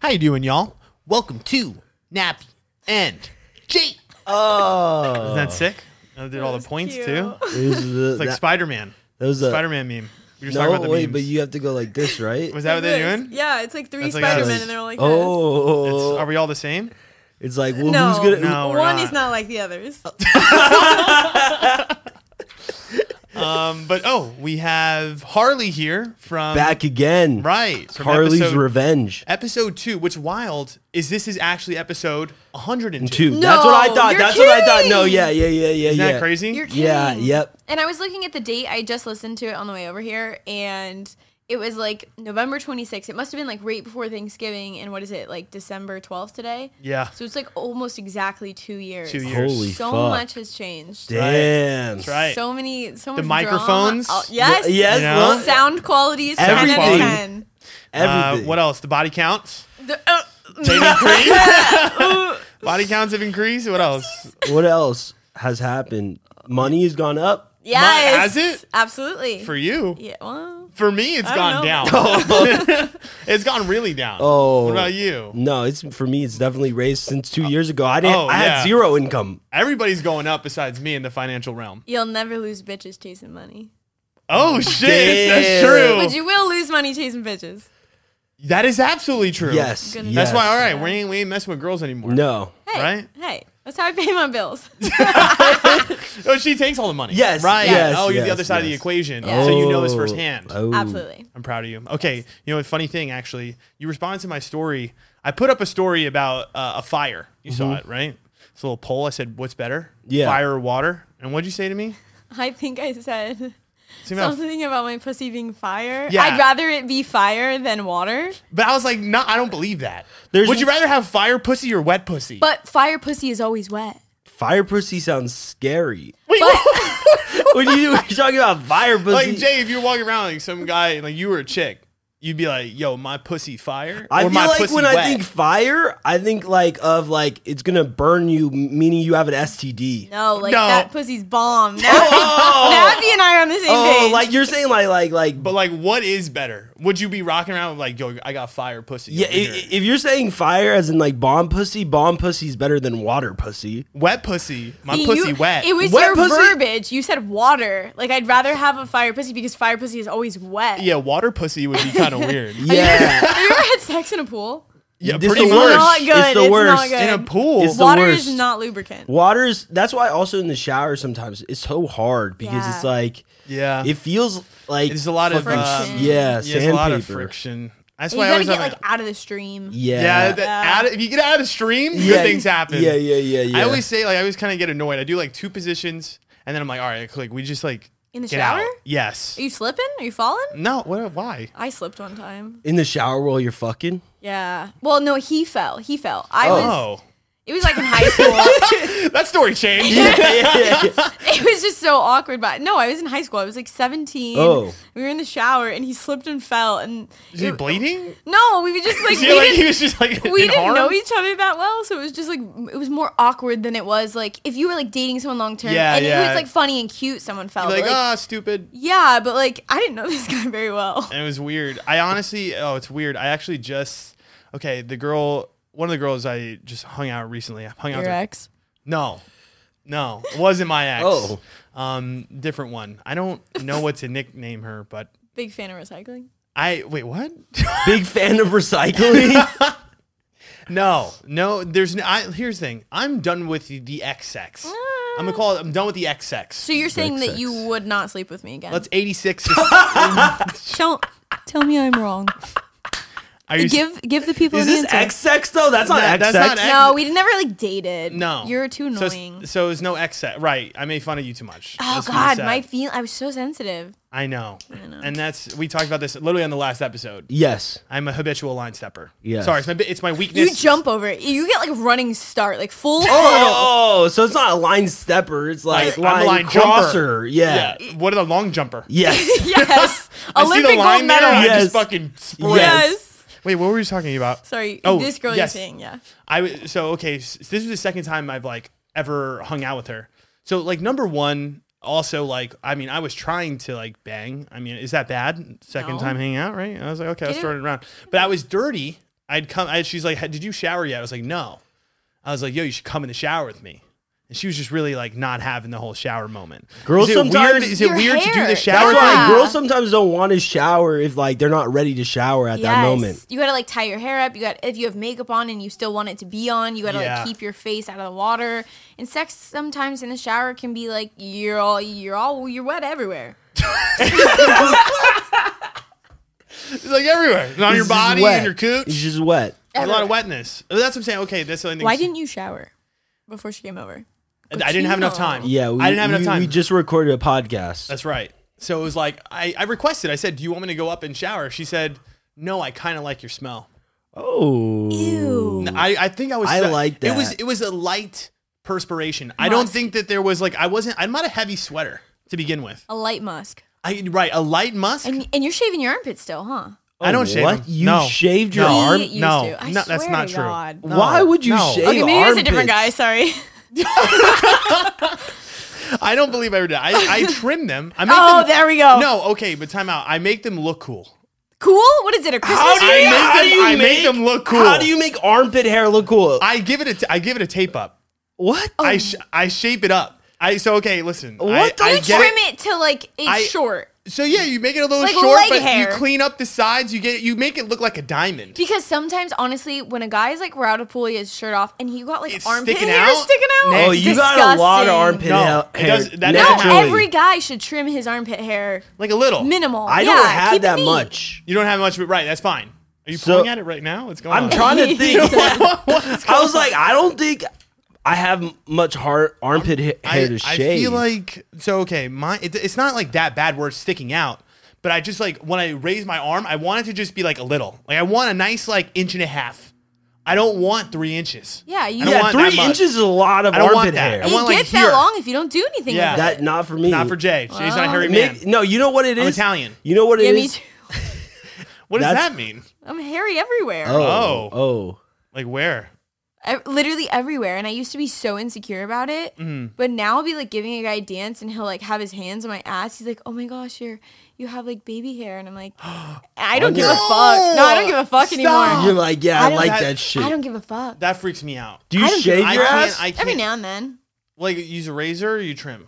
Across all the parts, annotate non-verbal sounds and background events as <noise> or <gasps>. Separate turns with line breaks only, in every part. How you doing, y'all? Welcome to Nappy and Jake.
Isn't
Uh,
that sick? I did all the points
cute.
too. It's <laughs>
It was the,
like
that,
Spider Man.
that was a,
Spider Man meme. We were just
no,
talking about the
wait,
memes.
but you have to go like this, right?
Was that what they're
It's-
doing?
Yeah, it's like three
That's like
Spider
us.
Men, and they're like,
oh,
this.
oh,
It's-
oh, oh.
are we all the same?
it's like well,
no,
who's gonna? who-
No, we're
one
not.
is not like the others.
Um, but oh, we have Harley here from
back again?
right from
Harley's
episode,
revenge.
episode two. What's wild is this is actually episode 102.
Two. That's what I
No,
thought.
you're
That's what I thought. No,
kidding.
yeah, yeah, yeah, yeah,
Isn't
yeah.
that crazy?
You're kidding.
Yeah, yep.
And I was looking at the date. I just listened to it on the way over here, and it was like November 26th. It must have been like right before Thanksgiving, and what is it like December 12th today?
yeah.
So it's like almost exactly two years.
Two years.
Holy
so
fuck!
much has changed.
Damn.
That's right.
So many, so
The
much drama.
microphones?
Oh, yes,
Y- yes,
You know?
well,
Sound quality is
Sound
10 out
quality.
of 10.
Uh,
everything.
what else? The body
<laughs>
counts.
The- oh,
They've
<laughs>
increased. body counts have increased. What else?
what else has happened? Money has gone up.
yes,
has it?
absolutely.
For you.
yeah, well,
For me, it's
I
gone
don't
down.
<laughs>
it's gone really down.
Oh.
What about you?
No, it's for me. It's definitely raised since two years ago. I didn't.
Oh,
I
yeah.
had zero income.
Everybody's going up besides me in the financial realm.
you'll never lose bitches chasing money,
Oh, shit.
Damn.
That's true.
but you will lose money chasing bitches.
that is absolutely true.
Yes.
Goodness.
yes.
That's why, all right, we ain't, we ain't messing with girls anymore.
No.
Hey,
Right?
Hey, that's how I pay my bills.
Oh, she takes all the money.
Yes,
Right.
yes,
oh, you're the
yes,
other side of the
yes.
equation. So you know this
Oh,
firsthand.
oh.
Absolutely.
I'm proud of you. Okay, you know, a funny thing actually, you responded to my story. I put up a story about uh, a fire. You saw it, right? It's a little poll. I said, "What's better,
Mm-hmm. Yeah.
fire or water?" And what'd you say to me?
I think I said
Something about-
something about my pussy being fire.
Yeah.
I'd rather it be fire than water,
But I was like, "No, I don't believe that."
There's-
Would you rather have fire pussy or wet pussy?
but fire pussy is always wet.
Fire pussy sounds scary.
Wait,
<laughs> when you when you're talking about fire pussy,
like Jay, if you're walking around like some guy, like you were a chick, you'd be like, "Yo, my pussy fire." or
I feel
my
like
pussy
when
wet.
I think fire, I think like of like it's gonna burn you, m- meaning you have an STD.
No, <laughs> like
No.
that pussy's bomb. Now, now Abby and I are on the same
Oh,
page.
like you're saying like like like.
But like, what is better? Would you be rocking around with like, "Yo, I got fire pussy"?
yeah, i-
over here.
if, you're saying fire as in like bomb pussy, bomb pussy's better than water pussy.
wet pussy, my
See,
pussy
you-
wet.
It was
Wet
your
pussy?
verbiage. You said water. Like I'd rather have a fire pussy because fire pussy is always wet.
Yeah, water pussy would be kind
<laughs>
of weird.
<laughs> Yeah,
Have <laughs> you ever had sex in a pool?
yeah,
This
pretty
is
much.
worse.
Not
It's
good. It's,
the
not
worst.
good.
In a pool.
It's the
Water is
worst.
not lubricant.
water's that's why also in the shower sometimes it's so hard because
Yeah.
it's like
yeah.
it feels like
There's a lot of,
fucking-
uh,
Friction.
yeah,
yeah,
there's a lot of
sandpaper.
friction. That's
You
why I
gotta
always
get
have
like
a-
out of the stream.
Yeah,
yeah, that-
Yeah.
out of- if you get out of the stream,
Yeah,
good things happen.
Yeah, yeah, yeah, yeah.
I always say like I always kind of get annoyed. I do like two positions, and then I'm like, all right, like we just like
In the
get
shower?
out. Yes.
Are you slipping? Are you falling?
No. What? Why?
I slipped one time.
in the shower while
<laughs>
you're fucking.
Yeah. Well, no, he fell. He fell. I was.
Oh,
It was like in high school.
<laughs> that story changed.
it was just so awkward. But no, I was in high school. I was like 17.
Oh.
We were in the shower and he slipped and fell. And
Is he
it-
bleeding?
No, we were just
<laughs>
like,
Is
we
he like
didn't
he was just like
we
in
didn't
harm?
know each other that well, so it was just like m- it was more awkward than it was like if you were like dating someone long term
Yeah,
and it
yeah.
was like funny and cute, someone fell.
like
but, like,
ah, stupid.
yeah, but like I didn't know <laughs> this guy very well.
and it was weird. I honestly, oh, it's weird. I actually just okay. The girl, one of the girls I just hung out recently. I hung out. with-
ex?
No, no, it wasn't my ex.
Oh.
um, different one. I don't know what to <laughs> nickname her, but
Big fan of recycling.
I wait. What?
<laughs>
<laughs>
Big fan of recycling.
no, no. There's no. I, here's the thing. I'm done with the, the XX. I'm gonna call it. I'm done with the XX.
So you're saying that
sex.
you would not sleep with me again?
Let's 86.
<laughs>
Are
don't tell me
<laughs>
I'm wrong.
you?
Give give the people
Is
an
this
answer.
XX though? That's not
No,
XX.
that's not
no, we never like dated.
no.
you're too
So it's-
annoying.
So, it's no XX. Right. I made fun of you too much.
oh
That's what you
God,
said.
my feel. I was so sensitive.
I know. And that's we talked about this literally on the last episode.
yes.
I'm a habitual line stepper.
Yes.
Sorry, it's my, bi- it's my
You
weakness.
jump over it. You get like a running start, like full.
Oh, so it's not a line stepper. It's like
I'm a
line,
line jumper.
crosser. Yeah.
Yeah. What are the long jumper?
Yes.
<laughs>
<laughs> yes,
I see the
Olympic gold
line there.
medal.
I
Yes.
just fucking sprint.
Yes.
Wait, what were you talking about?
Sorry,
Oh,
this girl
yes.
you're seeing, yeah.
I w- so okay. s this is the second time I've like ever hung out with her. So like number one, also like I mean I was trying to like bang. I mean is that bad? Second
No.
time hanging out, right? I was like okay, I was
Dude.
throwing it around, but I was dirty. I'd come. I, she's like, "Did you shower yet?" I was like, "No." I was like, "Yo, you should come in the shower with me." And she was just really like not having the whole shower moment.
Girls
is it weird,
sometimes-
is it
Your
weird to do
hair,
the
That's
shower
That's
Yeah.
why girls sometimes don't want to shower if like they're not ready to shower at that moment.
You gotta like tie your hair up. You got if you have makeup on and you still want it to be on, you gotta
Yeah.
like keep your face out of the water. And sex sometimes in the shower can be like you're all you're all you're wet everywhere.
thing? It's like everywhere, It's on your
It's just
body
wet.
and your
It's
cooch.
just wet.
A lot of wetness. That's what I'm saying. Okay, that's the only thing.
Why didn't you shower before she came over?
I didn't have enough
Cochino.
time?
Yeah, we,
I didn't have enough
we-
time.
We just recorded a podcast.
That's right. So it was like I, I requested. I said, "Do you want me to go up and shower?" She said, "No, I kind of like your smell."
oh,
Ew.
I, I think I was.
I like
It was
that.
it was a light perspiration. I don't
Musk.
think that there was like I wasn't. I'm not a heavy sweater to begin with.
A light musk.
I right a light musk.
And and you're shaving your armpit still, huh?
I don't shave.
Oh, What?
them.
You
No.
shaved your
No.
arm?
He used
no,
to. I
no, that's
swear
not
to
true.
God.
No,
Why would you
no.
shave?
Okay, maybe it was a different guy.
armpits? <laughs>
Sorry. <laughs>
I don't believe I ever did. I,
<laughs>
I trim them. I make
Oh,
them-
there we go.
No, okay, but time out. I make them look cool.
Cool. What is it? A Christmas
do
I
you-
make,
tree?
how
them,
do you
I make
make-
them look cool.
How do you make armpit hair look cool?
I give it a t- I give it a tape up.
what?
I sh- I shape it up. I so okay. Listen, I-
What?
I,
You
get
trim
it.
it, to like it's
I-
short
So yeah, you make it a little
Like
short,
leg
but
hair.
you clean up the sides. You get you make it look like a diamond.
because sometimes honestly, when a guy's like we're out of pool, he has his shirt off and he got like
It's
armpit
sticking
hair
out?
sticking out.
No,
oh,
It's
you got a lot of
disgusting.
armpit
No,
hair-
it
hair.
doesn't- that
No,
doesn't
naturally.
happen.
every guy should trim his armpit hair
Like a little
minimal.
I
Yeah,
don't
keep
have
it
that
neat.
much.
You don't have much, but right, that's fine. Are you
So-
pulling at it right now? What's going
I'm
on?
trying to think.
What's
<laughs> I
Oh. going
was like, I don't think I have m- much har armpit ha- hair to
I, I
shave.
feel like so okay. My it, it's not like that bad where it's sticking out, but I just like when I raise my arm, I want it to just be like a little. Like I want a nice like inch and a half. I don't want three inches.
Yeah, you
I don't
Yeah,
yeah,
want
three
that much.
inches is a lot of
I don't want
armpit
that.
hair.
I
It
want, like,
gets
here.
that long if you don't do anything.
Yeah.
with
That
it.
not for me.
Not for Jay. She's not a hairy
Make-
man.
no, you know what it is?
Italian.
You know what it
yeah,
is?
me too.
What does
that's-
that mean?
I'm hairy everywhere.
Oh,
Oh.
oh,
Like where?
I- literally everywhere and i used to be so insecure about it but now i'll be like giving a guy a dance and he'll like have his hands on my ass he's like oh my gosh you're you have like baby hair and i'm like i don't give a
No!
fuck no i don't give a fuck
Stop!
anymore
You're like, yeah,
I
I,
don't-
like
that-
that,
Oh. i don't
shit.
give a fuck
That freaks me out.
Do you
I don't
shave
give a
I
your
can't-
ass
I can't.
every now and then
like use a razor or you trim.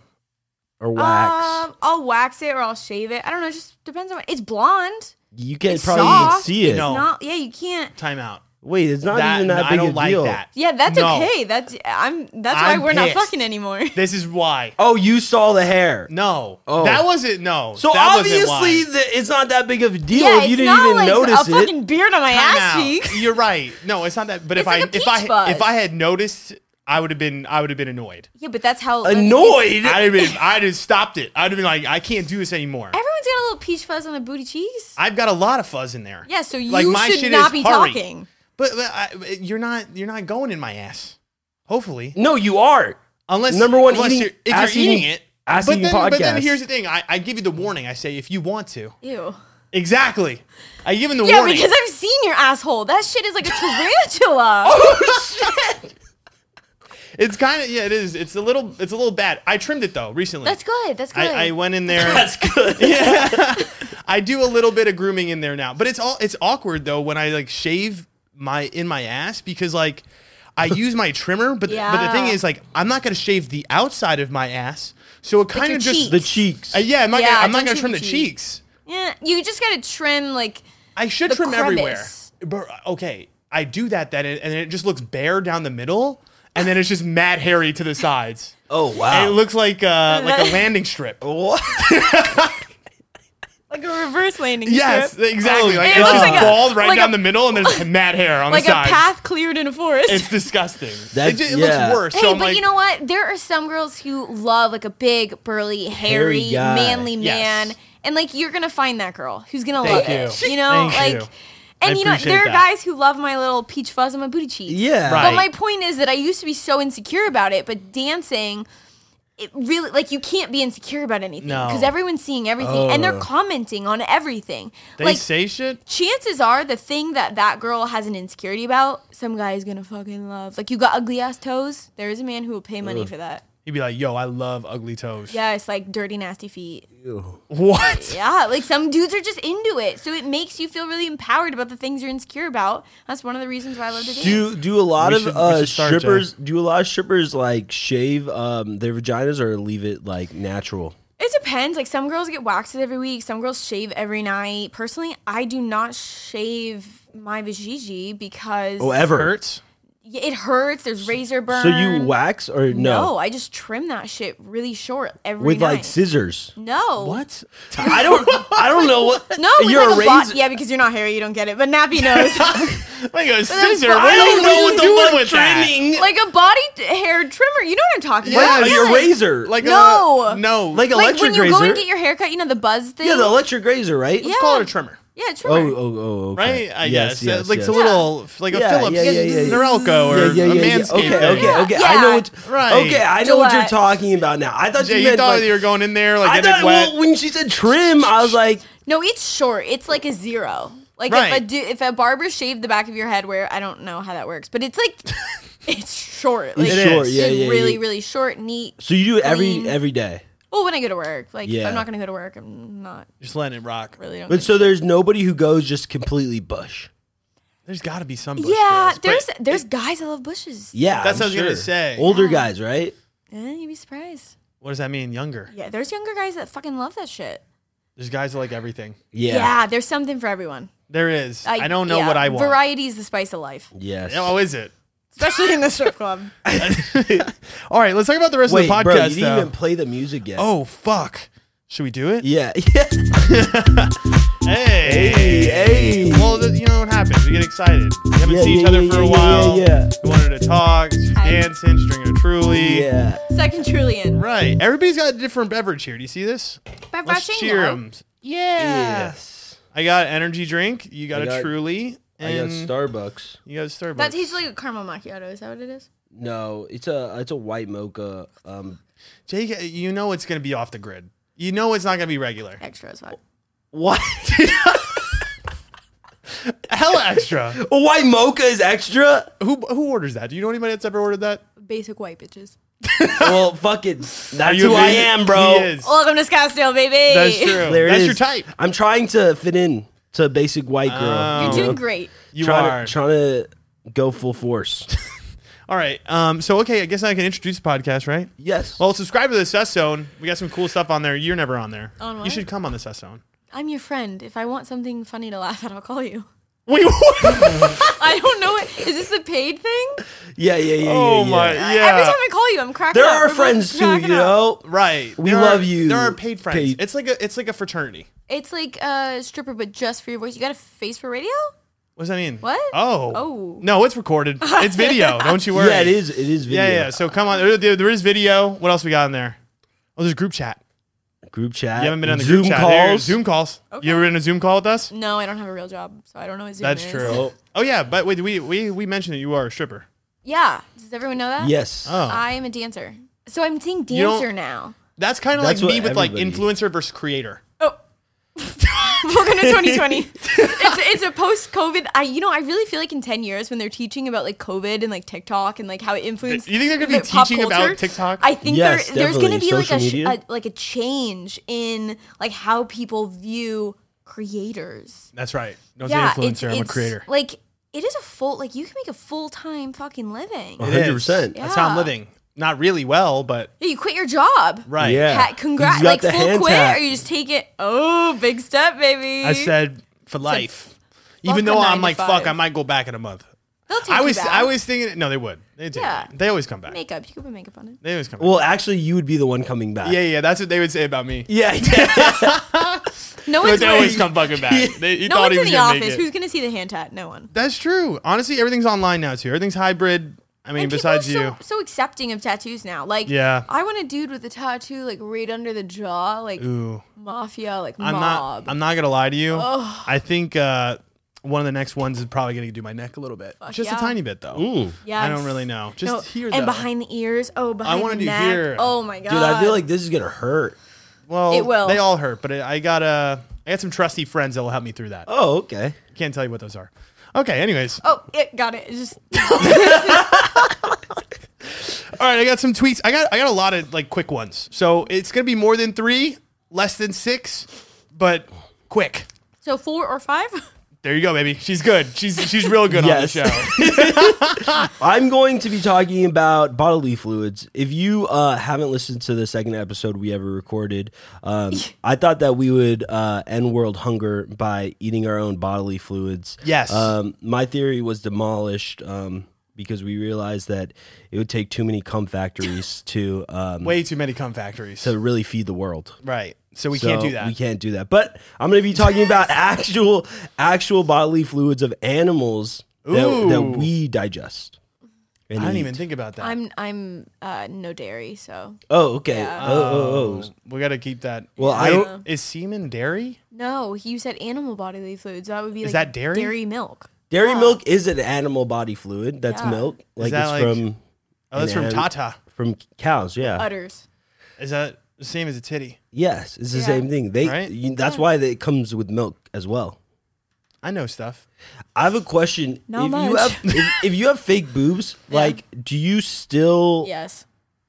or wax?
um i'll wax it or i'll shave it i don't know it just depends on it's blonde
you can
it's
probably even
soft.
see it.
it's
No.
not yeah you can't
Time out.
Wait, it's not even that
no,
big
I don't
a
like
deal.
that.
yeah that's
No.
okay that's i'm that's why
I'm
we're not
pissed.
fucking anymore
This is why.
Oh, you saw the hair.
No.
Oh.
That wasn't no.
So
that
obviously,
wasn't why.
the, it's not that big of a deal
<laughs> yeah
if
it's
you didn't
not
even
like
notice
a
it.
fucking beard on my
Time
ass
out.
cheeks
You're right. No, it's not that but if
It's like
I
a
if I
peach fuzz.
if I had noticed I would have been I would have been annoyed.
yeah but that's how
<laughs>
that's-
Annoyed.
I'd have been I'd have stopped it. I'd have been like, I can't do this anymore.
Everyone's got a little peach fuzz on the booty cheeks.
I've got a lot of fuzz in there.
Yeah, so you
Like, my
should
shit
not
is
be
hurry.
talking.
But, but I, you're not you're not going in my ass. Hopefully.
no,
<laughs>
you are.
Unless
Number one,
unless
eating-
you're, if
ass
you're eating,
eating-
it.
ass
but,
eating
then, but then
podcast.
here's the thing. I, I give you the warning. I say if you want to.
Ew.
Exactly. I give him the
Yeah,
warning.
because I've seen your asshole. That shit
<laughs>
is like a tarantula.
Oh. It's kind of yeah, it is. It's a little it's a little bad. I trimmed it though recently.
that's good. That's good.
I, I went in there.
That's good.
I do a little bit of grooming in there now, but it's all it's awkward though when I like shave my in my ass because like
<laughs>
I use my trimmer, but but the thing
Yeah.
is like I'm not gonna shave the outside of my ass, so it kind
your
of just
<laughs>
cheek.
the cheeks.
Uh, yeah, I'm not
Yeah,
gonna, I'm not
don't
gonna
shave
trim the
the cheeks.
cheeks.
yeah, you just gotta trim like
I should
The
trim
crevice.
everywhere. But okay, I do that then, and it just looks bare down the middle, and then it's just mad hairy to the sides.
Oh
And it
wow.
looks like uh,
<laughs>
like a landing strip.
What?
like a reverse landing.
Yes,
strip.
exactly.
And
like
it
it's
looks
just
like a-
bald right
like
down
a-
the middle, and
<laughs>
there's mad hair on
Like
the sides.
a path cleared in a forest.
It's disgusting.
<laughs> That-
it ju- it
yeah.
looks worse.
Hey,
so I'm
but
like,
you know what? There are some girls who love like a big, burly, hairy,
Hairy guy.
manly
Yes.
man, and like you're gonna find that girl who's gonna
Thank
love
you.
it. You know,
Thank
like,
you.
and
I
you know,
appreciate
there are
that.
guys who love my little peach fuzz on my booty cheeks.
<laughs>
Yeah.
Right.
<laughs> But my point is that I used to be so insecure about it, but dancing. It really like you can't be insecure about anything
No.
because everyone's seeing everything and they're commenting on everything.
they
like
say shit.
chances are the thing that that girl has an insecurity about, some guy is gonna fucking love. Like you got ugly ass toes. There is a man who will pay money for that.
He'd be like, "Yo, I love ugly toes."
Yes, like dirty, nasty feet.
<laughs> What?
Yeah, like some dudes are just into it, so it makes you feel really empowered about the things you're insecure about. That's one of the reasons why I love to dance.
Do do a lot
We
of
should- we
uh,
should start, Jay.
strippers? Do a lot of strippers like shave um, their vaginas or leave it like natural?
It depends. Like some girls get waxes every week. Some girls shave every night. Personally, I do not shave my vajiji because
Oh, ever.
Hurts.
y- it hurts. There's razor burn.
So you wax or no?
No, I just trim that shit really short every
With
night.
like scissors.
no.
What? <laughs>
I don't. I don't know what.
<laughs> No, with
you're
like a,
a
wa-
razor.
yeah, because you're not hairy, you don't get it. But Nappy
<laughs>
knows, <laughs>
Like a scissor.
fine.
I don't know what
You
the
are
fun with that.
trimming.
like a body t- hair trimmer. You know what I'm talking
Yeah,
about?
Like your razor.
Like
No.
A, no.
Like
Like
electric
when you go
razor.
and get your haircut, you know the buzz thing.
yeah, the electric razor, right?
Yeah.
Let's call it a trimmer.
yeah,
Oh,
trimmer.
oh, oh, okay.
Right? I guess. Uh, like it's a
Yeah.
little, like a
Yeah,
Phillips
yeah, yeah, yeah, yeah.
Norelco or
yeah, yeah, yeah,
a
yeah.
Manscaped.
Okay,
thing. <laughs>
okay, okay. I
Yeah.
know what.
Right.
Okay, I know what you're
Gillette.
talking about now. I thought
Yeah,
you
you
meant
thought
like,
you were going in there, like
I
getting
thought
it wet.
well, when she said trim, I was like,
No, it's short. It's like a zero. Like if a
Right.
du- if a barber shaved the back of your head, where I don't know how that works, but it's
<laughs>
like it's short. Like,
it's short.
is.
Yeah, yeah,
really,
yeah.
really short, neat.
So you do it every
clean.
every day.
Well, when I go to work, like if
Yeah.
I'm not gonna go to work, I'm not
Just letting it rock.
really. Don't
But
think-
so there's nobody who goes just completely bush.
There's got to be some. bush
yeah,
girls, but
there's there's guys that love bushes.
Yeah,
That's what I
I'm
was gonna
sure.
say.
Older guys, right?
Eh, you'd be surprised.
What does that mean? Younger.
Yeah, there's younger guys that fucking love that shit.
There's guys that like everything.
Yeah.
there's something for everyone.
There is. I, don't know
yeah,
what I want.
Variety is the spice of life,
Yes.
Oh, is it?
especially in the strip
<laughs>
club.
All right, let's talk about the rest of
Wait,
the podcast.
bro, you didn't
though.
even play the music yet.
oh fuck! Should we do it? <laughs>
yeah, yeah.
Hey,
hey.
Well, th- you know what happens. We get excited. We haven't
Yeah,
seen
yeah,
each other
yeah,
for a
yeah,
while.
yeah, yeah.
We wanted to talk. She's
Hi.
dancing. She's drinking a truly.
yeah.
Second trillion.
Right. Everybody's got a different beverage here. Do you see this?
By
Let's
brushing
cheer
up.
'em. Yeah.
Yes.
I got an energy drink. You got
I
a
got-
truly.
I got
And
Starbucks.
you got a Starbucks.
That tastes like a caramel macchiato. Is that what it is?
No, it's a it's a white mocha. Um,
Jake, you know it's going to be off the grid. You know it's not going to be regular.
Extra as fuck.
<laughs> what?
Hella extra. <laughs>
a white mocha is extra?
who who orders that? Do you know anybody that's ever ordered that?
Basic white bitches.
well,
<laughs>
fuck it. That's
You
who I
agree?
am, bro.
He is.
Welcome to Scottsdale, baby.
That's true.
There it
that's
is.
your type.
I'm trying to fit in to basic white girl.
Oh.
You're
you
doing
know?
great.
You
trying
are.
To, trying to go
<laughs>
full force.
All right. Um. So okay, I guess I can introduce the podcast, right?
yes.
Well, subscribe to the Sus Zone. We got some cool stuff on there. You're never on there.
On
You
what?
should come on the Sus
<laughs>
Zone.
I'm your friend. If I want something funny to laugh at, I'll call you. <laughs>
Wait.
I don't know what is this the paid thing?
yeah, yeah, yeah.
oh
yeah,
my.
yeah.
Yeah.
Every time I call you, I'm cracking
There
up.
are
We're
friends
both
too, you
cracking up.
know.
Right.
We
There
love
are-
you,
There are paid friends.
paid-
It's like a it's like a fraternity.
It's like a stripper, but just for your voice. You got a face for radio?
What does that mean?
What?
Oh.
Oh.
No, it's recorded. It's
<laughs>
video. Don't you worry.
Yeah, it is. It is video.
Yeah, yeah. So come on. There, there- there is video. What else we got in there? Oh, there's group chat.
Group chat.
You haven't been on the
Zoom
group chat.
calls.
There- Zoom calls.
Okay.
You ever been in a Zoom call with us?
No, I don't have a real job, so I don't know what Zoom
That's
is.
true. Oh yeah, but wait, we we we mentioned that you are a stripper.
Yeah. Does everyone know that?
Yes.
Oh,
I am a dancer. So I'm seeing
You don't-
dancer now.
that's kind of like
That's
me
what
with like
everybody-
influencer versus creator.
Oh. <laughs> Welcome
<laughs>
to 2020. <laughs> it's, it's a post COVID. I you know I really feel like in 10 years when they're teaching about like COVID and like TikTok and like how it influenced.
You think they're gonna be
the pop
teaching about
culture,
TikTok?
I think
Yes,
there, there's gonna
definitely.
be like a,
Social
sh-
media.
a like a change in like how people view creators.
That's right. No, it's
yeah,
an
it's,
influencer. I'm a
it's,
creator.
Like it is a full like you can make a full time fucking
Uh-huh.
living.
It is.
100%.
That's how I'm
Yeah.
living. Not really well, but
Yeah, you quit your job.
right.
Yeah.
Hat, congrats.
He's got
Like
the
full
hand
quit,
tap.
or you just take it. Oh, big step, baby.
I said for life. Even
the
though
nine
I'm
to
like,
five.
fuck, I might go back in a month.
They'll take
I
you
was
back.
I was thinking no, they would. They take
Yeah.
yeah. They always come back.
makeup. You could put makeup on it.
They always come back.
Well, actually, you would be the one coming back.
yeah, yeah, that's what they would say about
<laughs>
me.
Yeah. <laughs> yeah.
No
But
one's
they
wearing-
always come fucking
<laughs>
back. They, he
No
thought
one's
he
in
was
the
gonna make
office.
it.
Who's gonna see the hand tat? No one.
That's true. Honestly, everything's online now too. Everything's hybrid. I mean,
And people
besides
are
you,
so, so accepting of tattoos now. Like,
Yeah.
I want a dude with a tattoo like right under the jaw, like
Ooh.
mafia, like
I'm
mob.
not. I'm not gonna lie to you. I think uh, one of the next ones is probably gonna do my neck a little bit, just
yeah.
a tiny bit though.
yes.
I don't really know. Just
No,
here
and
though.
behind the ears. Oh, behind
wanna
the
do
neck.
here.
Oh my god.
Dude, I feel like this is gonna hurt.
well,
It will.
They all hurt, but I got uh, I got some trusty friends that will help me through that.
Oh, okay.
Can't tell you what those are. Okay. Anyways, <laughs>
Oh, it got it. It's just
All right, I got some tweets. I got I got a lot of like quick ones. So it's gonna be more than three, less than six, but quick.
So four or five?
There you go, baby. She's good. She's she's real good
Yes.
on the
<laughs>
show.
I'm going to be talking about bodily fluids. If you uh, haven't listened to the second episode we ever recorded, <laughs> um, I thought that we would uh, end world hunger by eating our own bodily fluids.
Yes.
Um, my theory was demolished um, because we realized that it would take too many cum <laughs> factories to um,
Way too many cum factories.
to really feed the world.
right. So we
So
can't do that.
We can't do that. But I'm going to be
<laughs>
talking about actual actual bodily fluids of animals that,
Ooh.
that we digest. and
I didn't
eat.
even think about that.
I'm I'm uh, no dairy, so
Oh, okay. Oh, oh, oh.
Um, we got to keep that.
Well, I
Wait,
don't-
Is semen dairy?
no. You said animal bodily fluids. That would be
Is
like
that dairy?
Dairy milk.
Dairy milk is an animal body fluid. That's
Yeah.
milk. Like
that
it's
like-
from
Oh, that's
an
from
an-
Tata.
from cows. Yeah.
Udders.
Is that the same as a titty?
Yes, it's the
Yeah.
same thing. They.
Right?
You, that's why they- it comes with milk as well.
I know stuff.
I have a question.
Not
if you
much.
have if, if you have fake boobs,
<laughs>
like do you still
Yes.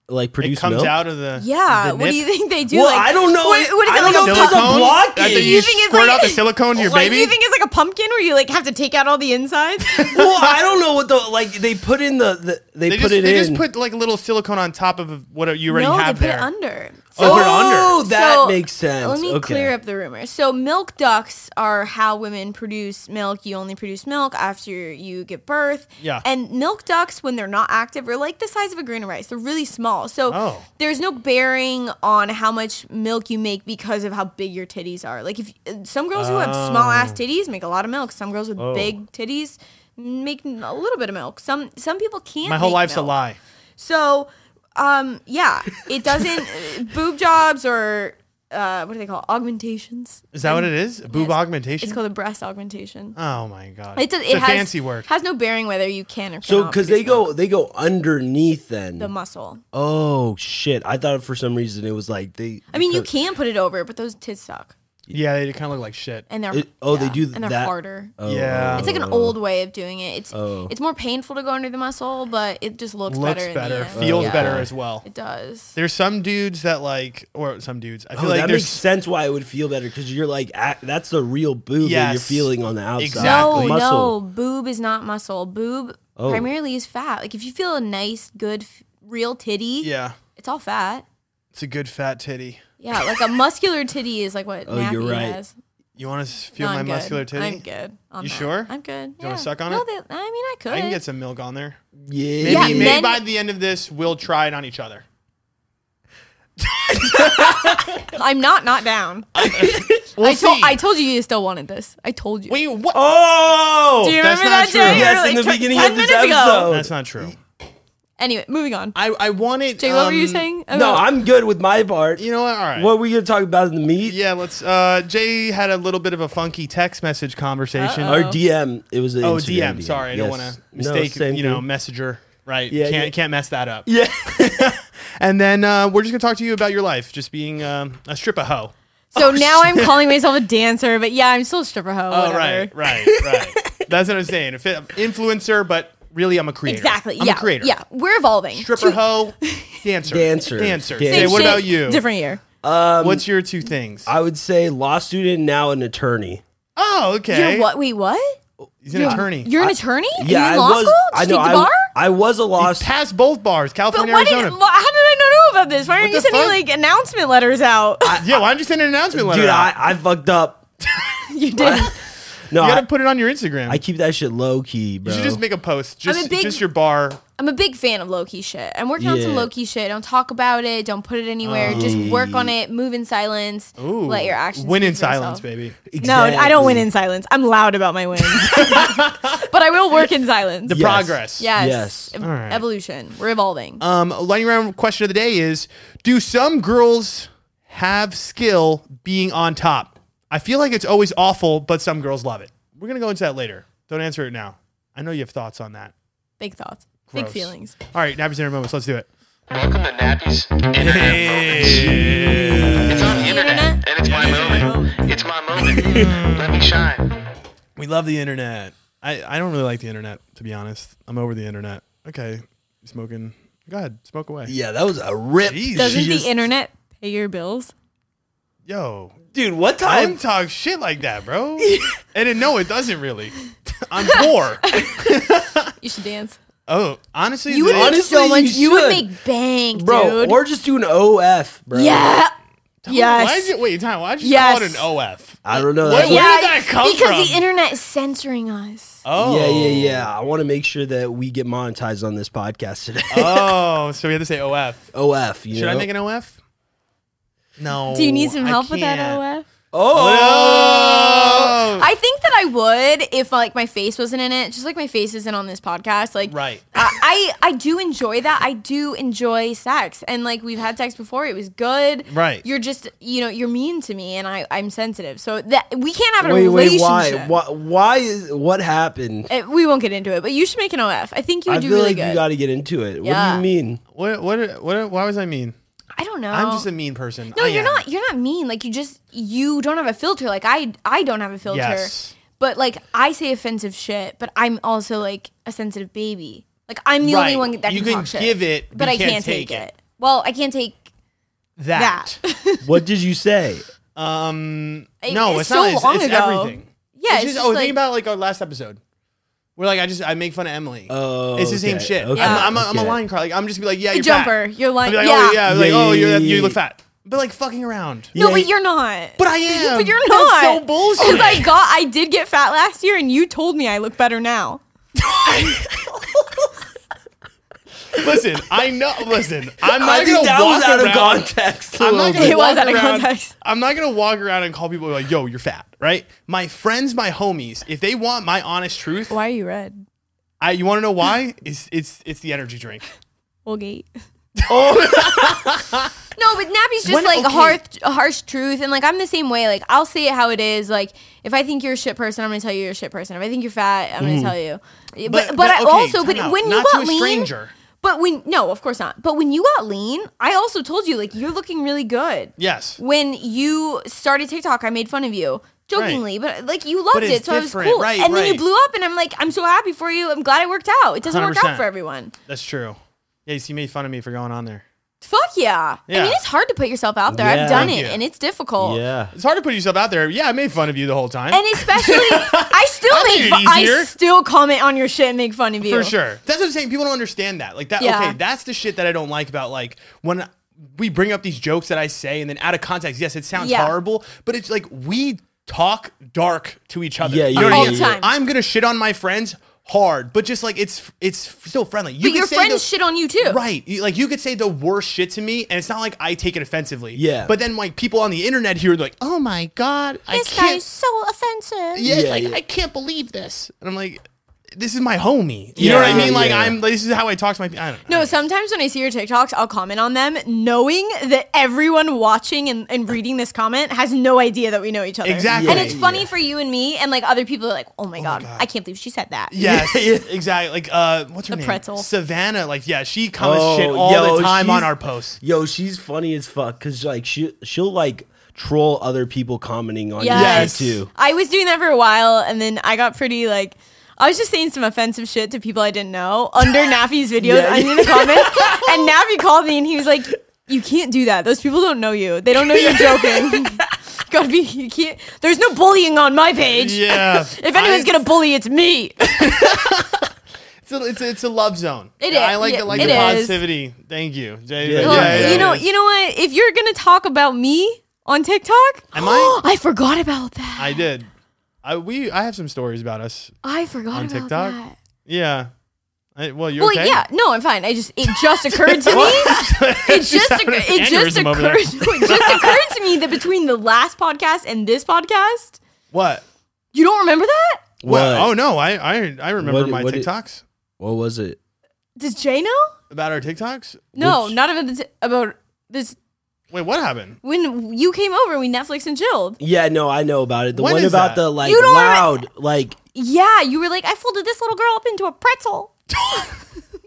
like
It
produce
comes
milk?
out of the
Yeah.
the
What do
nip?
you think they do?
Well,
like,
I don't know.
What, what is
I
it
don't
like
know
a
if it's a
pumpkin?
silicone?
blockage.
That
You
thing you
think it's
squirt
like-
out the silicone to your
Like,
baby?
you think it's like a pumpkin where you like have to take out all the insides?
well, I don't know what the like they put in the, the they,
they
put
just,
it
they
in.
just put like little silicone on top of what you already
no, they
have
put
there.
it under.
Oh, put it under.
oh, that
So,
makes sense.
Let me
okay.
clear up the rumor. So, milk ducts are how women produce milk. You only produce milk after you give birth.
Yeah.
And milk ducts, when they're not active, are like the size of a grain of rice. They're really small. So,
Oh.
there's no bearing on how much milk you make because of how big your titties are. Like, if uh, some girls who have small
Oh.
ass titties make a lot of milk, some girls with big titties make a little bit of milk. Some some people can't.
My whole
make
life's a
milk.
lie.
So, um, yeah,
<laughs>
it doesn't boob jobs or uh, what do they call it? augmentations?
Is that what it is? A boob
it's-
augmentation?
It's called a breast augmentation.
oh my god.
It does.
it's
it
a
has,
fancy word.
Has no bearing whether you can or
So
cannot
because they
produce milk.
go they go underneath then.
the muscle.
oh shit! I thought for some reason it was like they.
I mean, you
because-
can put it over, but those tits suck,
Yeah, they kind of look like shit.
and they're
It- oh, they
yeah,
do
and they're
that-
harder.
Oh,
Yeah.
It's like an old way of doing it. It's
Oh.
it's more painful to go under the muscle, but it just looks,
Looks
better.
better,
in the end.
Oh,
feels
Yeah.
better as well.
It does.
There's some dudes that like, or some dudes. I feel
Oh,
like
that
there's
makes sense why it would feel better because you're like ah, that's the real boob that you're
Yes.
feeling on the outside.
Exactly.
The
No, no,
muscle.
boob is not muscle. Boob
Oh.
primarily is fat. Like if you feel a nice, good, f- real titty,
yeah,
it's all fat.
it's a good fat titty.
Yeah, like a <laughs> muscular titty is like what
Oh,
Nappy
you're right.
has.
You want to
No,
feel my
I'm good.
muscular titty?
I'm good. on
You
that.
sure?
I'm good.
wanna
yeah.
suck on
no,
it?
They, I mean, I could.
I can get some milk on there. Maybe,
Yeah.
Yeah,
maybe
men-
by the end of this, we'll try it on each other.
I'm not not down.
We'll
I told
see.
I told you you still wanted this. I told you.
Wait, what?
Oh.
Do you
that's
remember
not
that
true.
Jay? We
Yes,
were,
in
like,
the
tw-
beginning
10
of this
minutes ago.
episode.
That's not true.
Anyway, moving on.
I I wanted.
Jay, what were you
um,
saying? Oh.
No,
about-
I'm good with my part.
You know what? All right.
What are we gonna talk about in the meat?
Yeah, let's. Uh, Jay had a little bit of a funky text message conversation.
Uh-oh.
Our DM. It was an
Oh,
Oh, Instagram
DM. Sorry, I don't
Yes.
want to
No,
mistake.
same
you know,
thing.
messenger. Right.
Yeah,
can't
yeah.
can't mess that up.
Yeah.
<laughs> And then uh, we're just gonna talk to you about your life, just being um, a stripper hoe.
so now
<laughs>
I'm calling myself a dancer, but yeah, I'm still a stripper hoe.
Oh,
whatever.
right, right, right.
<laughs>
That's what I'm saying. If it, influencer, but really, I'm a creator.
Exactly.
I'm
yeah.
a creator.
Yeah. We're evolving.
Stripper hoe, dancer,
Dancer.
dancer.
Dancer.
Jay,
Same
what
shit,
about you?
Different year.
What's your two things?
I would say law student now an attorney.
oh, okay.
You're what? Wait, what?
He's an attorney.
You're an attorney? Are you
Yeah,
in
I
law
was.
school?
I
Did you
know.
take the
I,
bar?
I was a law.
Uh, Pass
st-
both bars,
but
California,
why did,
Arizona.
why- how did I not know about this? Why aren't
What
you
the
sending
fuck?
like announcement letters out?
yeah, why don't you send an announcement letter?
Dude,
out?
I, I fucked up.
<laughs> you did.
No,
you
I,
gotta put it on your Instagram.
I keep that shit low key, bro.
you should just make a post.
I'm a
Just,
big-
just your bar.
I'm a big fan of low key shit. I'm working on some
Yeah.
low key shit. Don't talk about it. Don't put it anywhere. Just work on it. Move in silence.
Oh. Ooh,
Let your actions
Win
speak
in
for
silence,
themselves.
baby.
No, I don't win
Exactly.
in silence. I'm loud about my wins,
<laughs>
<laughs> but I will work in silence.
The
Yes.
progress.
yes.
Yes.
Ev-
right.
Evolution. We're evolving.
Um, lightning round question of the day is: Do some girls have skill being on top? I feel like it's always awful, but some girls love it. We're gonna go into that later. Don't answer it now. I know you have thoughts on that.
big thoughts. Big
Gross.
feelings.
<laughs> All right, nappy's inner moments. Let's do it.
Welcome to Nappy's Internet Moments. It's on the internet,
internet?
and it's my moment. It's my moment. Let me shine.
We love the internet. I, I don't really like the internet to be honest. I'm over the internet. Okay, you smoking Go ahead, smoke away.
Yeah, that was a rip.
Jeez.
Doesn't
She
the
just-
internet pay your bills?
<laughs> Yo,
Dude, what
I
time?
don't talk shit like that, bro. <laughs> and then, no, it doesn't really. I'm <laughs> poor.
You should dance.
oh, honestly,
You would
the-
make so
Honestly,
much.
you
You, would
should.
make bank,
bro,
dude.
or just do an OF, bro.
yeah.
Why
Yes.
did you, wait, time. Why did you
Yes.
call it an OF?
I don't know.
What-
That's
where
what-
did that come
because
from?
the internet is censoring us.
Oh,
Yeah, yeah, yeah. I want to make sure that we get monetized on this podcast today.
<laughs>
<laughs>
Oh, so we had to say OF.
OF, you
Should I
know?
make an OF? No.
Do you need some
Oh, I
help with that,
can't.
OF?
Oh.
I think that I would if like my face wasn't in it, just like my face isn't on this podcast. Like,
Right.
I, I I do enjoy that. I do enjoy sex, and like we've had sex before. It was good.
Right.
You're just you know you're mean to me, and I I'm sensitive. So that we can't have a
Wait, wait,
relationship.
why? Why, why is what happened?
Eh, we won't get into it, but you should make an OF. I think you would
I
do
feel
really
like
good.
you got to get into it. What
Yeah.
do you mean?
What, what, what, why was I mean?
I don't know.
I'm just a mean person.
No,
I
you're
am.
not. You're not mean. Like you just you don't have a filter. Like I I don't have a filter.
Yes.
But like I say offensive shit, but I'm also like a sensitive baby. Like I'm the only
Right.
one that
You
can
can
talk shit.
give it,
but
you
I can't, take, it. Well, I can't take
That.
that. <laughs>
What did you say?
Um,
It-
no, it's,
it's
not.
so
It's,
long
it's
ago.
everything. It's
yeah, it's
just,
just
oh,
like,
think about like our last episode. We're like, I just I make fun of Emily.
Oh,
<laughs> it's the same
okay,
shit.
okay,
I'm, I'm, a, I'm a
okay.
line car. Like I'm just be like, yeah,
a
you're
jumper.
Fat.
You're
I'll
like,
be like,
yeah.
oh yeah, like
Yeah,
oh
yeah,
you're
yeah,
you look
yeah.
fat, but like fucking around.
No,
Yeah,
but
yeah.
you're not.
But I am.
But you're
That's
not. <laughs>
so bullshit.
Because I got, I did get fat last year, and you told me I look better now.
<laughs> listen, I know. Listen, I'm not
I
gonna
think that
walk
was out
around.
of context.
I'm not gonna
It was
walk
out of
around-
context.
I'm not gonna walk around and call people like, yo, you're fat, right? My friends, my homies, if they want my honest truth,
Why are you red?
I, you want to know why? It's it's it's the energy drink.
Colgate.
Oh. <laughs>
No, but Nappy's just
When-
like
okay.
harsh, harsh truth, and like I'm the same way. Like I'll say it how it is. Like if I think you're a shit person, I'm gonna tell you you're a shit person. If I think you're fat, I'm gonna tell you. But but, I
Mm-hmm. okay,
also but
time out.
when
not
you
to
got
a
lean,
stranger.
but when no, of course not. But when you got lean, I also told you like you're looking really good.
Yes.
When you started TikTok, I made fun of you jokingly, but like you loved it,
it's
so I was
different.
cool.
Right,
and then
right.
you blew up, and I'm like, I'm so happy for you. I'm glad it worked out. It doesn't work out
100%.
for everyone.
That's true. Yeah, you see, you made fun of me for going on there.
Fuck yeah.
Yeah.
I mean, it's hard to put yourself out there.
Yeah.
I've done
Thank you.
it, and it's difficult.
Oh, Yeah.
It's hard to put yourself out there. Yeah, I made fun of you the whole time.
And especially,
<laughs>
I still
I made
make
it
fun, I
easier.
still comment on your shit and make fun of you.
for sure. That's what I'm saying. People don't understand that. Like that.
Yeah.
Okay, that's the shit that I don't like about like when we bring up these jokes that I say and then out of context. Yes, it sounds
Yeah.
horrible, but it's like we talk dark to each other.
Yeah,
you
yeah,
know what I
All
mean?
the time.
I'm gonna shit on my friends hard, but just like it's it's still friendly. You
But
can
your
say
friends
the-
shit on you too.
Right. You- Like you could say the worst shit to me, and it's not like I take it offensively.
Yeah.
But then like people on the internet here are like, oh my god, I
This
can't.
guy's so offensive.
yeah, it's
Yeah,
like
yeah.
I can't believe this, and I'm like, this is my homie. You know what I
Yeah,
mean? Like
yeah.
I'm. This is how I talk to my. I don't know.
No, sometimes when I see your TikToks, I'll comment on them knowing that everyone watching and, and reading this comment has no idea that we know each other.
Exactly.
And it's
Yeah,
funny for you and me, and like other people are like, oh my, God, I can't believe she said that.
<laughs> Yes, exactly. Like, uh, what's her
The
name?
pretzel.
Savannah. Like, yeah, she comments
Oh,
shit all
yo,
the time on
she's-
our
<laughs>
posts.
Yo, she's funny as fuck because like she she'll like troll other people commenting on
Yes.
you too.
I was doing that for a while, and then I got pretty like. I was just saying some offensive shit to people I didn't know
<laughs>
under Naffy's videos
Yeah.
I mean, in the comments, and Naffy called me and he was like, "You can't do that. Those people don't know you. They don't know you're
<laughs>
joking. <laughs> Gotta be. You can't. There's no bullying on my page.
Yeah.
<laughs> If anyone's
I-
gonna bully, it's me. <laughs>
it's a, it's, a, it's a love zone.
It
Yeah,
is.
I like
Yeah,
the like
it
the
is.
positivity. Thank you. Yeah,
Look,
yeah, yeah,
you know.
yeah.
You know what? If you're gonna talk about me on TikTok,
Am I?
<gasps> I forgot about that.
I did. I we I have some stories about us
I forgot
on
about
TikTok?
that.
Yeah. I, well, you're
Well,
okay. <laughs>
yeah, no, I'm fine. I just it just occurred to me. <laughs> It
She's
just
having
occur-
an
it just
aneurysm over there.
occurred <laughs> it just occurred to me that between the last podcast and this podcast,
What?
you don't remember that?
Well, oh no, I I, I remember
What-
my
what did-
TikToks
What was it?
Does Jay know?
about our TikToks.
No,
Which-
not about the t- about this.
Wait, what
<laughs>
happened?
When you came over, we Netflix and chilled.
Yeah, no, I know about it. The
When
one
is
about
that?
the like
You don't re-
loud, like
Yeah, you were like, I folded this little girl up into a pretzel.
God.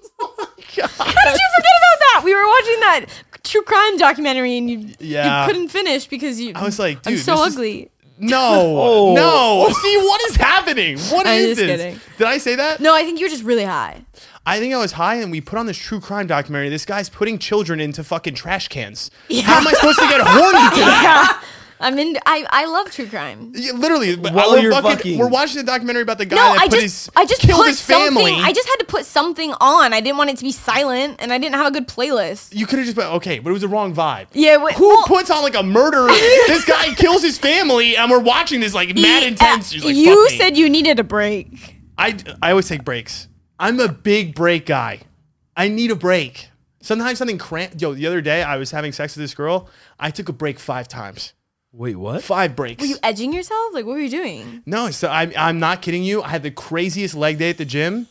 How did you forget about that? We were watching that true crime documentary and you
Yeah.
you couldn't finish because you
I was like,
I'm
dude,
so
this is-
ugly.
No,
Oh.
no. See what is happening? What
I'm
is
just
this?
kidding.
Did I say that?
No, I think you were just really
<laughs>
high.
I think I was high, and we put on this true crime documentary. This guy's putting children into fucking trash cans. How am I supposed to get horny
<laughs>
to that?
I'm in. I I love true crime.
Yeah, Literally, but
While
we're
you're
fucking,
fucking-
we're watching the documentary about the guy
No,
that
I
put
just
his
I just
Uh, killed
put
his family.
something. I just had to put something on. I didn't want it to be silent, and I didn't have a good playlist.
you could have just put okay, but it was the wrong vibe.
Yeah, wait,
Who
well-
puts on like a
<laughs>
murder? this guy kills his family, and we're watching this like mad
Yeah,
intense. She's like,
uh, you
"Fuck me."
said you needed a break.
I, I always take breaks. I'm a big break guy. I need a break. Sometimes something cramp. Yo, the other day I was having sex with this girl. I took a break five times.
Wait, what?
Five breaks.
You edging yourself? Like what were you doing?
No, so I'm, I'm not kidding you. I had the craziest leg day at the gym.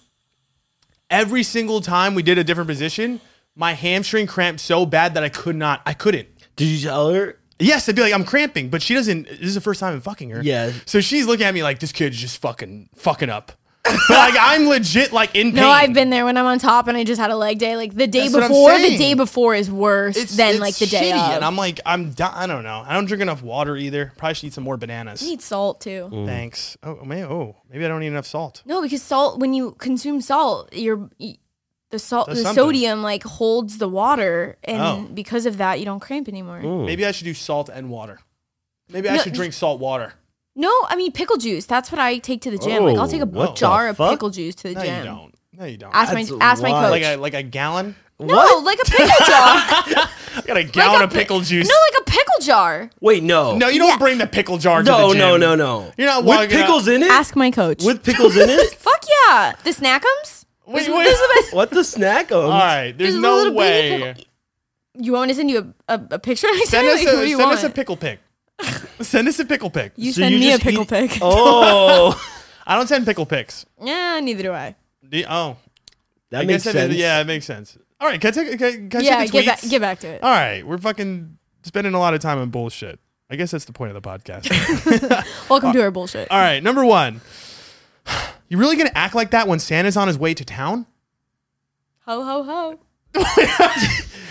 Every single time we did a different position, my hamstring cramped so bad that I could not, I couldn't.
Did you tell her?
Yes, I'd be like, I'm cramping, but she doesn't. This is the first time I'm fucking her.
Yeah.
So she's looking at me like, this kid's just fucking, fucking up. <laughs> But like, I'm legit like in pain.
No, I've been there when I'm on top and I just had a leg day. Like the day
That's what I'm
before, the
saying.
day before is worse than like the day
shitty,
of.
And I'm like, I'm, di- I don't know. I don't drink enough water either. Probably should eat some more bananas.
I need salt too.
Thanks. Oh, may oh, maybe I don't eat enough salt.
No, because salt when you consume salt, your y- the salt
Does
the
something.
sodium like holds the water and
Oh.
because of that you don't cramp anymore.
Maybe I should do salt and water. Maybe I
No,
should
you-
drink salt water.
No, I mean pickle juice. That's what I take to the gym. like I'll take
Oh,
a
what
jar
the
of
fuck?
pickle juice to the
No,
gym.
you don't. No, you don't.
Ask
That's
my ask my
wild.
coach.
like a like a
<laughs>
gallon.
no, like a
<laughs>
pickle jar.
I got a gallon
like
of pickle
pi-
juice.
No, like a pickle jar.
Wait, no.
no, you don't
Yeah.
bring the pickle jar. to
no,
the gym.
no, no, no.
You're not
with
walking out-
pickles in it.
Ask my coach.
with pickles in it. <laughs>
Fuck yeah, the snackums.
Wait,
This-
wait.
this is the best-
What the snack? Oh,
All right, <laughs> there's,
There's a
no
little baby
way.
You want me to send you a, a, a picture? <laughs> I
Send us
like, what
a
do you
send
want?
us a pickle pick. send us a pickle pick.
You
So
send
you
me a
just
pickle
eat-
pic. <laughs>
<laughs>
Oh,
I don't send pickle picks.
Yeah, neither do I.
The- oh,
that
I
makes
guess that-
sense.
yeah, it makes sense. All right, can I take can, can I
yeah,
take the
get back,
tweets?
get back to it.
All right, we're fucking spending a lot of time on bullshit. I guess that's the point of the podcast. <laughs>
Welcome to our bullshit.
All right, number one. <sighs> You really gonna act like that when Santa's on his way to town?
Ho ho ho.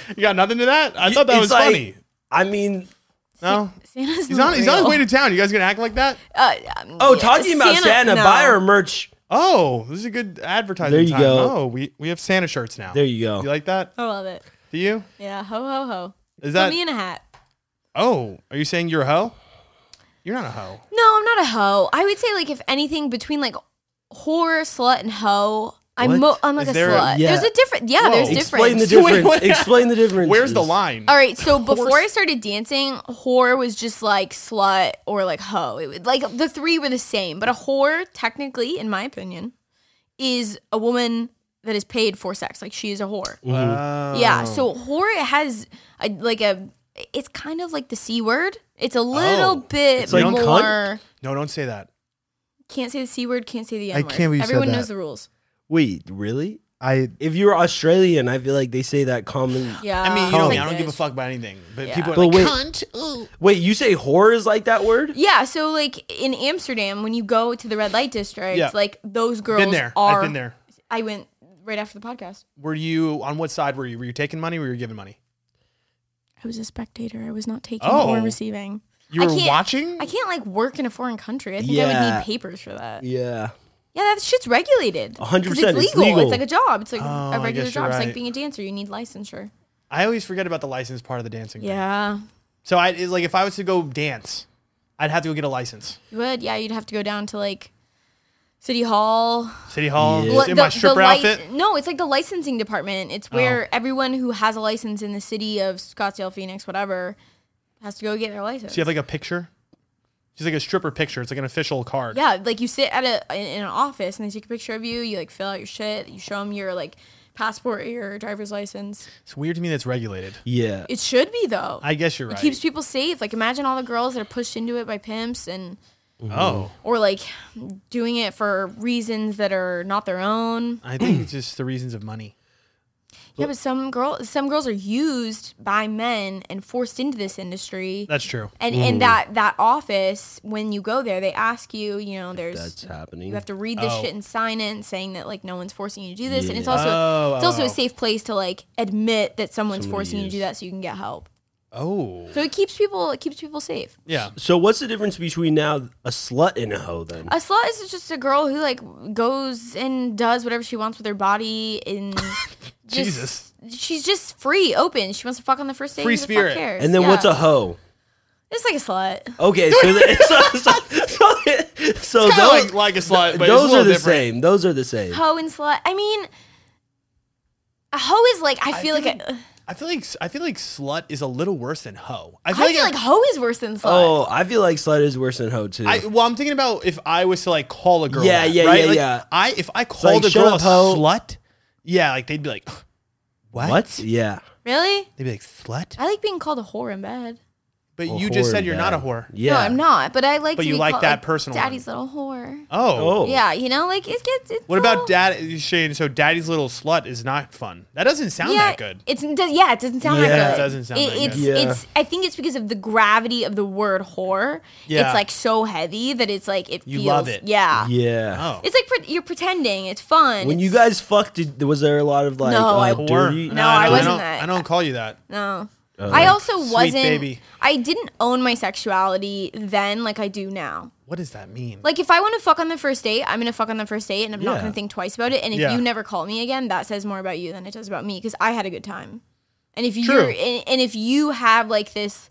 You got nothing to that? I
You-
thought that
it's
was
like-
funny.
I mean,
<laughs> No,
Santa's
he's
not
on he's on his
real.
way to town. You guys gonna act like that?
Uh, um,
oh,
yeah,
talking about Santa,
no.
buy our merch.
Oh, this is a good advertising.
There you
time.
go.
Oh, we we have Santa shirts now.
There you go.
You like that?
I love it.
Do you?
Yeah, ho ho ho.
Is
Put
that?
me in a hat.
Oh, are you saying you're a hoe? You're not a hoe.
No, I'm not a hoe. I would say like if anything between like whore, slut, and hoe, I'm mo-
What?
I'm like
Is
a
there a-
slut.
Yeah.
There's a different. Yeah,
Whoa.
there's
Explain
difference.
<laughs>
the
<laughs>
Wait,
difference.
what?
Explain the difference.
Where's the line?
All right, so before I started dancing, whore was just like slut or like hoe. It would, like the three were the same, but a whore, technically, in my opinion, is a woman that is paid for sex. Like she is a whore.
Uh,
Yeah.
Oh.
So whore has a, like a. It's kind of like the c word. It's a little
Oh.
bit
like
more.
cunt?
No, don't say that.
Can't say the c word. Can't say the
I
n word.
can't believe you said
Everyone
that.
knows the rules.
Wait, really?
I.
If you're Australian, I feel like they say that common.
Yeah.
I mean, you
it's
know
like
me. I don't
Uh, this.
give a fuck about anything. But
Yeah.
people are
But
like,
wait.
cunt. Ooh.
Wait, you say whore is like that word?
Yeah, so like in Amsterdam, when you go to the red light district,
Yeah.
like those girls
Been there.
are.
I've been there.
I went right after the podcast.
Were you on what side were you? Were you taking money? or Were you giving money?
I was a spectator. I was not taking
Oh.
or receiving.
You
I
were
can't-
watching.
I can't like work in a foreign country. I think I would
Yeah.
need papers for that. Yeah,
Yeah.
that shit's regulated.
100%,
'Cause
it's
It's legal.
legal.
It's like a job. It's like
Oh, I
a regular
guess you're
job. It's
right.
like being a dancer. You need licensure.
I always forget about the license part of the dancing. thing.
Yeah.
So I it's like if I was to go dance, I'd have to go get a license.
You would. Yeah, you'd have to go down to like City Hall.
City Hall
Yeah.
just in my stripper
lic-
outfit. Oh.
No, it's like the licensing department. It's where everyone who has a license in the city of Scottsdale, Phoenix, whatever, has to go get their license.
So you have like a picture. She's like a stripper picture. It's like an official card.
Yeah, like you sit at a in, in an office and they take a picture of you. You like fill out your shit. You show them your like passport, or your driver's license.
It's weird to me that's regulated.
Yeah.
It should be though.
I guess you're right.
It keeps people safe. Like imagine all the girls that are pushed into it by pimps and
Mm-hmm.
oh,
or like doing it for reasons that are not their own.
I think
<clears throat>
it's just the reasons of money.
Yeah, but some girl some girls are used by men and forced into this industry.
That's true.
and in that that office, when you go there, they ask you, you know, there's
That's happening.
You have to read this
Oh.
shit and sign it, and saying that like no one's forcing you to do this, and it's
Yeah.
also
Oh,
it's also
oh.
a safe place to like admit that someone's
Someone
forcing you to
is.
do that, so you can get help.
Oh.
So it keeps people it keeps people safe.
Yeah.
So what's the difference between now a slut and a hoe then?
A slut is just a girl who like goes and does whatever she wants with her body and
<laughs>
just,
Jesus.
She's just free, open. She wants to fuck on the first date.
Free
who the fuck
spirit.
cares?
and then
Yeah.
what's a hoe?
It's like a slut.
Okay,
<laughs>
so the, so, so, so,
Kinda
those,
like, like a slut, but
those
it's a
are
little
the
different.
same. Those are the same.
Hoe and slut. I mean, a hoe is like I feel like a,
I feel like I feel like slut is a little worse than hoe. I feel
I feel
like,
like hoe is worse than slut.
Oh, I feel like slut is worse than hoe too.
I, well, I'm thinking about if I was to like call a girl.
Yeah,
that,
yeah,
right?
yeah,
Like,
yeah.
I if I called a
"Shut
girl a
up, hoe."
slut, yeah, like they'd be like, <gasps> what?
Yeah.
Really?
They'd be like slut.
I like being called a whore in bed.
But
Well,
you just
whore
said you're not a
bad.
whore.
Yeah.
No, I'm not. But I like.
But
to
you
be
like
called,
that personal one.
Daddy's little whore.
Oh.
Oh.
Yeah, you know, like it gets. It's
What
all-
about dad, Shane? So daddy's little slut is not fun. That doesn't sound
yeah,
that good.
It's it does, yeah, it doesn't sound
Yeah,
that
it
good.
doesn't sound that
it's,
good. Yeah.
It's I think it's because of the gravity of the word whore.
Yeah.
It's like so heavy that it's like it
You
feels
love it.
Yeah.
Yeah.
Oh,
It's like pre- you're pretending. It's fun.
When you
it's-
guys fucked, did, was there a lot of like
No,
uh,
I-
whore.
dirty?
No, I
don't-
wasn't
don't-
that.
I don't call you that.
no.
Oh.
I also wasn't
baby.
I didn't own my sexuality then like I do now.
What does that mean?
Like if I want to fuck on the first date, I'm gonna fuck on the first date and I'm not
Yeah.
gonna think twice about it. And if
Yeah.
you never call me again, that says more about you than it does about me because I had a good time. And if
True.
you're and, and if you have like this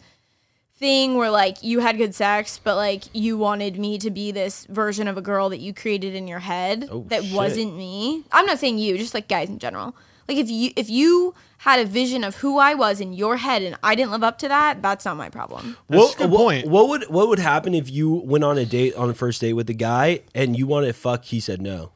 thing where like you had good sex, but like you wanted me to be this version of a girl that you created in your head
Oh,
that
shit.
wasn't me. I'm not saying you, just like guys in general. Like if you if you had a vision of who I was in your head and I didn't live up to that, that's not my problem.
That's
what,
a good
what-
point.
What would what would happen if you went on a date on a first date with a guy and you wanted to fuck? He said no.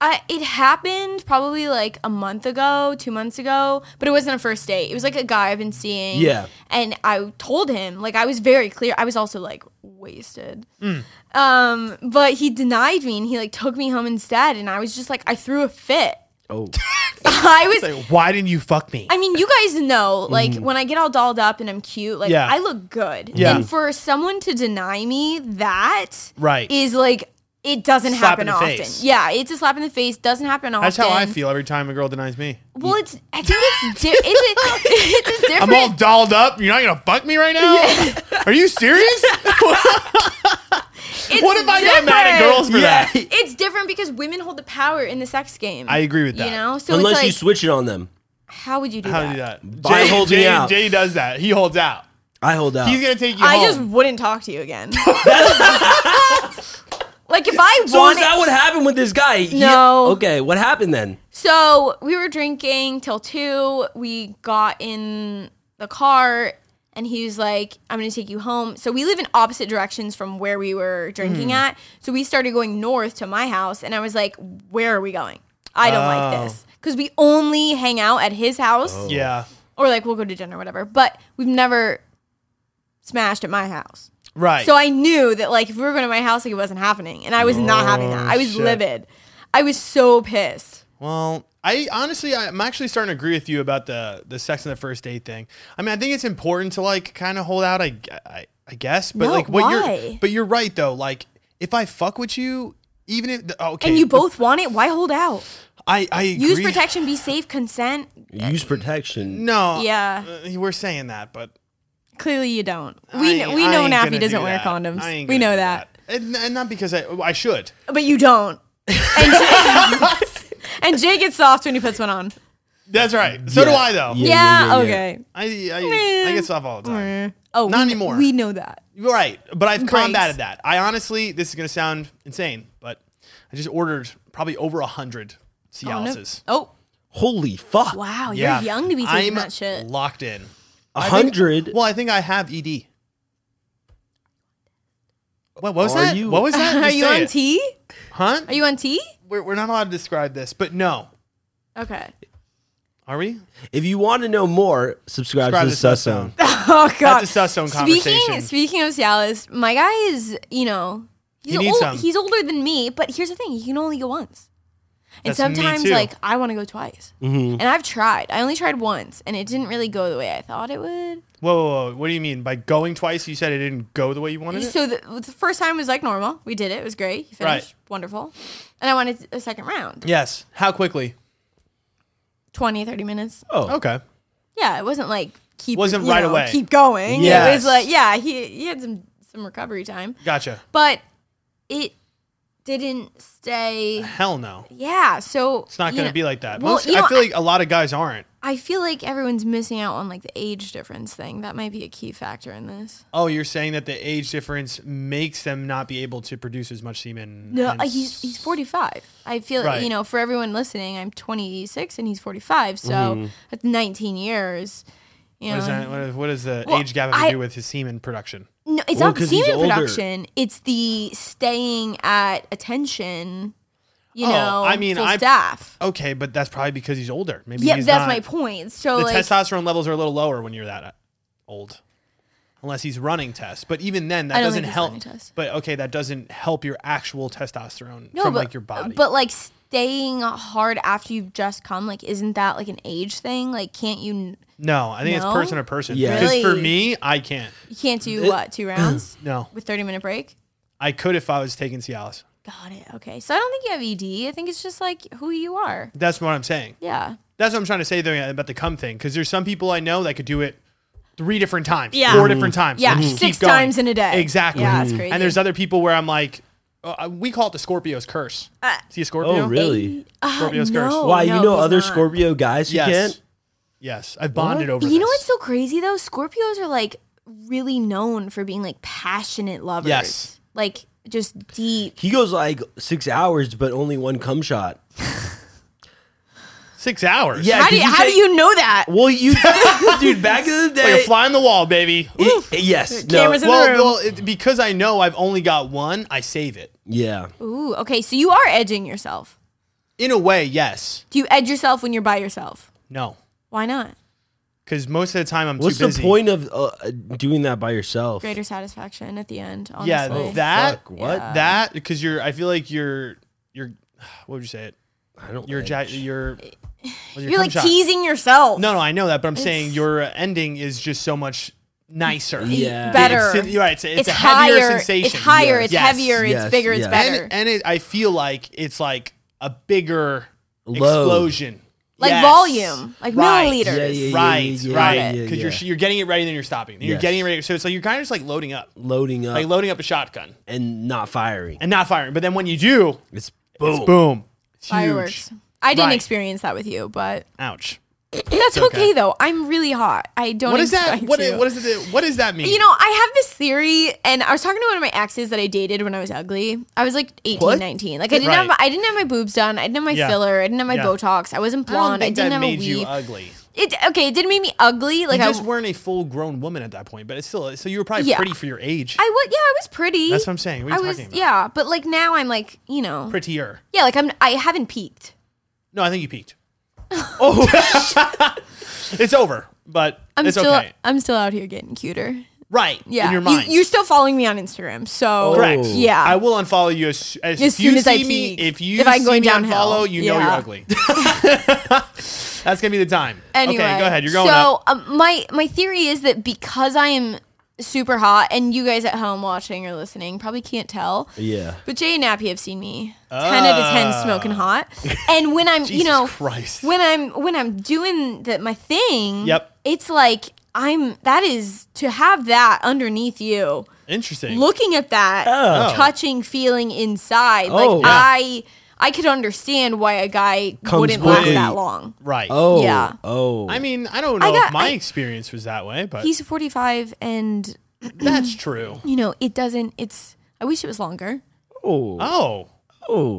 Uh, it happened probably like a month ago, two months ago, but it wasn't a first date. It was like a guy I've been seeing.
Yeah.
And I told him, like, I was very clear. I was also like wasted.
Hmm.
Um, but he denied me and he like took me home instead. And I was just like, I threw a fit. <laughs>
<laughs> Oh,
I was,
Like, why didn't you fuck me?
I mean, you guys know, like, when I get all dolled up and I'm cute, like,
Mm-hmm. Yeah.
I look good.
Yeah.
And for someone to deny me that is
Right.
like, it doesn't
Slap in
happen
the
often.
face.
Yeah, it's a slap in the face. Doesn't happen often.
That's how I feel every time a girl denies me.
Well, it's. I think it's. Di- it's, a, <laughs> it's a
I'm
different.
all dolled up. You're not gonna fuck me right now? Are you
<laughs>
serious?
it's
what if I got mad at
different.
girls for
Yeah.
that?
It's different because women hold the power in the sex game.
I agree with that.
You know, so
unless
it's like,
you switch it on them,
how would you do
How
that?
do you do that?
By holding
Jay,
out.
Jay does that. He holds out.
I hold out.
He's gonna take you
I just
home.
wouldn't talk to
<laughs>
you again. <laughs> like if I
so is
wanted,
that what happened with this guy? He-
No.
okay, what happened then?
so we were drinking till two. We got in the car. And he was like, I'm gonna take you home. So we live in opposite directions from where we were drinking
Hmm.
at. So we started going north to my house. And I was like, Where are we going? I don't like
Oh.
this. Because we only hang out at his house
yeah.
or like we'll go to dinner, whatever. But we've never smashed at my house.
Right.
So I knew that like if we were going to my house, like it wasn't happening, and I was not having that. I was
Oh, shit.
livid. I was so pissed.
Well, I honestly, I, I'm actually starting to agree with you about the the sex on the first date thing. I mean, I think it's important to like kind of hold out. I, I, I guess, but
No,
like what you're,
why?
but you're right though. Like if I fuck with you, even if the- oh, okay,
And you
the-
both want it. Why hold out?
I, I
Use
agree.
protection. Be safe. Consent.
Use protection.
No,
Yeah.
uh, we're saying that, but
Clearly, you don't.
I
We
ain't-
we
I
know
ain't
Nappy
gonna
doesn't
do
wear
that. I
condoms.
ain't
We
gonna do
know that.
and, and not because I, I
<laughs>
should.
but you don't. And Jay, <laughs> and Jay gets soft when he puts one on.
That's right. So do
Yeah.
I though.
Yeah,
Yeah.
yeah, yeah.
okay.
I, I, I get stuff all the time.
Oh,
Not
we-
anymore.
We know that.
You're right, but I've
Breaks.
combated that. I honestly, this is gonna sound insane, but I just ordered probably over a hundred
Oh, no.
Cialis.
oh
Holy fuck!
wow, you're young to be taking
I'm
that shit.
Locked in.
A
I think-
hundred.
Well, I think I have E ED. What, what was
Are
that?
you-
What was that?
<laughs> <laughs> Are
Just
you
say
on
it.
tea?
Huh?
Are you on tea?
We're, we're not allowed to describe this, but no,
Okay.
are we?
If you want to know more, subscribe,
Describe
to the Sus Zone.
<laughs> Oh god.
That's a sus zone
Speaking
conversation.
speaking of Cialis, my guy is you know he's
He needs
old,
some.
he's older than me, but here's the thing: he can only go once. And
That's me
sometimes,
too. Mm-hmm.
like I want to go twice, and I've tried. I only tried once, and it didn't really go the way I thought it would.
Whoa, whoa, whoa, what do you mean by going twice? You said it didn't go the way you wanted it.
So the, the first time was like normal. We did it; it was great. He finished
Right.
wonderful, and I wanted a second round,
Yes. How quickly?
20, 30 minutes.
Oh,
Okay.
Yeah, it wasn't like keep
Wasn't
you
right
know,
away.
Keep going. It
Yes.
was like yeah, he he had some some recovery time,
Gotcha.
but it didn't stay.
Hell no.
Yeah, so
It's not going to be like that.
Well,
Most,
you know,
I feel like a lot of guys aren't.
I feel like everyone's missing out on like the age difference thing. That might be a key factor in this.
Oh, you're saying that the age difference makes them not be able to produce as much semen.
No,
and
uh, he's he's 45. I feel
Right.
you know for everyone listening, I'm 26 and he's 45, so that's 19 years. You
Mm-hmm. What,
know,
is that, what, is, what does the
Well,
age gap have to
I-
do with his semen production?
no, it's
Well,
not
'cause he's
semen
older.
production. It's the staying at attention. You
Oh,
know,
I mean,
full
I'm-
staff.
Okay, but that's probably because he's older. Maybe
Yeah,
he's
that's
not-
my point. So
The
like,
testosterone levels are a little lower when you're that uh, old, unless he's running tests. But even then, that
I don't
doesn't
think he's
help.
running tests.
But okay, that doesn't help your actual testosterone
no,
from
but uh,
like your body.
but like staying hard after you've just come, like, isn't that like an age thing? Like, can't you?
no, I think
No?
it's person to person.
Yeah.
because for
Really?
me, I can't.
You can't do what two rounds
<clears throat> No,
with thirty minute break.
I could if I was taking Cialis.
Got it. Okay, so I don't think you have ED. I think it's just like who you are.
That's what I'm saying.
Yeah.
That's what I'm trying to say though about the cum thing. Because there's some people I know that could do it three different times,
Yeah.
Mm-hmm.
four different times,
Yeah,
and just
six
keep going.
times in a day.
Exactly. Mm-hmm.
Yeah, that's crazy.
And there's other people where I'm like, uh, we call it the Scorpio's curse.
Uh,
See a Scorpio?
Oh, really?
Uh,
Scorpio's curse.
no,
Why?
no,
you know
he's
other
not.
Scorpio guys who
Yes.
can't?
Yes, I've bonded over.
You know
this.
what's so crazy though? Scorpios are like really known for being like passionate lovers.
Yes.
Like just deep.
He goes like six hours, but only one cum shot.
six hours.
Yeah,
How do
could
you,
you
how
take-
do you know that?
<laughs>
Well, you, dude, back in the day.
like a fly on the wall, baby.
it- yes. No,
Cameras in the
well,
room.
well, it, because I know I've only got one, I save it.
yeah.
Ooh, okay. So you are edging yourself.
In a way, yes.
Do you edge yourself when you're by yourself?
No,
Why not?
because most of the time I'm
What's
too
the
busy.
point of uh, doing that by yourself?
Greater satisfaction at the end, honestly.
Yeah, that
Oh, fuck, what? Yeah.
that because you're. I feel like you're you're. What would you say it?
I don't.
You're
like-
ja- you're. well, your
You're
cum
like
shot.
teasing yourself.
No, no, I know that, but I'm saying your ending is just so much nicer.
Yeah.
Better.
It's, you're right. It's, it's
it's,
a heavier
higher.
sensation.
It's higher.
Yes.
It's
Yes.
heavier.
Yes,
It's bigger.
yes.
It's better.
And, and it, I feel like it's like a bigger
Load.
explosion.
like
Yes.
volume, like
Right.
milliliters.
Yeah, yeah,
Right,
yeah,
right.
yeah,
Because
yeah.
you're sh- you're getting it ready, then you're stopping. Then You're
Yes. Uh.
getting it ready, so it's like you're kind of just like loading up,
loading up
like loading up a shotgun
and not firing.
and not firing. But then when you do,
It's boom.
it's boom, It's huge.
Fireworks. I didn't
Right.
experience that with you, but
Ouch.
that's
okay.
okay. though. I'm really hot. I don't.
What is that?
expect
What
you.
is, what is it? What does that mean?
You know, I have this theory, and I was talking to one of my exes that I dated when I was ugly. I was like 18,
What?
19. Like I didn't
Right.
have, I didn't have my boobs done. I didn't have my
Yeah.
filler. I didn't have my
Yeah.
Botox. I wasn't
I don't
blonde. I,
think
didn't
that
have
made
a
you
weave.
ugly.
it okay. It didn't make me ugly. Like
you
I
just weren't a full grown woman at that point, but it's still so you were probably
Yeah.
pretty for your age.
I was yeah, I was pretty.
That's what I'm saying. What are you
I was
talking about?
yeah, but like now I'm like you know
Prettier.
yeah, like I'm I haven't peaked.
No, I think you
<laughs>
peaked. Oh, it's over, but
I'm
it's
still
okay.
I'm still out here getting cuter.
Right.
Yeah,
In your
You-
mind. Oh.
you're still following me on Instagram, so
Correct.
Yeah.
I will unfollow you as, as,
As
if you
soon as I
see me.
peek.
If you
If I'm
see
going
me
downhill.
unfollow, you know you're
Yeah. <laughs>
ugly. <laughs> That's gonna be the time.
Anyway,
okay, go ahead. You're going
so,
up.
um, my my theory is that because I am super hot, and you guys at home watching or listening probably can't tell.
Yeah.
But Jay and Nappy have seen me ten out of ten smoking hot, and when I'm you
Ah. <laughs> Jesus
know
Christ.
when I'm when I'm doing the, my thing,
Yep.
it's like I'm that is to have that underneath you,
Interesting.
looking at that,
Oh.
touching, feeling inside.
Oh.
Like
Yeah.
I I could understand why a guy
Comes
wouldn't
quickly.
last that long.
right.
Oh.
Yeah.
Oh.
I mean, I don't know
I
if
got-
my
I-
experience was that way, but
He's 45 and
that's true.
you know, it doesn't it's I wish it was longer.
oh.
Oh,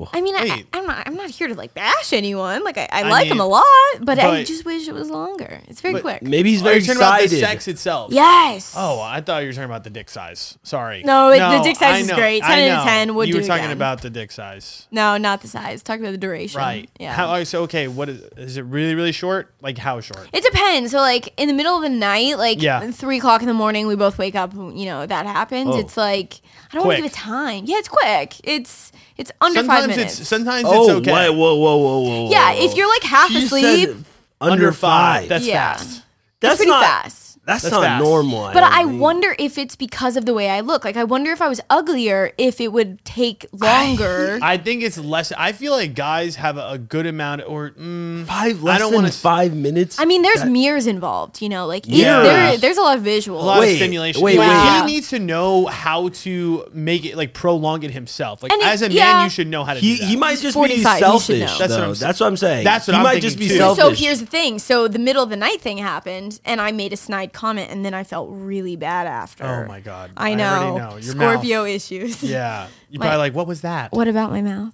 oh.
I mean, I,
Wait.
I, am not. I'm not here to like bash anyone. Like I, I, like him
mean-
a lot, but, I
but-
just wish it was longer. It's very quick.
Maybe he's
oh you're
very
talking about the
excited.
sex itself.
yes.
Oh, I thought you were talking about the dick size. Sorry.
No, it- the dick size
I
is
know,
great.
I
10 out of
know.
10, would
you
do
were
it
talking
again.
about the dick size,
no, not the size. Talk about the duration.
right?
Yeah.
How, so okay, what is, is it? Really, really short? Like how short?
it depends. So like in the middle of the night, like
Yeah.
three o'clock in the morning, we both wake up. and, You know that happens.
Oh.
It's like I don't
Quick.
want to give a time. Yeah, it's quick. It's it's under five
sometimes
minutes.
it's sometimes
Oh,
it's okay.
wait, whoa, whoa, whoa, whoa, whoa.
yeah,
whoa.
if you're like half
She
asleep,
said under five.
That's
Yeah.
fast.
that's
pretty
not.
fast.
That's,
That's
not
fast.
normal.
But
don't
I
think.
wonder if it's because of the way I look. Like I wonder if I was uglier, if it would take
<laughs>
longer.
I think it's less. I feel like guys have a, a good amount, or mm,
five. Less
I don't
than
wanna s-
five minutes.
I mean, there's mirrors involved, you know, like it's-
Yeah.
there, there's a lot of visuals.
a lot
Wait,
of stimulation.
wait,
Like,
wait.
He needs to know how to make it like prolong it himself. Like
And it-
as a man,
yeah.
you should know how to.
he
do that.
he might just be
45, you should
selfish.
know.
That's what
though.
I'm-
That's what I'm saying.
That's what
he
I'm
might just be
thinking, too.
selfish.
so here's the thing. So the middle of the night thing happened, and I made a snide comment, and then I felt really bad after.
Oh my God.
I
I
know.
already know. Your
Scorpio
mouth.
issues.
Yeah, you're
My-
probably like, what was that?
<laughs> What about my mouth?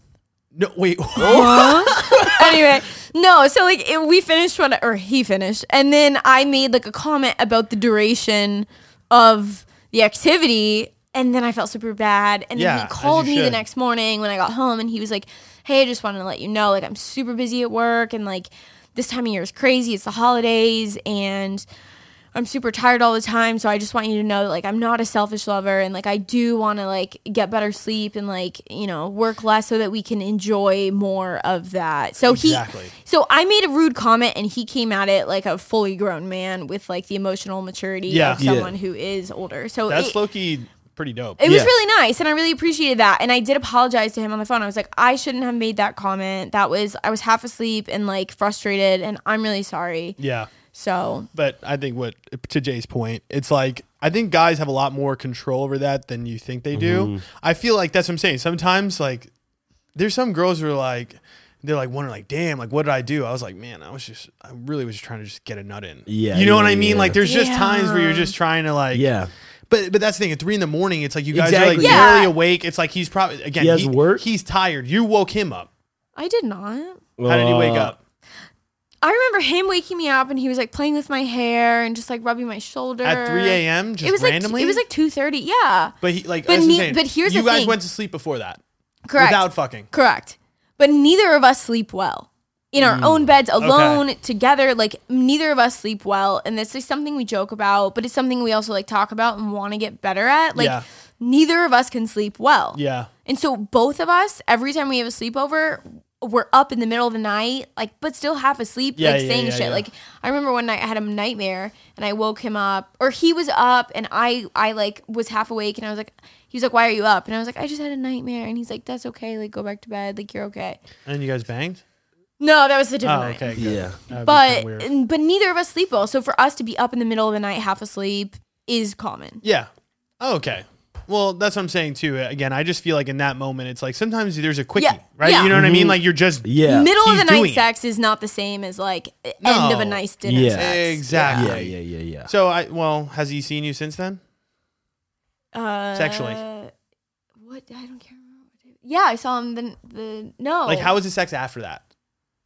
No, wait.
Uh-huh. anyway, no. So like it, we finished what, or he finished, and then I made like a comment about the duration of the activity, and then I felt super bad. And then
Yeah,
he
as
called
you
me the
should.
next morning when I got home, and he was like, "Hey, I just wanted to let you know, like I'm super busy at work, and like this time of year is crazy. It's the holidays, and." I'm super tired all the time, so I just want you to know that like I'm not a selfish lover and like I do want to like get better sleep and like, you know, work less so that we can enjoy more of that. So
Exactly.
he So I made a rude comment and he came at it like a fully grown man with like the emotional maturity
Yeah.
of
Yeah.
someone who is older.
<laughs>
So
That's
it-
Loki. Pretty dope.
it was
Yeah.
really nice and I really appreciated that. And I did apologize to him on the phone. I was like, I shouldn't have made that comment. That was I was half asleep and like frustrated and I'm really sorry.
yeah.
So
But I think what to Jay's point, it's like I think guys have a lot more control over that than you think they do.
Mm-hmm.
I feel like that's what I'm saying. Sometimes like there's some girls who are like they're like wondering like, damn, like what did I do? I was like, man, I was just I really was just trying to just get a nut in.
Yeah,
You know what
yeah,
I mean?
yeah.
Like there's just times where you're just trying to like
Yeah.
But but that's the thing. At three in the morning, it's like you guys are like
Exactly.
Yeah.
barely awake. It's like he's probably again
He has work?
He's tired. You woke him up.
I did not.
How did he wake
Uh,
up?
I remember him waking me up, and he was like playing with my hair and just like rubbing my shoulder
At 3 a.m. Just
It was
randomly.
like it was like two thirty. Yeah,
But he like.
But
that's what I'm
me-
saying.
but here's
you
the
guys
thing.
went to sleep before that
correct.
without fucking.
correct. But neither of us sleep well in our
Mm.
own beds alone together. Like neither of us sleep well, and this is something we joke about, but it's something we also like talk about and want to get better at. Like
Yeah.
neither of us can sleep well.
Yeah.
And so both of us, every time we have a sleepover, we're up in the middle of the night, like, but still half asleep,
Yeah,
like
yeah,
saying
yeah,
shit.
yeah.
Like, I remember one night I had a nightmare and I woke him up, or he was up and I, I like was half awake and I was like, he was like, why are you up? And I was like, I just had a nightmare. And he's like, that's okay. Like, go back to bed. Like, you're okay.
And you guys banged.
No, that was a different
Oh,
night.
okay. good.
Yeah.
That'd be
But,
kinda weird.
but neither of us sleep well. So for us to be up in the middle of the night, half asleep, is common.
yeah. Oh, okay. Well, that's what I'm saying too. Again, I just feel like in that moment, it's like sometimes there's a quickie,
Yeah,
right?
yeah.
You know what I mean? Like you're just
Yeah.
Middle
He's
of the
doing
night
it. Oh,
sex is not the same as like end of a
No.
nice dinner
Yeah.
sex.
exactly.
Yeah. Yeah. Yeah. Yeah.
So I well, has he seen you since then?
uh,
Sexually.
What I don't care. remember what day- Yeah, I saw him. The the no.
Like how was the sex after that?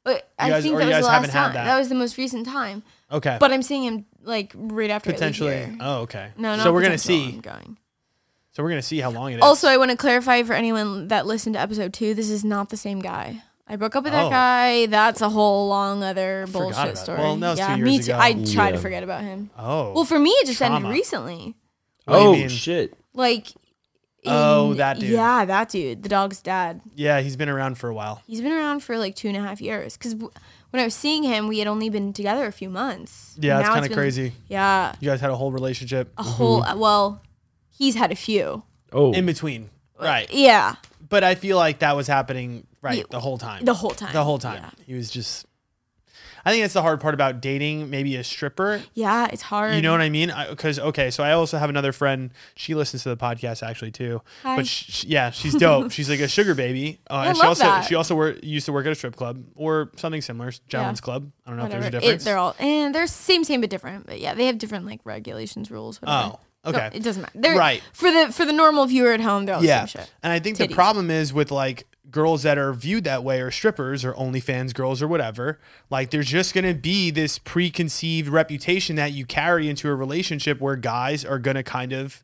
Wait, I
you guys-
think
or
that
you
was the
guys haven't
last
had
time.
that?
That. was the most recent time.
Okay.
But I'm seeing him like right after I leave
potentially.
here.
Oh, okay.
No, no.
So we're gonna see.
I'm going.
So we're gonna see how long it is.
Also, I want to clarify for anyone that listened to episode two: this is not the same guy. I broke up with
Oh.
that guy. That's a whole long other
Forgot about
bullshit
it.
story.
Well, that was two
yeah,
years
me too.
ago.
I try to
Yeah.
forget about him.
oh.
Well, for me, it just ended
Trauma.
recently.
What do you
Oh
mean?
shit.
Like.
Oh,
in-
that dude.
Yeah, that dude. The dog's dad.
yeah, he's been around for a while.
He's been around for like two and a half years. Because w- when I was seeing him, we had only been together a few months.
Yeah, it's
Now
kind of
been- Oh.
crazy. Mm-hmm.
Yeah,
You guys had a whole relationship
a whole. uh, Well, he's had a few.
Oh.
in between, right?
Yeah,
But I feel like that was happening right
Yeah,
the whole time.
the whole time.
The whole time. He was just. I think that's the hard part about dating. Maybe a stripper.
Yeah, it's hard.
You know what I mean? Because okay, so I also have another friend. She listens to the podcast actually too.
Hi.
But sh sh- yeah, she's
<laughs>
dope. she's like a sugar baby. Uh,
I
and she
love
also
that.
she also wor- used to work at a strip club or something similar, gentleman's club. I don't know if
Whatever.
there's a
It,
difference.
they're all and they're same, same but different. But yeah, they have different like regulations, rules. Whatever.
Oh, okay.
it doesn't matter. They're,
Right.
for the for the normal viewer at home, they're all
yeah.
the same shit.
And I think
Titties.
the problem is with like girls that are viewed that way or strippers or OnlyFans girls or whatever, like there's just going to be this preconceived reputation that you carry into a relationship where guys are going to kind of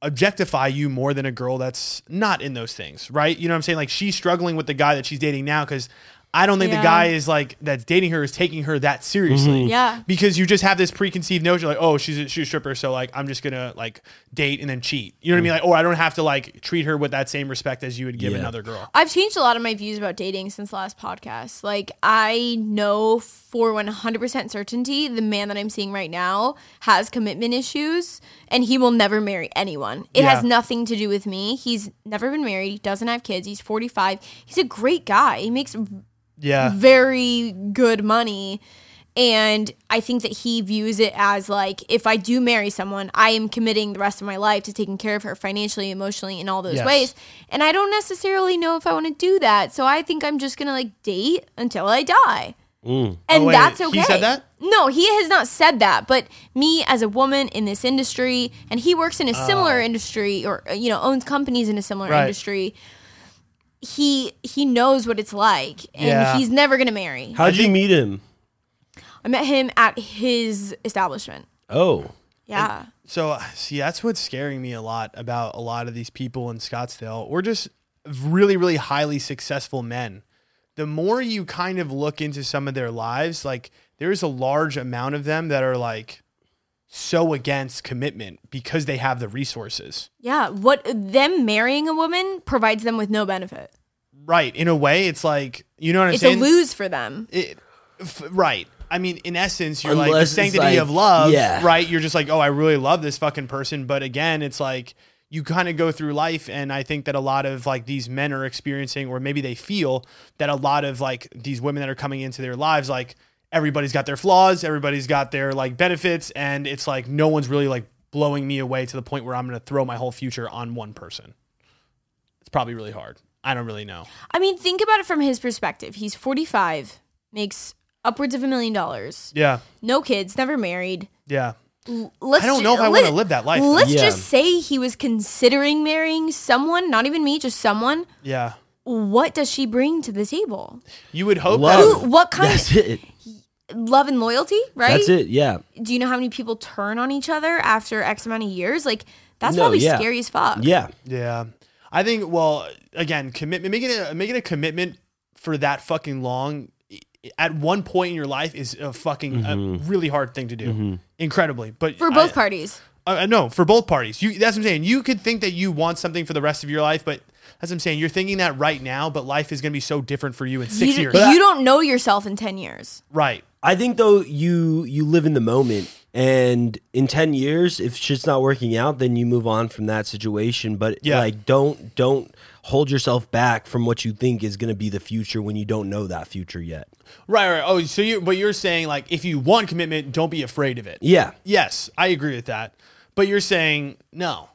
objectify you more than a girl that's not in those things, right? You know what I'm saying? Like she's struggling with the guy that she's dating now because I don't think the
Yeah.
guy is like that's dating her is taking her that seriously.
Yeah.
Because you just have this preconceived notion like, oh, she's a, she's a stripper, so like I'm just gonna like date and then cheat. You know what I mean? Like, oh, I don't have to like treat her with that same respect as you would give
Yeah.
another girl.
I've changed a lot of my views about dating since the last podcast. Like, I know for 100% certainty the man that I'm seeing right now has commitment issues and he will never marry anyone. It has
Yeah.
nothing to do with me. He's never been married, he doesn't have kids, he's 45. He's a great guy. He makes
Yeah.
very good money. And I think that he views it as like, if I do marry someone, I am committing the rest of my life to taking care of her financially, emotionally, in all those
Yes.
ways. And I don't necessarily know if I want to do that. So I think I'm just going to like date until I die. And
Oh, wait,
that's
he
okay.
said that?
No, he has not said that. But me as a woman in this industry, and he works in a similar industry or, uh, you know, owns companies in a similar
Ah. Right.
industry. He he knows what it's like, and
Yeah.
he's never gonna marry.
How'd you meet him?
I met him at his establishment.
Oh,
Yeah.
So uh, see, that's what's scaring me a lot about a lot of these people in Scottsdale, or just really, really highly successful men. The more you kind of look into some of their lives, like there's a large amount of them that are like so against commitment because they have the resources.
yeah. What them marrying a woman provides them with no benefit.
Right. In a way, it's like you know what I'm
It's a
saying.
lose for them.
It- f- right. I mean, in essence, you're like the
Unless it's
sanctity
like-
of love,
yeah.
right? You're just like, oh, I really love this fucking person. But again, it's like you kind of go through life, and I think that a lot of like these men are experiencing, or maybe they feel that a lot of like these women that are coming into their lives, like everybody's got their flaws, everybody's got their like benefits, and it's like no one's really like blowing me away to the point where I'm going to throw my whole future on one person. It's probably really hard. I don't really know.
I mean, think about it from his perspective. He's 45, makes upwards of a million dollars,
Yeah.
no kids, never married.
Yeah.
Let's
I don't
ju-
know if I
let-
wanna live that life, though.
Let's
Yeah.
just say he was considering marrying someone, not even me, just someone.
Yeah.
What does she bring to the table?
You would hope
Love.
that
Who, what kind
that's it.
love and loyalty, <laughs> right?
That's it. Yeah.
do you know how many people turn on each other after X amount of years? Like that's
No,
probably
yeah.
scary as fuck.
Yeah.
Yeah, I think. Well, again, commitment making a making a commitment for that fucking long i- at one point in your life is a fucking a really hard thing to do. Incredibly, but
For both
I,
parties.
I, I know for both parties. You that's what I'm saying. You could think that you want something for the rest of your life, but that's what I'm saying. You're thinking that right now, but life is going to be so different for you in six
you,
years.
you don't know yourself in 10 years.
right.
I think though you you live in the moment and in 10 years if shit's not working out then you move on from that situation but
Yeah.
like don't don't hold yourself back from what you think is going to be the future when you don't know that future yet.
Right. Right. Oh, so you but you're saying like if you want commitment, don't be afraid of it.
Yeah.
Yes, I agree with that. But you're saying no.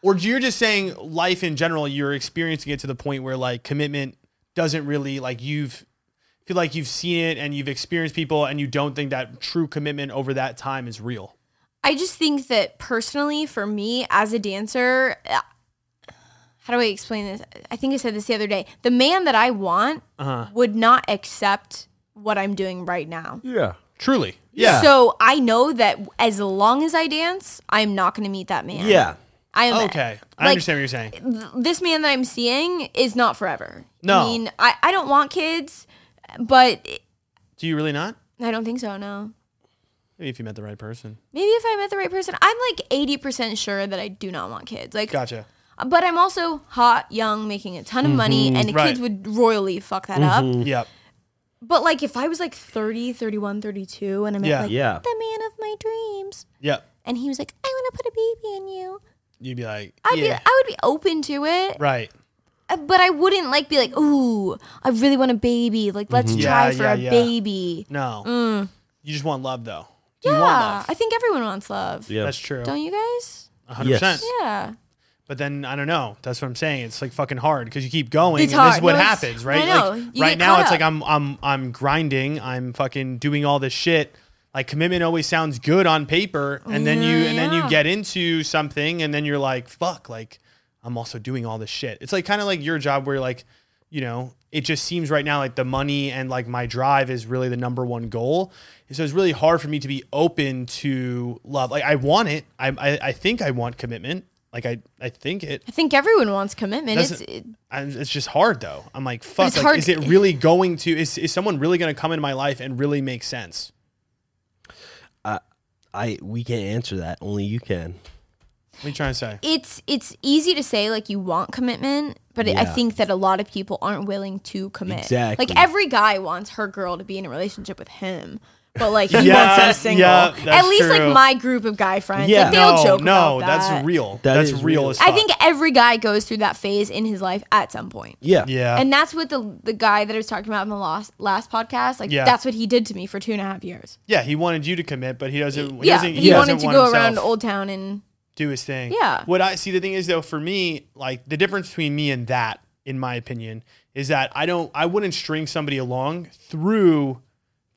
Or you're just saying life in general, you're experiencing it to the point where like commitment doesn't really like you've feel like you've seen it and you've experienced people and you don't think that true commitment over that time is real.
I just think that personally for me as a dancer, uh, how do I explain this? I think I said this the other day. The man that I want
Uh-huh.
would not accept what I'm doing right now.
Yeah.
Truly. Yeah.
So I know that as long as I dance, I'm not going to meet that man.
Yeah.
I am
okay. I
like,
understand what you're saying.
this man that I'm seeing is not forever.
No.
I mean, I, I don't want kids, but
Do you really not?
I don't think so, no.
Maybe if you met the right person.
Maybe if I met the right person, I'm like 80% sure that I do not want kids. Like,
Gotcha.
but I'm also hot, young, making a ton of money, and the
Mm-hmm. Right. Mm-hmm.
kids would royally fuck that up.
Yep.
But like, if I was like 30, 31, 32, and I met
Yeah.
like
Yeah.
the man of my dreams,
Yep.
and he was like, I want to put a baby in you,
You'd be like,
I'd
yeah.
be, I would be open to it.
right.
Uh, but I wouldn't like be like, ooh, I really want a baby. Like, let's
Mhm.
try
Yeah,
for
yeah,
a
yeah.
baby.
No. You just want love though. You
Mm. Yeah,
want love.
I think everyone wants love.
Yeah.
That's true.
Don't you guys?
100%.
Yes.
Yeah,
But then I don't know. That's what I'm saying. It's like fucking hard because you keep going,
It's
and this is
hard.
what
No, it's-
happens, right?
I know.
Like,
You
right
get
now,
caught
it's
up.
like I'm I'm I'm grinding. I'm fucking doing all this shit. Like commitment always sounds good on paper, and then you and then you
Yeah.
get into something, and then you're like, fuck, like I'm also doing all this shit. It's like kind of like your job where like, you know, it just seems right now like the money and like my drive is really the number one goal. And so it's really hard for me to be open to love. Like I want it. I I, I think I want commitment. Like I, I think it.
I think everyone wants commitment. It's,
Doesn't-
it,
I'm, it's just hard though. I'm like, fuck.
it's
Like,
hard
is it
to- e
really going to? Is is someone really going to come into my life and really make sense?
I we can't answer that. Only you can.
What are you trying to say?
it's it's easy to say like you want commitment, but I
Yeah.
think that a lot of people aren't willing to commit.
Exactly.
Like every guy wants her girl to be in a relationship with him. But like he
Yeah,
wants us single.
yeah,
At
that's
least
true.
like my group of guy friends,
Yeah.
like they'll
no,
joke
no,
about that.
that's real.
That
that's
is
real,
real.
as fuck.
I think every guy goes through that phase in his life at some point.
Yeah.
Yeah.
And that's what the the guy that I was talking about in the last last podcast, like
Yeah.
that's what he did to me for two and a half years.
yeah. He wanted you to commit, but he doesn't. He
yeah,
doesn't,
he,
doesn't
wanted to
want
go
himself.
around Old Town and
do his thing.
Yeah.
What I see the thing is though, for me, like the difference between me and that, in my opinion, is that I don't I wouldn't string somebody along through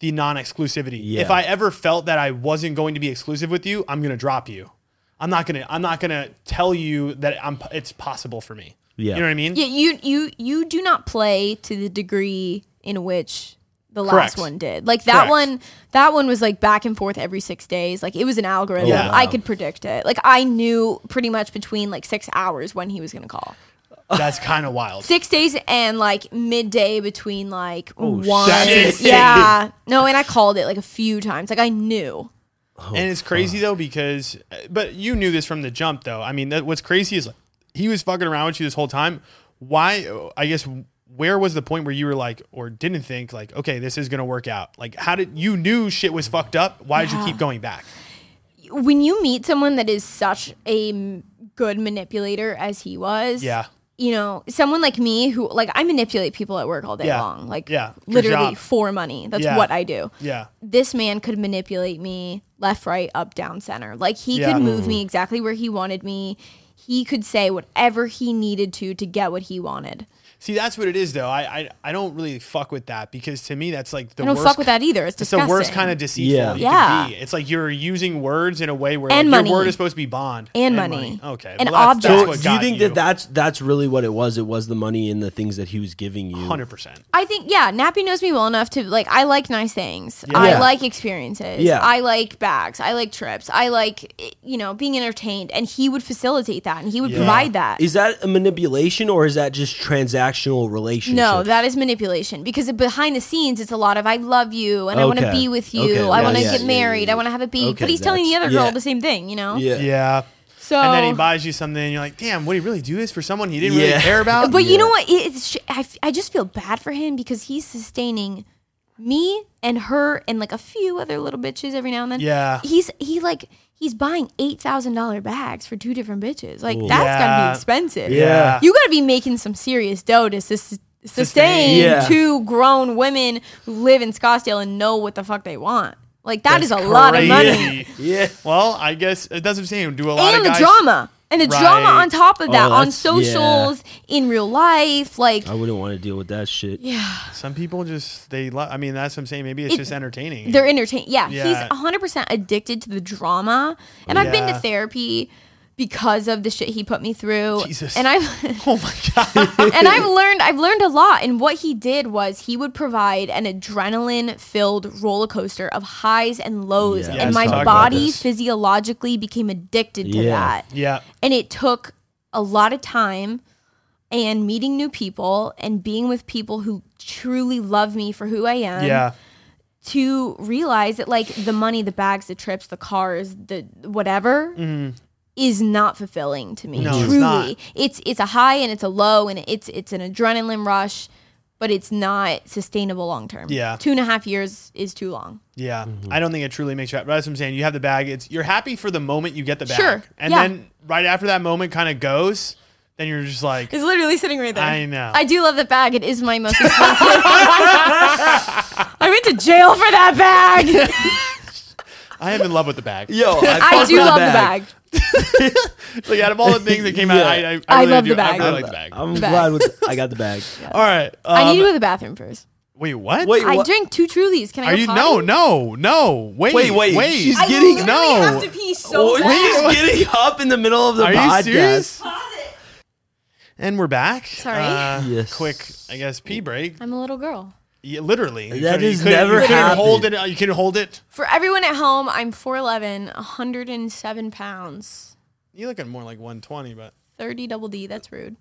the non-exclusivity.
Yeah.
If I ever felt that I wasn't going to be exclusive with you, I'm gonna drop you. I'm not gonna I'm not gonna tell you that I'm it's possible for me.
Yeah.
You know what I mean?
Yeah, you you you do not play to the degree in which the
Correct.
last one did. Like that
Correct.
one that one was like back and forth every 6 days. Like it was an algorithm.
Yeah.
I could predict it. Like I knew pretty much between like 6 hours when he was going to call.
That's kind of
<laughs>
wild.
6 days and like midday between like one.
Oh, shit.
Yeah. No, and I called it like a few times. Like I knew.
Oh,
and it's crazy though because but you knew this from the jump though i mean that, what's crazy is like he was fucking around with you this whole time why i guess where was the point where you were like or didn't think like okay this is gonna work out like how did you knew shit was fucked up why did you keep going back
When you meet someone that is such a m- good manipulator as he was.
yeah
you know, someone like me who like I manipulate people at work all day
Yeah.
long, like
Yeah. Good
literally
job.
for money. That's
Yeah.
what I do.
yeah
This man could manipulate me left, right, up, down, center. Like he
Yeah.
could move me exactly where he wanted me. He could say whatever he needed to to get what he wanted.
see that's what it is though i i, I don't really fuck with that because to me that's like the
I don't
worst
fuck with that either. It's,
it's
disgusting.
the worst kind of deceitful
Yeah.
you
Yeah.
can be. It's like you're using words in a way where
And
like,
money.
your word is supposed to be bond
And money.
Okay,
And
well, that's,
objects.
that's
So
what
do you
got
think that that's that's really what it was? It was the money and the things that he was giving you.
hundred percent?
I think yeah, Nappy knows me well enough to like I like nice things. I
Yeah.
like experiences.
Yeah.
I like bags. I like trips. I like eh, you know, being entertained and he would facilitate that and he would provide that.
Is that a manipulation or is that just transactional relationship?
no, that is manipulation because behind the scenes it's a lot of I love you and I want to
Okay.
be with you.
Okay,
I
yeah,
want to
yeah,
get
yeah,
married.
yeah,
I want to have a baby.
Okay,
but he's telling the
that's-
other girl
yeah.
the same thing, you know?
Yeah.
Yeah.
So
and then he buys you something, and you're like, "Damn, would he really do this for someone he didn't
Yeah.
really care about?"
<laughs> But you know
Yeah.
what? It- It's sh- I, f- I just feel bad for him because he's sustaining me and her and like a few other little bitches every now and then.
Yeah.
he's he like he's buying eight thousand dollar bags for two different bitches. Like that's gotta
Yeah.
be expensive.
Yeah.
you gotta be making some serious dough to sus- sustain
Yeah.
two grown women who live in Scottsdale and know what the fuck they want. Like that's a lot of
crazy.
money
Yeah.
Well, I guess it doesn't seem do a lot
and
of
the
guys.
drama. And the drama
Right. Oh,
on top of that, on
that's-
socials, in real life, like
I wouldn't want to deal with that shit.
Some people just they. Lo- I mean, that's what I'm saying. Maybe it's just entertaining.
they're entertained. Yeah,
Yeah.
he's 100% addicted to the drama. And I've been
Yeah.
to therapy because of the shit he put me through.
Jesus.
And I've
<laughs> <laughs> oh my
<laughs>
god. <laughs>
and I've learned I've learned a lot. And what he did was he would provide an adrenaline filled roller coaster of highs and lows.
Yeah,
and
let's talk
my
about
body
this.
physiologically became addicted to
Yeah.
that.
yeah.
And it took a lot of time and meeting new people and being with people who truly love me for who I am
Yeah.
to realize that like the money, the bags, the trips, the cars, the whatever
Mm-hmm.
is not fulfilling to me.
No, it's
truly.
not.
it's it's a high and it's a low and it's it's an adrenaline rush, but it's not sustainable long term.
Yeah.
Two and a half years is too long.
Yeah,
Mm-hmm.
I don't think it truly makes you happy. But that's what I'm saying. You have the bag. It's you're happy for the moment you get the bag,
Sure,
and
yeah.
then right after that moment kind of goes, then you're just like,
It's literally sitting right there.
I know.
I do love the bag. It is
<laughs>
my most expensive. I went to jail for that
<laughs>
bag.
I am in love with the bag.
<laughs>
Yo,
I do love the bag.
Like out of all the things that came
<laughs>
out, I, I, I, really
I love
do-
the bag.
I really like the bag.
I'm
Bag.
glad with, I got the
<laughs>
bag.
all right.
I need to
um,
go to the bathroom first.
wait, what?
Wait,
I
what-
drank two Trulies. Can I
Are
go
you
potty?
no, no, no? Wait,
Wait, wait,
wait.
she's
I
getting-
literally
No.
have to pee so
Oh,
bad.
he's getting up in the middle of the
Are
podcast.
you
<laughs>
serious? And we're back.
Sorry.
Uh,
Yes.
Quick, I guess pee break.
I'm a little girl.
Yeah, literally, you
That
couldn't- you
has
couldn't-
never
you couldn't Hold
happened.
it. You can hold it.
For everyone at home, I'm 4'11, 107 pounds.
You're looking more like 120, but <laughs>
30 double D. That's rude.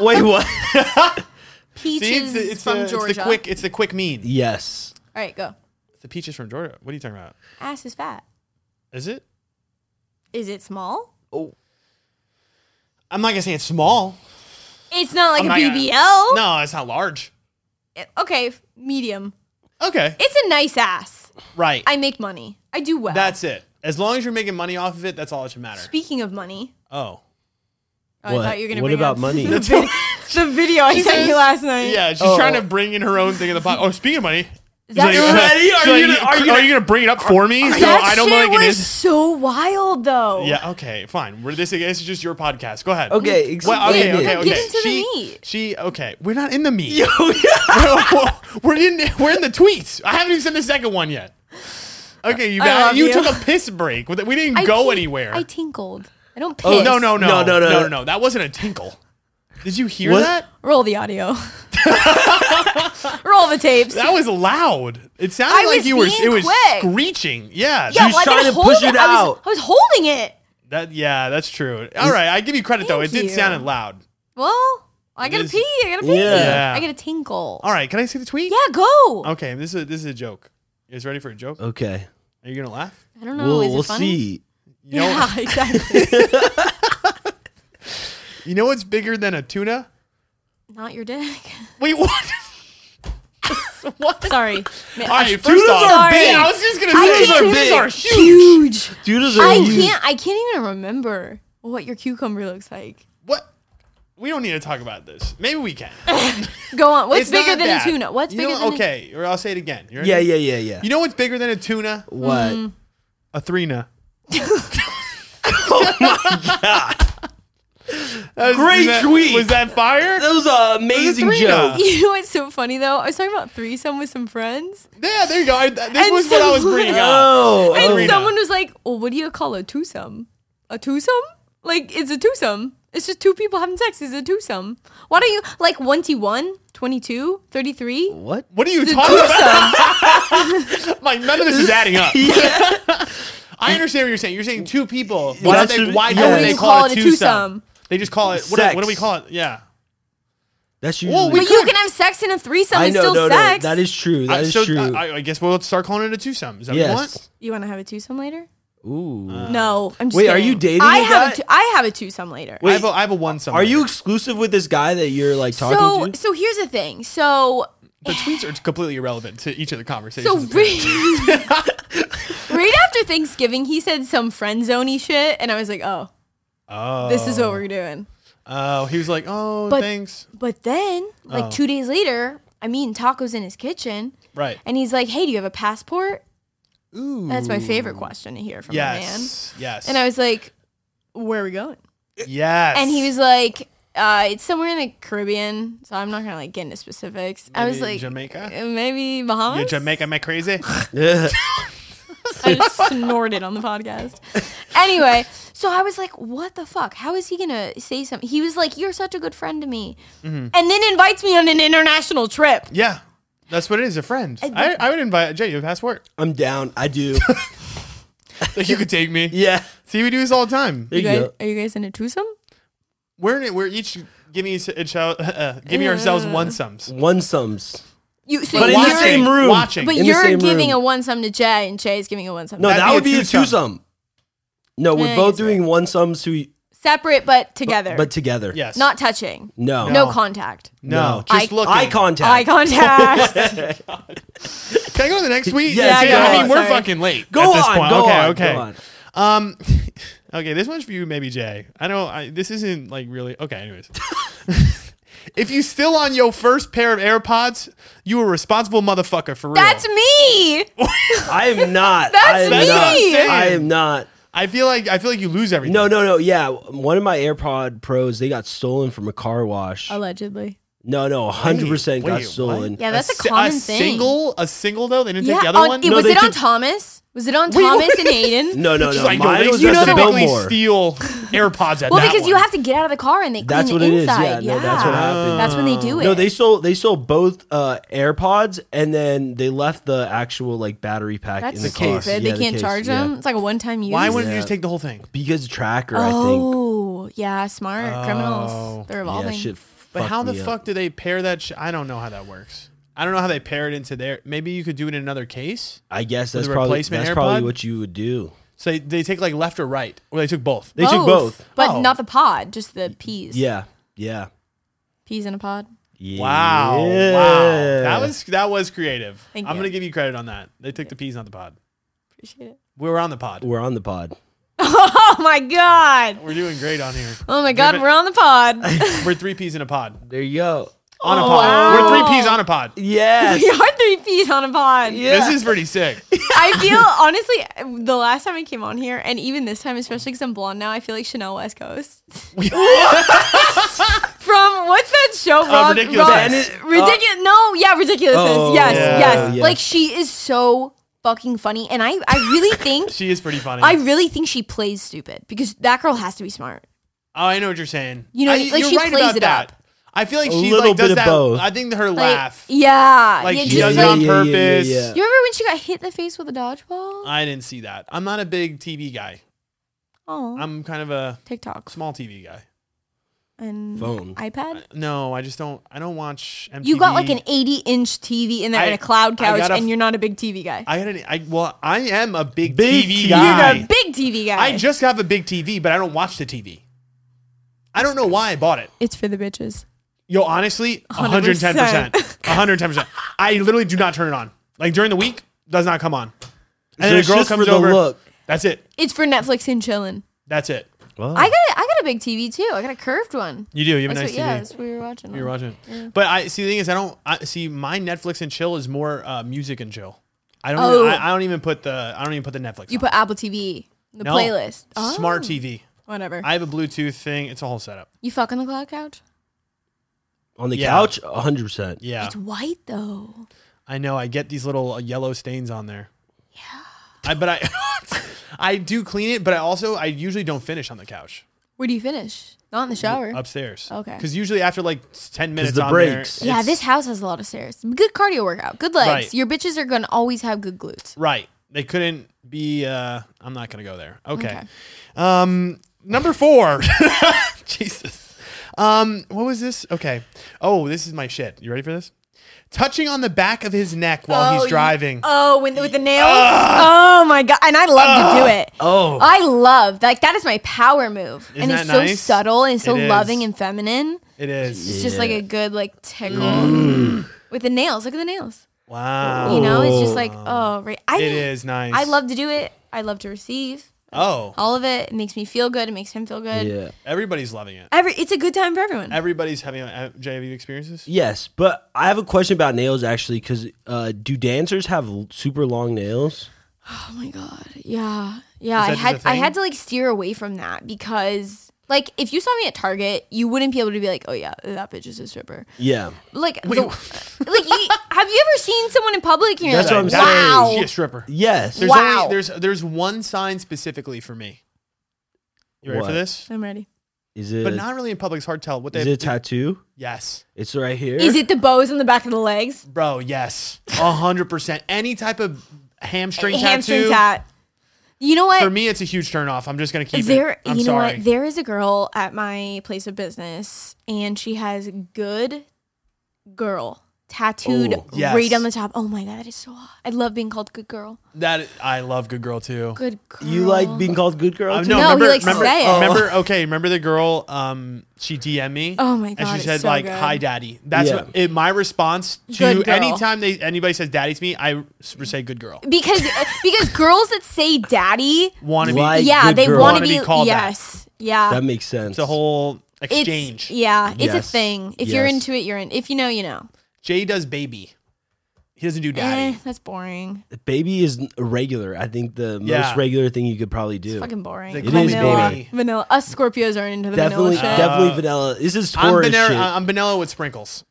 Wait, what?
see,
Peaches
it's, the- it's
from
the,
Georgia.
it's the quick, it's the quick mean.
yes.
All right, go.
It's the peaches from Georgia. What are you talking about?
Ass is fat.
Is it?
Is it small?
Oh,
I'm not gonna say it's small.
It's not like
I'm
a
not gonna-
BBL.
No, it's not large.
It- Okay, f- medium.
Okay,
It's a nice ass.
right.
I make money. I do well.
that's it. As long as you're making money off of it, that's all that should matter.
Speaking of money,
Oh,
oh, I thought you were gonna.
What
bring
about
up <laughs>
money?
The, vid- the video I sent you last night.
Yeah, she's trying to bring in her own thing in the pot. Oh, speaking of money,
That,
She's <laughs>
You're ready?
she's
Are you gonna- are you gonna-
gonna bring it up for me? so
that
I don't
shit
know like it
was
is.
so wild though.
Yeah. Okay. Fine. We're this. This is just your podcast. Go ahead.
Okay, explain
Well, okay.
it.
Okay.
Get <laughs>
Okay. <laughs>
into the
she,
meat.
She. Okay. We're not in the meat.
yeah.
<laughs> we're in. We're in the tweets. I haven't even sent the second one yet. Okay, you
I
guys.
love
You,
you.
took a piss break. We didn't
I
go
tin-
anywhere.
I tinkled. I don't piss.
Oh,
no, no, no,
No, no, no.
no, no. That wasn't a tinkle. Did you hear
What?
that?
Roll the audio. Roll the tapes.
That was loud. It sounded
I
like
was
you were.
being
It was
quick.
screeching. Yeah.
yeah,
was
well,
trying
I gotta
to
hold
push it
I was,
out.
I was holding it.
That. Yeah. That's true. All right. I give you credit though. It
Thank
did
you.
sound loud.
Well, I gotta
is-
pee. I gotta pee.
Yeah.
I gotta tinkle.
All right. Can I see the tweet?
Yeah, go.
Okay. This is this is a joke. You guys ready for a joke?
Okay.
Are you gonna laugh?
I don't know.
We'll,
is it
we'll
funny?
see.
<laughs>
You know.
Yeah, exactly.
You know what's bigger than a tuna?
Not your dick. <laughs>
Wait. <laughs> What? what?
Sorry. Man,
All right,
tunas
first off,
are big.
Yeah, I was just gonna
I
say
can't-
tunas
Tunas
are
are
huge.
Dude,
I can't. I can't even remember what your cucumber looks like.
What? We don't need to talk about this. Maybe we can.
Go on. What's
It's
bigger
not
than
bad.
a tuna? What's
You
bigger
know-
than a
Okay, or I'll say it again. You ready?
Yeah, yeah, yeah, yeah.
Mm.
You know what's bigger than a tuna?
what?
A <laughs> threena. oh my god!
Great tweet.
Was that fire?
That was an amazing
Three
joke.
dots.
You know what's so funny though? I was talking about threesome with some friends,
Yeah, there you go. I, th- this
And
was what I was
so-
bringing up.
Oh,
and
Arena.
someone was like, "Well, what do you call a twosome? A twosome? Like it's a twosome. It's just two people having sex. It's a twosome. Why don't you like 21, 22, 33?
what?
What are you
It's a
talking about?
twosome.
<laughs> Like none of this is adding
<laughs>
up. I understand what you're saying. You're saying two people. Why don't
That's
they?
true.
Why
Yeah.
don't
And
they
you
call,
call
it
it a
twosome?
twosome.
They just call it. What, do-
Sex.
what do we call it? Yeah.
That's
Well,
usually.
we
but you can have sex in a threesome
I
and
know,
still
no,
sex.
no, that is true. That
I,
is
so
true.
I, I- I guess we'll start calling it a twosome. Is that what you want?
yes.
you want to have a twosome later?
Ooh.
No, I'm just
Uh, Wait, are
kidding.
you dating
I
a
have
guy?
a two- I have a twosome later.
I
Wait,
have a, I have a one some.
are you exclusive with this guy that you're like talking
so
to?
so here's the thing. So
The tweets are completely irrelevant to each of the conversations. <laughs>
so right, <laughs> right after Thanksgiving, he said some friend zoney shit, and I was like, oh,
oh,
this is what we're doing.
Oh, he was like, oh,
But-
thanks.
But then, like
Oh.
two days later, I'm eating tacos in his kitchen,
Right.
and he's like, hey, do you have a passport?
Ooh.
That's my favorite question to hear from
Yes. Yes.
a man. And I was like, where are we going?
yes.
And he was like, uh, it's somewhere in the Caribbean, so I'm not gonna like get into specifics. I was
Maybe
like,
Jamaica?
"Uh, maybe Bahamas.
You're Jamaica, am I crazy?
<laughs>
Yeah.
I just snorted on
<laughs>
the podcast. Anyway, so I was like, what the fuck? How is he gonna say something? He was like, you're such a good friend to me.
Mm-hmm.
And then invites me on an international trip.
<laughs> yeah. That's what it is, a friend. I, I would invite Jay, you have a passport.
I'm down.
<laughs>
I do.
Like <laughs> you could take me.
yeah.
<laughs> See, we do this all the time.
There
You
you
guys,
go.
are you guys in a twosome?
We're in it, we're each giving each, each uh, <laughs> uh, giving ourselves one sums.
One sums.
You, so
But in
you're,
the same room.
Watching.
but
in the
you're
same
giving
room.
a one sum to Jay, and Jay's giving a one sum.
No,
to
That'd
that
be a
would be a
two-sum.
two sum. No, we're
Yeah,
both
you're
doing one sums to
separate but together,
but together.
yes.
not touching,
No.
no contact,
No.
No.
Just
I-
look.
Eye contact. <laughs>
eye contact.
Can I go to the next tweet?
Yeah,
See,
go
I
on.
mean, we're
Sorry.
fucking late.
Go
at this
on,
Point.
go
okay,
on,
okay.
go on.
Um, okay, this one's for you, maybe Jay. I don't. I, this isn't like really. Okay,
<laughs>
anyways. if you still on your first pair of AirPods, you a responsible motherfucker for real.
That's me.
I
<laughs>
am not.
That's
I
That's
am not.
me.
what I'm
I
saying.
am not.
I feel like I feel like you lose everything.
No, no, no. Yeah, one of my AirPod Pros they got stolen from a car wash.
Allegedly,
No, no, hundred percent
Wait,
got
wait,
stolen.
what?
Yeah, that's a
si-
common thing.
single, a single though. They didn't take the other
on-
one.
it-
No,
was
they
it on
took-
Thomas? Was it on
Wait,
Thomas
what?
and
<laughs>
Aiden?
No, no, no.
She's like, no,
Mine
they-
was
you
at
know
the
they
Biltmore.
<laughs>
steal AirPods at
Well,
that
because
one.
you have to get out of the car and they clean
That's
the
what it is.
inside.
Yeah, no, that's what happened.
That's when they do it.
No, they sold they sold both uh, AirPods and then they left the actual like battery pack
That's
in the car.
stupid. they
Yeah, the
can't
case,
charge
yeah.
them. It's like a one-time use.
Why wouldn't you
Yeah.
just take the whole thing?
Because of tracker,
Oh, yeah, smart
Oh.
criminals. They're
I think. Yeah,
evolving.
shit.
But
fucked
how the
me up.
fuck do they pair that? Sh- I don't know how that works. I don't know how they pair it into their. Maybe you could do it in another case.
I guess that's
a
probably
replacement
that's
AirPod?
probably what you would do.
So they, they take like left or right, or they took both.
They took both.
but
Oh.
not the pod, just the peas.
Yeah, yeah.
peas in a pod.
Wow,
Yeah.
wow, that was that was creative.
Thank
I'm
you.
gonna give you credit on that. They took the peas, not the pod.
Appreciate it. <laughs>
We were on the pod.
We're on the pod.
Oh my god.
We're doing great on
<laughs>
here.
Oh my god,
Driven-
we're on the pod.
<laughs>
<laughs>
We're three peas in a pod.
There you go.
On a pod.
Oh, wow.
We're three peas on a pod.
Yes.
<laughs> we are three peas on a pod.
Yeah.
This is pretty
<laughs>
sick.
I
<laughs>
feel honestly, the last time I came on here, and even this time, especially because I'm blonde now, I feel like Chanel West Coast. <laughs> From what's that show?
Oh,
Rob,
Ridiculous.
Rob-
And
it-
ridiculous. no, yeah, ridiculousness.
Oh,
yes,
yeah,
yes.
yeah.
Like she is so fucking funny, and I, I really
<laughs>
think,
She is pretty funny.
I really think she plays stupid because that girl has to be smart.
Oh, I know what you're saying.
You know,
I,
like,
you're
she
right
plays
about
it
that.
up.
I feel like
A
she
little
like does
bit of
that.
both.
I think her
Like,
laugh,
yeah,
like
yeah,
she does
just like-
it on
Yeah, yeah, yeah, yeah,
purpose.
yeah.
You remember when she got hit in the face with a dodgeball?
I didn't see that. I'm not a big TV guy.
oh,
I'm kind of a
TikToks
small TV guy.
and
Phone.
iPad.
No, I just don't. I don't watch. MTV.
You got like an 80 inch TV in there
I-
and a cloud
I
couch,
got a f-
and you're not a big TV guy.
I got an. I well, I am a big,
Big
TV
TV
guy.
you're a big TV guy.
I just have a big TV, but I don't watch the TV. I don't know why I bought it.
it's for the bitches.
Yo, honestly, 110 percent, 110 percent. I literally do not turn it on. Like during the week, does not come on. And
So
then a
it's
girl
just for
comes
the
over.
look.
That's it.
It's for Netflix and chilling.
That's it.
I got a, I got a big TV too. I got a curved one.
You do. You have
That's
a nice
what,
TV.
yeah, that's what we were watching.
You're watching. But I see the thing is, I don't I, see my Netflix and chill is more uh, music and chill. I don't.
Oh.
Even, I, I don't even put the. I don't even put the Netflix.
You
on.
put Apple TV, the
No.
playlist. Oh,
Smart TV.
Whatever.
I have a Bluetooth thing. It's a whole setup.
you fuck on the cloud couch?
On the
Yeah.
couch, hundred percent.
Yeah,
It's white though.
I know. I get these little uh, yellow stains on there. Yeah. I but I, <laughs> I do clean it, but I also I usually don't finish on the couch
Where do you finish? Not in the shower.
upstairs.
Okay.
Because usually after like ten minutes
the
on
breaks.
there,
yeah,
it's-
this house has a lot of stairs. Good cardio workout. Good legs.
Right.
Your bitches are gonna always have good glutes.
right. They couldn't be. uh I'm not gonna go there. Okay.
Okay.
Um, number four. <laughs> Jesus. Um, what was this? Okay. Oh, this is my shit. You ready for this? Touching on the back of his neck while
Oh,
he's
you-
driving.
Oh, when, with the nails.
Ah!
oh my god! And I love to do it.
Oh.
I love like that is my power move,
Isn't
and
that
it's so
nice?
subtle and so
It is.
loving and feminine.
it is.
It's just like a good like tickle
Mm.
with the nails. Look at the nails.
Wow.
You know, it's just like oh, right. I
It is nice.
I love to do it. I love to receive
Oh,
all of it. It makes me feel good. It makes him feel good.
Yeah.
everybody's loving it.
Every it's a good time for everyone.
Everybody's having. Uh, Jay, have you experienced this?
Yes, but I have a question about nails actually, because uh, do dancers have l- super long nails?
Oh my god. Yeah. Yeah.
Is that
I
just
had
a
I
thing?
had to like steer away from that because like if you saw me at Target, you wouldn't be able to be like, oh yeah, that bitch is a stripper.
Yeah,
Like, the, like you, have you ever seen someone in public? And you're
That's
like,
what I'm saying.
wow.
She a stripper.
yes.
There's
Wow.
only there's there's one sign specifically for me. You ready for
What?
this?
I'm ready.
Is it?
But not really in public. It's hard to tell what they.
is it a tattoo?
yes.
It's right here.
Is it the bows on the back of the legs?
Bro, yes, a hundred percent. Any type of hamstring
Hamstring
tattoo
tat. You know what?
for me, it's a huge turnoff. I'm just gonna keep
there
it. I'm
you know
sorry.
what there is a girl at my place of business and she has good girl tattooed
Ooh,
yes.
right on the top oh my god that is so hot i love being called good girl
that I love good girl too.
good girl
you like being called good girl?
Uh,
too?
no,
he
remember,
likes to
remember, oh,
say it.
remember, okay, remember the girl? Um, she DM'd me.
Oh my
And
God,
she
it's
said
so
like,
good.
"Hi, daddy." That's
Yeah.
what, it, my response to
Good girl.
anytime they anybody says "daddy" to me, I s- say "good girl."
because uh, because girls that say daddy
Want to be?
Like-
It's
yeah
good
they
girl.
want to
Wanna be
be,
called that.
yes yeah
That makes sense.
a whole
it's e
exchange.
yeah it's a
Yes.
thing if you're
Yes.
into it you're in if you know you know
Jay does baby. He doesn't do
eh,
daddy.
that's boring
baby is n- regular. I think the
Yeah.
most regular thing you could probably do.
fucking boring
They
It call is me
vanilla
boring.
vanilla us scorpios aren't into the
definitely,
vanilla shit
definitely vanilla. This is
Uh, I'm
Taurus
vanilla. uh,
shit.
I'm vanilla with sprinkles.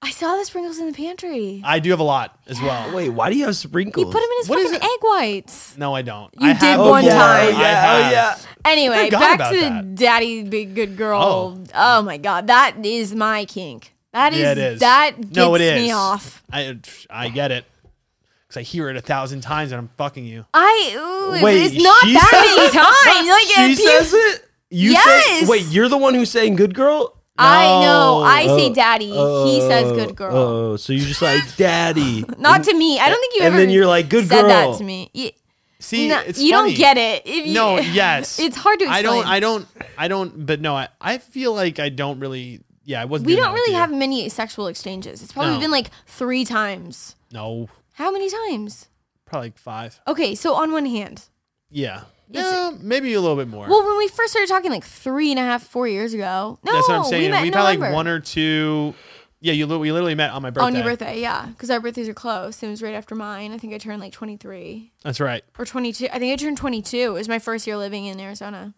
I saw the sprinkles in the pantry.
I do have a lot as well.
Wait, why do you have
You
sprinkles?
put them in his
What is
fucking
it?
egg whites.
No, I don't.
You
I
did
have
Oh, one
more.
time.
I
oh,
have.
Anyway,
Forgot
back
about
to the
that.
daddy big good girl.
Oh.
Oh. my god, that is my kink. That is,
Yeah, it is.
that gets
no, it is.
me off.
I I get it because I hear it a thousand times and I'm fucking you.
I ooh,
Wait,
it's not
she
that
says-
many
<laughs>
times. Like
She
if you-
says it. You
Yes!
say wait. You're the one who's saying good girl.
I know. I
No.
say daddy. he says
Oh,
good girl.
Oh, so you're just like
<laughs>
daddy.
not to me. I don't think you
and
ever
then you're like, "Good
said
girl."
that to me. You,
See,
no,
it's
you
funny.
don't get it. If you, <laughs>
No, yes,
It's hard to explain.
I don't. I don't. I don't. But no, I, I feel like I don't really. Yeah, I wasn't.
we
doing
don't
that with
really
you.
have many sexual exchanges. It's probably
No.
been like three times.
No,
How many times?
probably like five.
Okay, so on one hand,
Yeah, yeah, maybe a little bit more.
well, when we first started talking, like three and a half, four years ago. No,
That's what I'm saying.
We met in
have had like
November.
one or two. Yeah, you li- we literally met on my birthday.
on your birthday, yeah, because our birthdays are close. It was right after mine. I think I turned like 23
That's right.
or 22. I think I turned 22. It was my first year living in Arizona.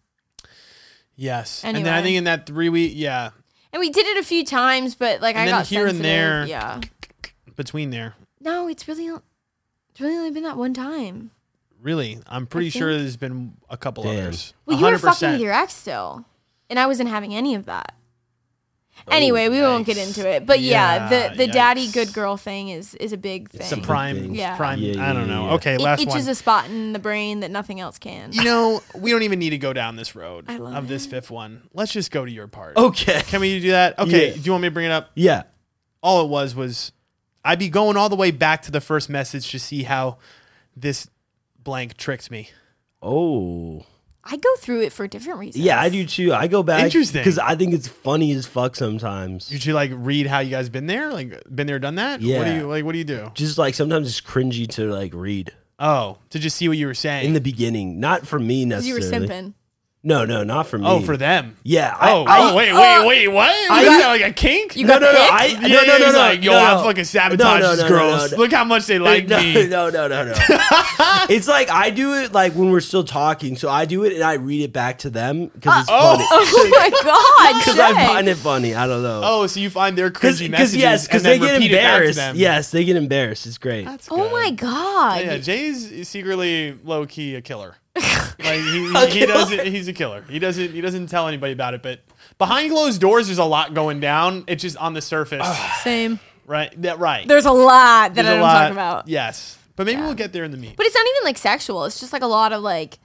Yes, and then I
Anyway.
think in that three week, yeah,
And we did it a few times, but like I
then
got
here and
sensitive.
there-
Yeah.
between there,
No, it's really it's really only been that one time.
really, I'm pretty sure there's been a couple
Damn.
others.
Well, you were fucking
100%.
with your ex still, and I wasn't having any of that. Anyway, we won't get
yikes.
into it, but yeah,
Oh, Yeah,
the the daddy
yikes.
good girl thing is is a big thing.
It's a prime,
thing.
Yeah.
prime.
Yeah, yeah,
I don't
yeah,
know.
yeah.
Okay,
It
last
itches
one.
a spot in the brain that nothing else can.
you know, we don't even need to go down this road
I love
of this fifth one. Let's just go to your part.
Okay.
Can we do that? Okay.
Oh, Yeah.
Do you want me to bring it up?
Yeah.
All it was was I'd be going all the way back to the first message to see how this blank tricked me.
Oh.
I go through it for different reasons.
Yeah, I do too. I go back
Interesting.
because I think it's funny as fuck sometimes.
Did you like read how you guys been there? Like been there, done that? What do
Yeah.
you like? What do you do?
Just like sometimes it's cringy to like read
Oh, to just see what you were saying.
in the beginning, not for me
'Cause you were
necessarily.
simping. <laughs>
No, no, not for me.
oh, for them.
Yeah. I-
Oh,
I- uh,
oh, wait, wait, wait, what?
I-
Is that like a kink?
You
no,
got
no, no,
<laughs>
picked?
I,
Yeah,
no,
yeah,
no, no,
he's
no,
like, yo,
no,
I
no.
fucking sabotage
No, no,
these
no,
girls.
no, no.
Look how much they like
no,
me.
No, no,
<laughs>
no, no. it's like I do it like when we're still talking. So I do it and I read it back to them because it's funny. <laughs>
<laughs>
Oh my god!
Because I
Jay.
find it funny. I don't know.
Oh, so you find their cringy
because
messages
yes, because
and
they
then
get
repeat it back to
embarrassed.
them.
Yes, they get embarrassed. It's great.
That's
Oh
good.
my god!
Yeah, Jay's secretly low key a
<laughs>
killer. like he, he, he doesn't. He's a killer. He doesn't. He doesn't tell anybody about it. But behind closed doors, there's a lot going down. It's just on the surface,
Same.
right? That right.
There's a lot that
There's
I
a
don't
lot-
talk about.
Yes, but maybe we'll get there in the meat.
But it's not even like sexual. It's just like a lot of like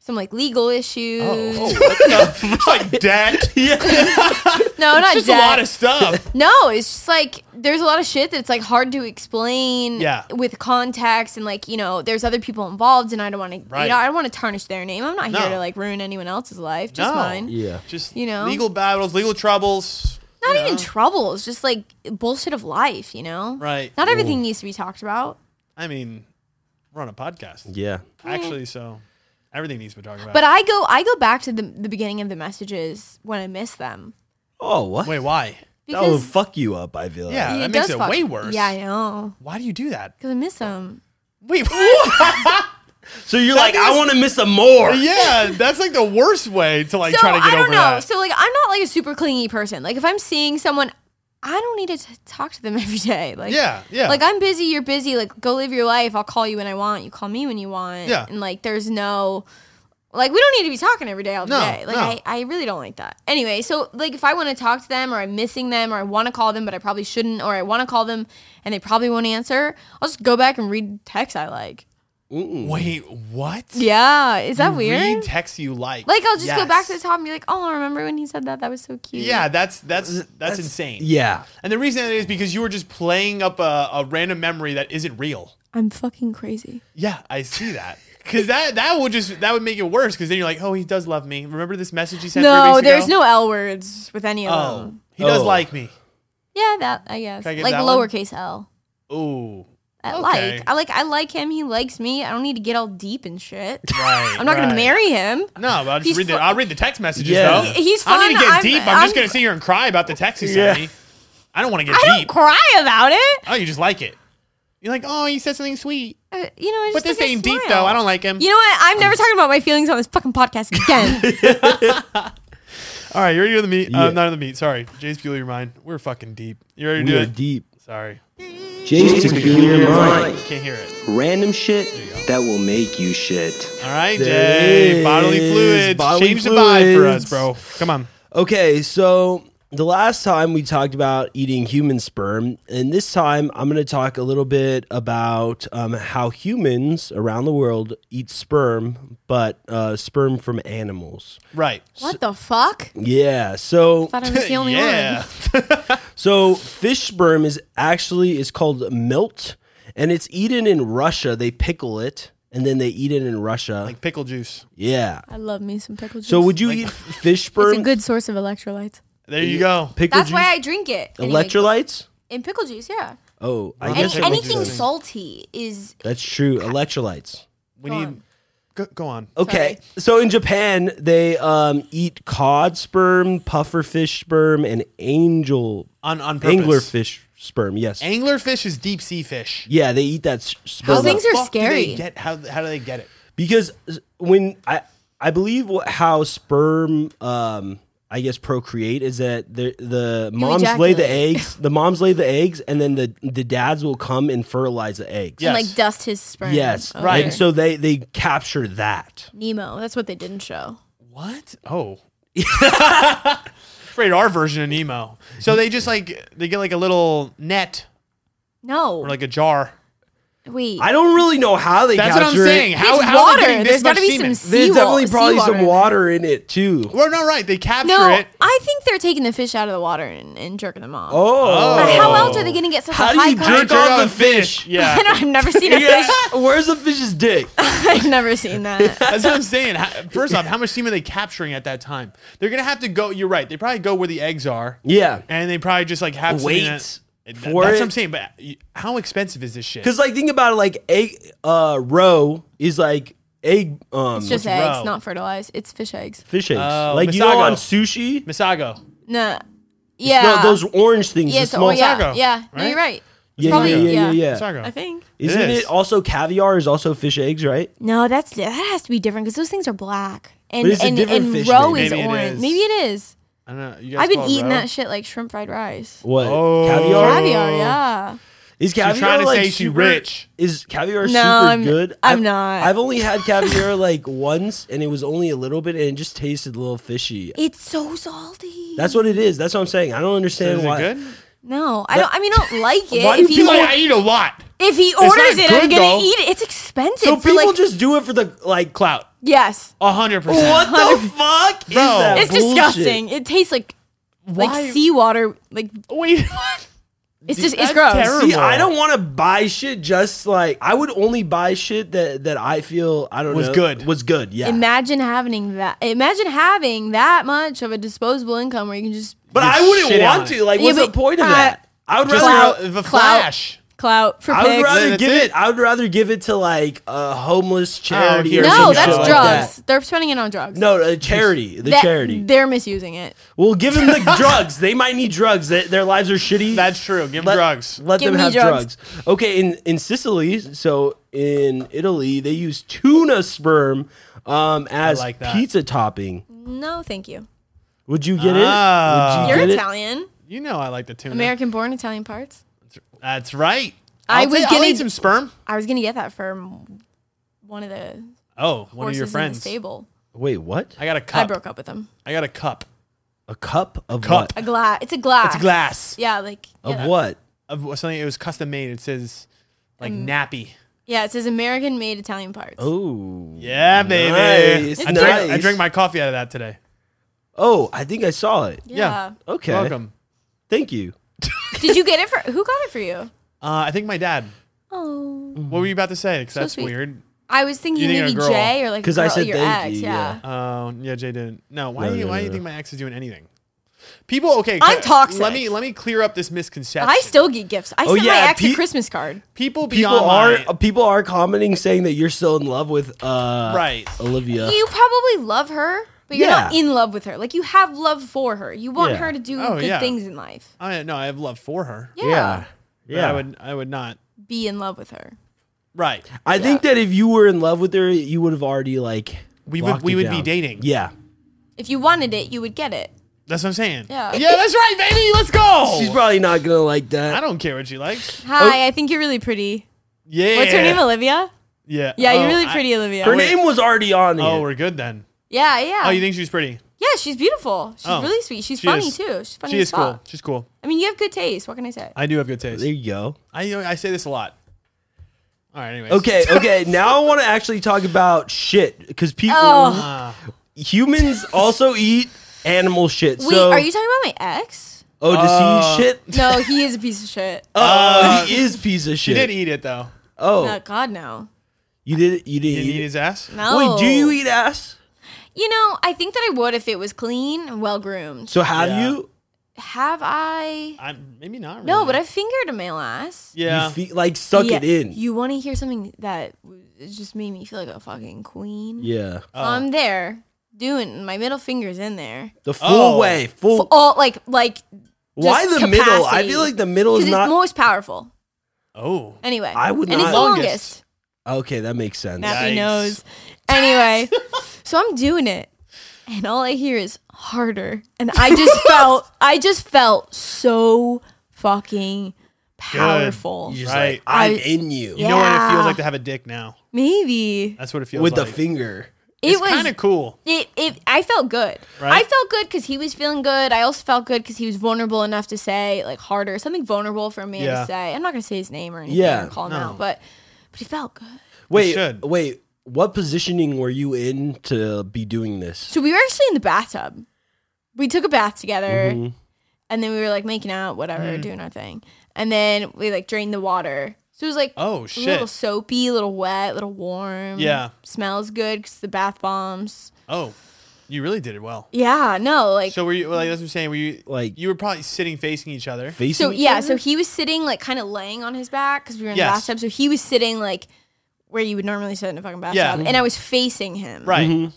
some like legal issues.
Oh.
<laughs>
it's like debt.
No, not
Just a
debt.
lot of
<laughs>
stuff.
no, it's just like there's a lot of shit that's like hard to explain
Yeah.
with context and like, you know, there's other people involved and I don't want to
Right.
you know, I don't want to tarnish their name. I'm not
No.
here to like ruin anyone else's life, just
no.
mine.
Yeah.
Just
You know?
legal battles, legal troubles.
Not even troubles, just like bullshit of life, you know?
Right.
Not everything needs to be talked about.
I mean, we're on a podcast.
yeah.
Actually, so everything needs to be talked about.
But I go I go back to the the beginning of the messages when I miss them.
Oh, what?
wait, why?
that will
Because
fuck you up. I feel. Like.
Yeah,
it
that makes
does
it
fuck-
way worse.
Yeah, I know.
Why do you do that?
Because I miss them.
<laughs> Wait, what?
So you're like,
That
I
<laughs>
is-
want to miss some more.
yeah, that's like the worst way to like
so
try to get
I don't
over
know.
that.
So like I'm not like a super clingy person. Like if I'm seeing someone, I don't need to t- talk to them <laughs> every day. Like
yeah, yeah.
Like I'm busy, you're busy. Like go live your life. I'll call you when I want. You call me when you want.
Yeah.
And like there's no like we don't need to be talking every day all
No,
day. Like
no.
I, I really don't like that. Anyway, so like if I want to talk to them or I'm missing them or I want to call them but I probably shouldn't or I want to call them and they probably won't answer, I'll just go back and read texts I like.
Wait, what?
Yeah, is that weird?
Read text you like.
Like I'll just go
Yes.
back to the top and be like, "Oh, remember when he said that? That was so cute."
Yeah, that's that's that's, insane.
Yeah.
And the reason that is because you were just playing up a, a random memory that isn't real.
I'm fucking crazy.
Yeah, I see that. Cause that that would just that would make it worse. Cause then you're like, oh, he does love me. Remember this message he sent? three
No,
weeks
there's
ago?
no L words with any of
Oh,
them.
he does
Oh.
like me.
Yeah, that I guess
Can I get
like
that one?
lowercase L.
Ooh,
I
Okay.
like I like I like him. He likes me. I don't need to get all deep and shit.
right.
I'm not
right.
gonna marry him.
No, but I'll just
He's
read the
fu-
I'll read the text messages
Yeah.
though.
He-
he's
I don't need to get
fun. I'm-
deep. I'm, just
I'm-
gonna sit here and cry about the text he
Yeah.
sent me. I don't want to get
I don't
deep.
cry about it.
Oh, you just like it. You're like, oh, he said something sweet,
Uh, you know, I
but
just
this
like a
ain't deep
smile.
though. I don't like him. <laughs>
You know what? I'm never talking about my feelings on this fucking podcast again.
All right, you ready to do the meat?
Yeah.
Uh, not the meat. Sorry, Jay's peculiar mind. We're fucking deep. You ready to
We
do
are
it?
deep.
Sorry,
Jay's peculiar mind.
can't hear it.
Random shit that will make you shit.
All right,
There
Jay,
is
bodily fluids.
bodily
Change the vibe for us,
fluids.
bro. Come on.
Okay, so the last time we talked about eating human sperm, and this time I'm going to talk a little bit about um, how humans around the world eat sperm, but uh, sperm from animals.
Right.
What
<laughs>
the fuck?
Yeah, so
Thought I was the only
yeah.
one.
so fish sperm is actually is called milt, and it's eaten in Russia. They pickle it, and then they eat it in Russia.
Like pickle juice.
yeah.
I love me some pickle juice.
So would you eat fish sperm?
It's a good source of electrolytes.
There you go.
pickle
That's
juice?
why I drink it. Anyway,
electrolytes.
in pickle juice, yeah.
Oh, I
Any-
Any,
guess
pickle
anything
juice.
salty is
that's true. Electrolytes.
We
Go
need.
on.
Go, go on.
Okay. So in Japan, they um, eat cod sperm, pufferfish sperm, and angel
On on purpose.
anglerfish sperm. Yes.
Anglerfish is deep sea fish.
yeah, they eat that s- sperm.
Those things
the
are
fuck do they
scary.
get- how, how do they get it?
because uh, when I I believe what, how sperm um I guess procreate is that the the moms lay the
ejaculate.
eggs, the moms lay the eggs and then the the dads will come and fertilize the eggs.
Yeah.
and
Yes.
like dust his sperm.
Yes.
over.
Right. And so they they capture that.
Nemo. That's what they didn't show.
What?
<laughs>
Oh. <laughs> Rated our version of Nemo. So they just like they get like a little net
No.
or like a jar.
Wait.
I don't really know how they
That's
capture
what I'm
it.
saying. How,
It's
how are they
water.
getting this
There's
much
gotta be
semen?
some
There's
Sea wa-
definitely probably
seawater.
some water in it too.
Well, no, right. They capture
no,
it.
I think they're taking the fish out of the water and, and jerking them off.
Oh,
But how else are they going to get such
How
a
do
high
you
concentration? <laughs>
jerk off the fish?
I
Yeah.
don't, I've
<laughs>
never seen a fish. <laughs>
Where's the fish's dick?
I've never
<laughs>
seen that.
That's what I'm saying. How- First off, how much semen are they capturing at that time? They're gonna have to go. You're right. They probably go where the eggs are,
Yeah,
and they probably just like have something
Wait
that- That,
for
that's
it.
what I'm saying. But you- how expensive is this shit?
because like think about it, like egg uh, roe is like egg um
It's just
What's
eggs,
roe?
not fertilized. It's fish eggs.
fish eggs.
Oh,
like you know
Misago.
on sushi,
Misago.
No.
No,
Yeah.
those orange things,
yeah,
the
it's
small.
or, yeah,
Sago,
yeah. No,
right?
you're right.
yeah,
probably-
yeah, yeah, yeah,
yeah.
yeah.
Misago.
I think.
Isn't
It is.
it, also caviar is also fish eggs, right?
No, that's that has to be different because those things are black. And
But it's a
and,
different
and
fish,
roe
maybe.
is
Maybe it
orange.
is.
Maybe it is.
I don't know. You guys
I've been
call it
eating
roe?
that shit like shrimp fried rice.
What
Oh.
caviar?
Caviar, yeah.
Is caviar
trying to
like
say she
super-
rich.
Is caviar
No,
super
I'm-
good?
I'm
I've-
not.
I've only had caviar like <laughs> once, and it was only a little bit, and it just tasted a little fishy.
It's so salty.
That's what it is. That's what I'm saying. I don't
So
understand
Is
why.
it good?
no, I don't. I mean, I don't like
<laughs>
it.
Why do
if he
people-
Like,
or-
I eat a lot.
if he orders
not
it, I'm
good,
gonna
though.
eat it. It's expensive.
So
for,
people
like,
just do it for the like clout.
Clout.
yes,
A hundred percent.
What
<laughs>
the fuck is
Bro.
that?
it's
bullshit?
disgusting. It tastes like
Why-
like seawater. Like
<laughs> Wait.
it's just
That's
it's gross.
terrible.
See, I don't want to buy shit. Just like I would only buy shit that that I feel I don't
Was
know,
good.
was good. Yeah,
Imagine having that. Imagine having that much of a disposable income where you can just
but
You're
I wouldn't
shitting
want
on it.
to. Like,
Yeah,
what's
but
the point of
I-
that? I would
Just
rather.
the- the
clout.
flash.
clout for
I would
pics.
rather
That's Oh,
give
it.
it. I would rather give it to like a homeless charity.
here-
or
No,
some
no,
shit
that's
like
drugs.
that.
They're spending it on drugs.
No, a charity. The
That- <laughs>
charity.
They're misusing it.
Well, give them the drugs. They might need drugs. Their, their lives are shitty.
That's true. Give 'em
Let-
drugs.
Let
Give
them
me
have drugs.
drugs.
Okay, in, in Sicily, so in Italy, they use tuna sperm um, as
like that.
pizza topping.
No, thank you.
Would you get
Ah.
Uh, it? Would
You're
you get
Italian,
You know I like the tuna.
American born, Italian parts.
That's right.
I
I'll
was
ta- I'll
getting-
eat some sperm.
I was gonna get that from one of the
Oh, one of
horses
your
in the
friends.
stable.
it? Wait, what?
I got a
I
cup.
broke up with him.
I got a cup.
A cup of
Cup.
A
what?
glass. It's a glass.
It's glass
Yeah, like yeah,
Of
that-
what?
of something. It was custom made. It says like
Mm.
nappy.
Yeah, it says American made Italian parts.
Oh.
Yeah, baby.
Nice,
I, Drank, I
nice.
drank my coffee out of that today.
Oh, I think I saw it.
yeah.
yeah.
Okay.
Welcome.
Thank you.
Did you get it for who got it for you?
Uh, I think my dad.
Oh,
What were you about to say? Because that's
sweet.
weird.
I was thinking
You think a
maybe
girl.
Jay or like
'Cause
because
I said
your
thank
ex.
you,
yeah.
yeah.
Oh, yeah, Jay didn't. No, why
No,
do you
no,
why do
no,
you
no.
think my ex is doing anything? People, okay.
I'm
c-
toxic.
Let me let me clear up this misconception.
I still get gifts. I
Oh,
sent
yeah,
my ex
Pete-
a Christmas card.
people
People
beyond
are uh,
my-
people are commenting saying that you're still in love with uh
Right.
Olivia.
You probably love her, but you're not
Yeah.
in love with her. Like you have love for her. You want
Yeah.
her to do
Oh,
good
yeah.
things in life.
I no, I have love for her.
Yeah.
yeah.
But I would I would not.
Be in love with her.
Right.
I think that if you were in love with her, you would have already like
We
locked
would we
it
would
down.
be dating.
Yeah,
If you wanted it, you would get it.
That's what I'm saying.
Yeah.
Yeah, that's right, baby. Let's go.
She's probably not gonna like
Oh. I
that.
don't care what she likes.
Hi,
Oh.
I think you're really pretty.
Yeah.
What's her name, Olivia?
Yeah.
Yeah,
Oh,
you're really
I-
pretty, Olivia.
Her name was already on
oh,
it.
we're good then.
yeah, yeah.
Oh, you think she's pretty?
yeah, she's beautiful. She's
Oh.
really sweet. She's
She
funny
is.
too. She's funny
She
as
is cool.
fuck.
She's cool.
I mean, you have good taste. What can I say?
I do have good taste.
There you go.
I I say this a lot. All right. Anyways. <laughs>
Okay, okay. now I want to actually talk about shit because people,
Oh,
Uh,
humans also eat animal shit.
wait,
so,
are you talking about my ex?
oh, does
Uh,
he eat shit?
No, he is a piece of shit.
Oh, he is piece of
She
shit.
uh, did eat it though.
Oh,
No, God, no.
you did. You
Did
didn't
he
eat
eat
it.
his ass?
No.
Wait, do you eat ass?
You know, I think that I would if it was clean and well groomed.
So have
Yeah.
you?
Have I?
I maybe not. Really.
No, but I fingered a male ass.
Yeah.
You fe- like suck
Yeah.
it in.
You want to hear something that w- it just made me feel like a fucking queen?
yeah, uh.
Oh.
I'm there doing my middle fingers in there.
the full
Oh.
way. Full.
For all like like
why the
just
middle? I
capacity.
feel like the middle
because
is
it's
not.
most powerful.
oh.
Anyway,
I would
and
not-
it's the
Longest.
longest.
okay, that makes sense.
Nappy
Yikes.
knows.
<laughs>
Anyway, so I'm doing it, and all I hear is harder, and I
<laughs>
just felt I just felt so fucking powerful.
You're
Yeah.
just
Right.
like, I'm
I-
in you
You know what it
Yeah.
feels like to have a dick now.
Maybe
That's what it feels
with
like.
the finger.
It's
it was
kind of cool.
It, it, I felt good.
Right?
I felt good because he was feeling good. I also felt good because he was vulnerable enough to say like harder something vulnerable for a man
Yeah.
to say. I'm not gonna say his name or anything
Yeah,
or call him out, but but he felt good.
Wait,
should.
wait. What positioning were you in to be doing this?
So we were actually in the bathtub. We took a bath together,
Mm-hmm.
Mm-hmm.
and then we were like making out, whatever,
Mm.
doing our thing, and then we like drained the water. So it was like
Oh,
a little
shit.
soapy, a little wet, a little warm.
Yeah.
smells good because the bath bombs.
Oh, you really did it well.
Yeah, no, like
So were you like that's what I'm saying? Were you
Like-
you were probably sitting facing each other?
Facing
So
each
yeah,
other?
so he was sitting like kind of laying on his back because we were in
Yes.
the bathtub. So he was sitting like where you would normally sit in a fucking bathtub,
Yeah.
and I was facing him.
Right. Mm-hmm.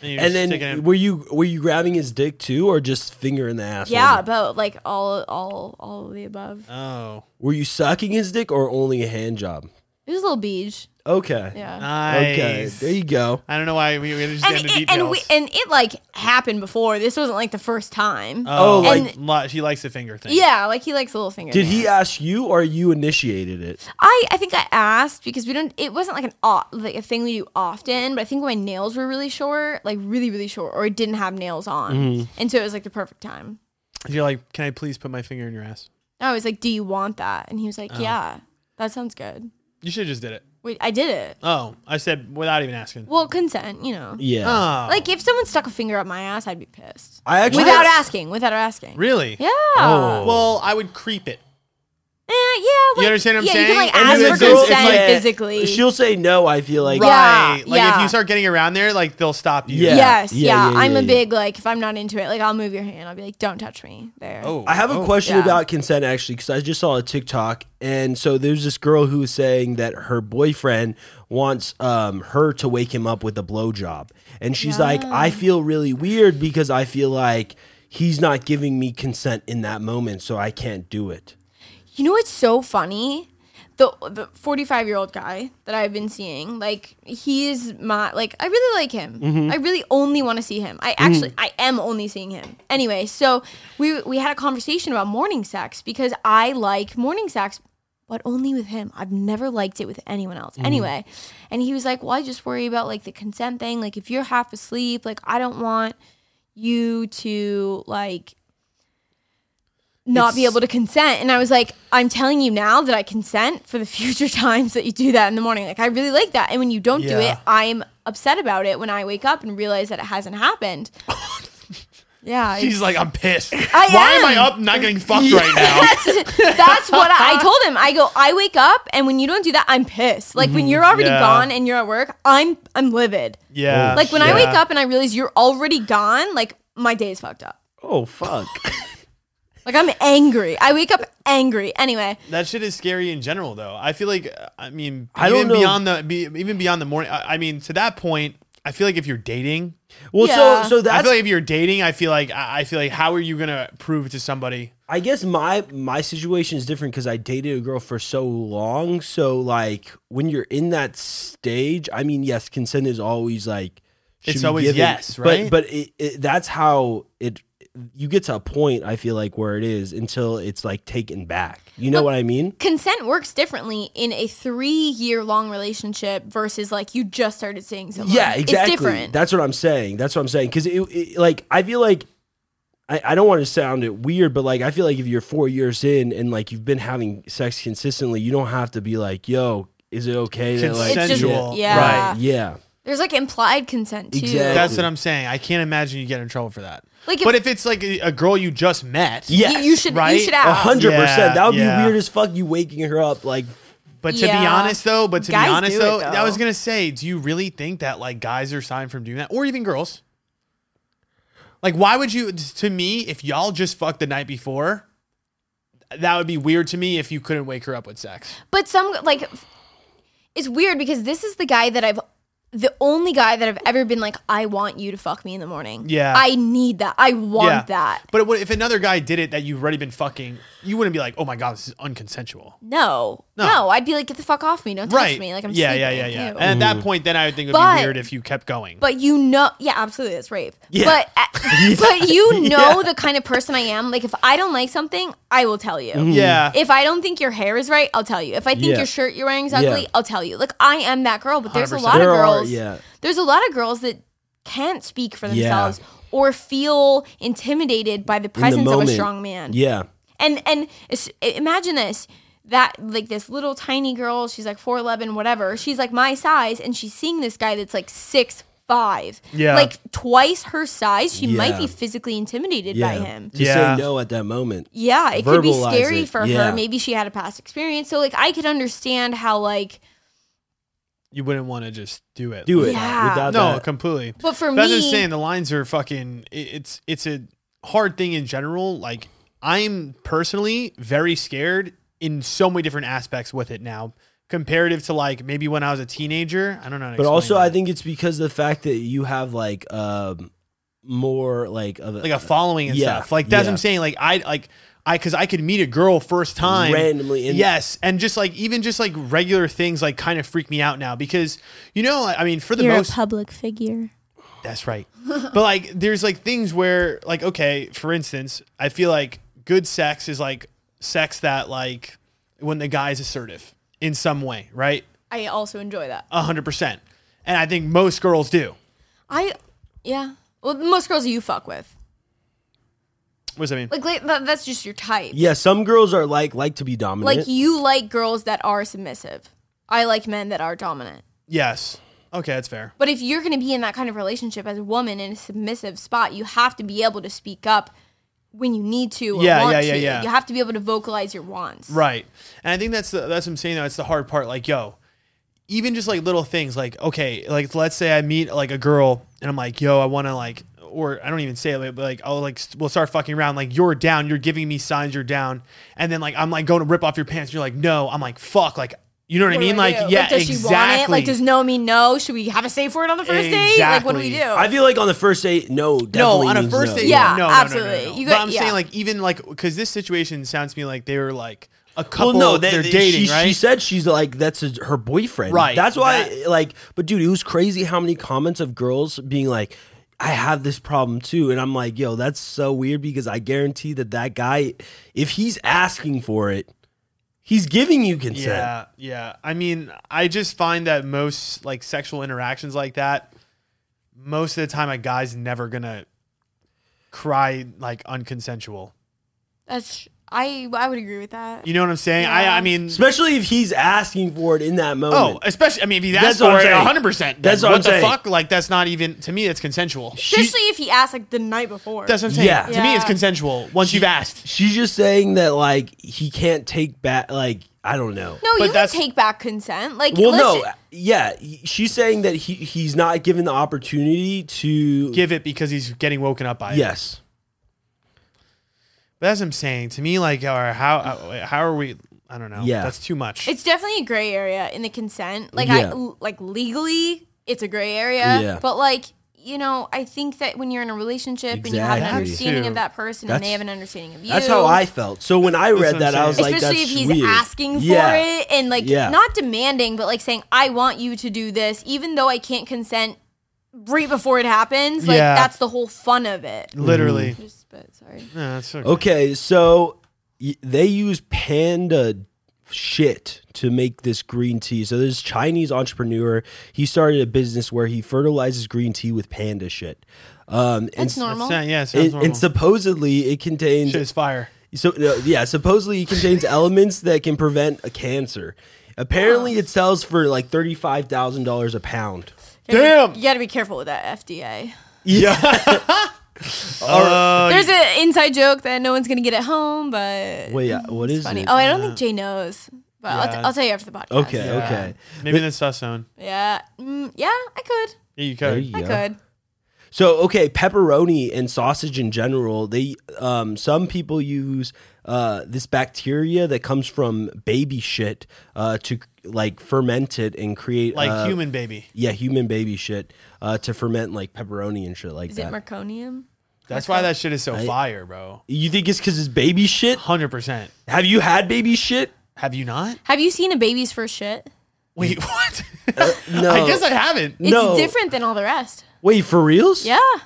And, you're
and
just taking it-
then were you were you grabbing his dick too, or just finger in the ass?
Yeah, but like all, all, all of the above.
Oh,
Were you sucking his dick or only a hand job?
It was a little beach.
Okay.
Yeah.
nice.
Okay. There you go.
I don't know why we, we just
and
get into
it,
details.
and we and it like happened before. This wasn't like the first time.
oh,
Oh,
like
and-
lo- she likes the finger thing.
yeah, like he likes a little finger.
Did he
dance.
ask you or you initiated it?
I I think I asked because we don't. It wasn't like an au- like a thing we do often, but I think my nails were really short, like really really short, or I didn't have nails on,
Mm-hmm.
and so it was like the perfect time.
You're like, can I please put my finger in your ass?
I was like, "Do you want that?" And he was
Uh-huh.
like, "Yeah, that sounds good."
You should have just did it.
Wait, I did it.
Oh, I said without even asking.
Well, consent, you know.
Yeah.
Oh,
Like if someone stuck a finger up my ass, I'd be pissed.
I actually
without asking, without asking.
really?
Yeah.
Oh.
Well, I would creep it.
Eh, yeah. Like,
You understand what I'm
yeah, you
saying?
can like
And
ask
then
for
it's- it's
consent
like-
physically.
She'll say no. I feel like.
Right. Yeah,
Like if
yeah.
you start getting around there, like they'll stop you.
Yeah.
Yes.
Yeah,
Yeah.
yeah,
I'm
yeah,
a
yeah.
big like if I'm not into it, like I'll move your hand. I'll be like, "Don't touch me." There.
Oh,
I have a
oh.
question
Yeah.
about consent actually because I just saw a TikTok and so there's this girl who was saying that her boyfriend wants um, her to wake him up with a blowjob and she's like I feel really weird because I feel like he's not giving me consent in that moment so I can't do it.
You know what's so funny? The the 45 year old guy that I've been seeing, like he is my like I really like him. I really only want to see him. I actually I am only seeing him. Anyway, so we we had a conversation about morning sex because I like morning sex but only with him. I've never liked it with anyone else. Anyway, and he was like, "Well, I just worry about like the consent thing. Like if you're half asleep, like I don't want you to like not be able to consent. And I was like, I'm telling you now that I consent for the <laughs> future times that you do that in the morning. Like, I really like that. And when you don't do
Yeah.
it, I'm upset about it when I wake up and realize that it hasn't happened.
<laughs>
yeah.
She's like, I'm pissed.
I
Why am
am.
I up not getting fucked right
<laughs>
now?
<laughs> that's, that's what I, I told him. I go, I wake up and when you don't do that, I'm pissed. Like when you're already
Mm-hmm. Yeah.
gone and you're at work, I'm I'm livid.
Yeah.
Like when I
yeah.
wake up and I realize you're already gone, like my day is fucked up.
Oh fuck.
Like I'm angry. I wake up angry. Anyway,
That shit is scary in general, though. I feel like uh, I mean,
I don't
even
know.
beyond the be, even beyond the morning. I, I mean, to that point, I feel like if you're dating,
<laughs> Well
Yeah.
so so
I
that's
feel like if you're dating, I feel like I, I feel like how are you gonna prove to somebody?
I guess my my situation is different because I dated a girl for so long. So like when you're in that stage, I mean, yes, consent is always like should
It's
be
always
given.
yes,
But-
right?
But it, it, that's how it. You get to a point, I feel like, where it is until it's like taken back. You know what I mean?
Consent works differently in a three year long relationship versus like you just started seeing someone.
Yeah, exactly.
It's different.
That's what I'm saying. That's what I'm saying. Because it, it- like, I feel like I, I don't want to sound it weird, but like, I feel like if you're four years in and like you've been having sex consistently, you don't have to be like, "Yo, is it okay?" That, like,
It's just-
Consensual.
yeah.
Right.
yeah,
There's like implied consent too.
Exactly.
That's what I'm saying. I can't imagine you get in trouble for that.
Like
but
if-
if it's like a, a girl you just met,
Yeah.
You, you should
Right?
you should
a
ask.
hundred
Yeah,
percent. That would
yeah.
be weird as fuck. You waking her up like
But to be
Yeah.
honest, though, but to
Guys
be honest,
do it,
though,
though.
I was gonna say, do you really think that like guys are signed from doing that, or even girls? Like, why would you? To me, if y'all just fucked the night before, that would be weird to me if you couldn't wake her up with sex.
But some like it's weird because this is the guy that I've the only guy that I've ever been like, I want you to fuck me in the morning.
Yeah.
I need that. I want that.
But it would- if another guy did it that you've already been fucking, you wouldn't be like, oh my god, this is unconsensual.
No.
No.
No. I'd be like, get the fuck off me. Don't touch
Right?
me. Like I'm
yeah,
sleeping.
yeah, yeah, yeah.
Ew.
And at that point, then I would think it would
But-
be weird if you kept going.
but you know yeah absolutely it's rape
<laughs> Yeah.
but uh, but you know the kind of person i am like if i don't like something i will tell you
yeah,
if i don't think your hair is right i'll tell you if i think
Mm-hmm. Yeah.
your shirt you're wearing is ugly i'll tell you like i am that girl but there's a
100%.
lot
There
of
are-
girls
yeah.
there's a lot of girls that can't speak for
Yeah.
themselves or feel intimidated by
in
the
the
presence of
moment.
a strong man
Yeah,
and and it's- imagine this that like this little tiny girl she's like 411 whatever she's like my size and she's seeing this guy that's like six five
Yeah.
like twice her size she
Yeah.
might be physically intimidated
yeah.
by him
To
Yeah.
say no at that moment.
yeah it could be
Verbalize
scary
it,
for
yeah.
her maybe she had a past experience so like i could understand how like
you wouldn't want to just do it.
Do it
Yeah.
without
No,
that.
completely.
but for
That's
me
what I'm saying. The lines are fucking. i- It's it's a hard thing in general. Like I'm personally very scared in so many different aspects with it now, comparative to like maybe when I was a teenager. I don't know. how to
But
explain
also,
that.
I think it's because of the fact that you have like um more like of
like a following and
Yeah,
stuff. Like that's what
yeah.
I'm saying. Like I like I because I could meet a girl first time
Randomly in-
yes, and just like even just like regular things like kind of freak me out now because you know I I mean for the
you're
most
a public figure
That's right. but like, there's like things where, like, okay, for instance, I feel like good sex is like sex that like when the guy's assertive in some way, right?
i also enjoy that
A hundred percent. And I think most girls do.
i yeah well most girls you fuck with
What does that mean?
like, like that, that's just your type
yeah. Some girls are like like to be dominant.
Like you like girls that are submissive. I like men that are dominant.
yes. Okay, that's fair.
But if you're going to be in that kind of relationship as a woman in a submissive spot, you have to be able to speak up when you need to or
Yeah,
want
yeah, yeah,
to.
yeah.
You have to be able to vocalize your wants.
Right. And I think that's the that's what I'm saying though. It's the hard part. Like, yo, even just like little things, like, okay, like let's say I meet like a girl and I'm like, yo, I wanna like or I don't even say it, but like I'll like s- we'll start fucking around, like you're down, you're giving me signs you're down, and then like I'm like going to rip off your pants, and you're like, no, I'm like, fuck, like you know what, I mean? Like, yeah,
does
exactly.
she want it? Like, does no mean no? Should we have a safe word on the first date? Like, what do we do?
Exactly.
I feel like on the first date, no,
no,
definitely
on a
means
first
no.
date,
Yeah.
no, no, no, no,
absolutely.
no, no.
You
but
got-
I'm
yeah.
saying like even like because this situation sounds to me like they were like a
Well,
couple.
no, they,
they're
they-
dating,
she,
right?
she said she's like that's his, her boyfriend.
Right.
That's why,
That-
like, but dude, it was crazy how many comments of girls being like, "I have this problem too," and I'm like, "Yo, that's so weird," because I guarantee that that guy, if he's asking for it, he's giving you consent.
Yeah, yeah. I mean, I just find that most like sexual interactions like that, most of the time, a guy's never gonna cry like unconsensual.
That's I I would agree with that.
You know what I'm saying? I, I mean,
Especially if he's asking for it in that
oh,
moment.
especially I mean, if he
That's
asked
what I'm
for it,
saying.
100. percent
That's what
what
I'm
the
saying.
fuck. Like that's not even to me. It's consensual.
Especially if he asked like the night before.
That's what I'm saying.
Yeah.
To me, it's
Yeah.
consensual once you've asked.
She's just saying that like he can't take back. Like I don't know.
no,
but
you can
that's-
take back consent. Like,
Well,
let's-
no, yeah, she's saying that he he's not given the opportunity to
Give it because he's getting woken up by it.
Yes.
But that's what I'm saying. To me, like, or how uh, how are we? I don't know.
Yeah.
that's too much.
It's definitely a gray area in the consent. Like
Yeah.
I l- like legally, it's a gray area.
Yeah.
But like you know, I think that when you're in a relationship and you have an
Exactly.
That
understanding
too.
of that person and
That's-
they have an understanding of you.
That's how I felt. So when I read
what
that,
I'm
I was
saying.
like,
Especially
that's
if he's
weird.
asking for
Yeah.
it and like
Yeah.
not demanding, but like saying, I want you to do this, even though I can't consent right before it happens. Like
Yeah.
that's the whole fun of it.
Literally.
Just but sorry.
Mm.
Yeah, that's okay.
Okay, so y- they use panda shit to make this green tea. So this Chinese entrepreneur, he started a business where he fertilizes green tea with panda shit. Um, and,
That's normal.
Yeah, yeah, it sounds
it-
normal.
and supposedly it contains
Shit is fire.
so uh, yeah, supposedly it contains elements that can prevent a cancer. Apparently, it sells for like thirty five thousand dollars a pound.
You gotta be-
Damn.
You got to be careful with that FDA.
<laughs> Yeah.
There's an inside joke that no one's gonna get at home, but
Wait, uh, what is
funny.
it?
Oh, I don't think Jay knows, but I'll, t-
Yeah.
I'll tell you after the podcast.
okay, okay.
Maybe that's us own.
Yeah. Mm, yeah, I could.
Yeah, you
There
could.
you
I
go.
could.
So okay, pepperoni and sausage in general, they um, some people use uh, this bacteria that comes from baby shit uh, to like ferment it and create
Like
uh,
human baby.
yeah human baby shit uh, to ferment like pepperoni and shit like
Is
that.
it Marconium?
That's why that shit is so fire, bro.
you think it's because it's baby shit?
Hundred percent.
Have you had baby shit?
Have you not? <laughs>
Have you seen a baby's first shit?
Wait, what?
Uh,
<laughs>
No,
I guess I haven't.
It's
No.
different than all the rest.
Wait for reals?
Yeah.
Whoa.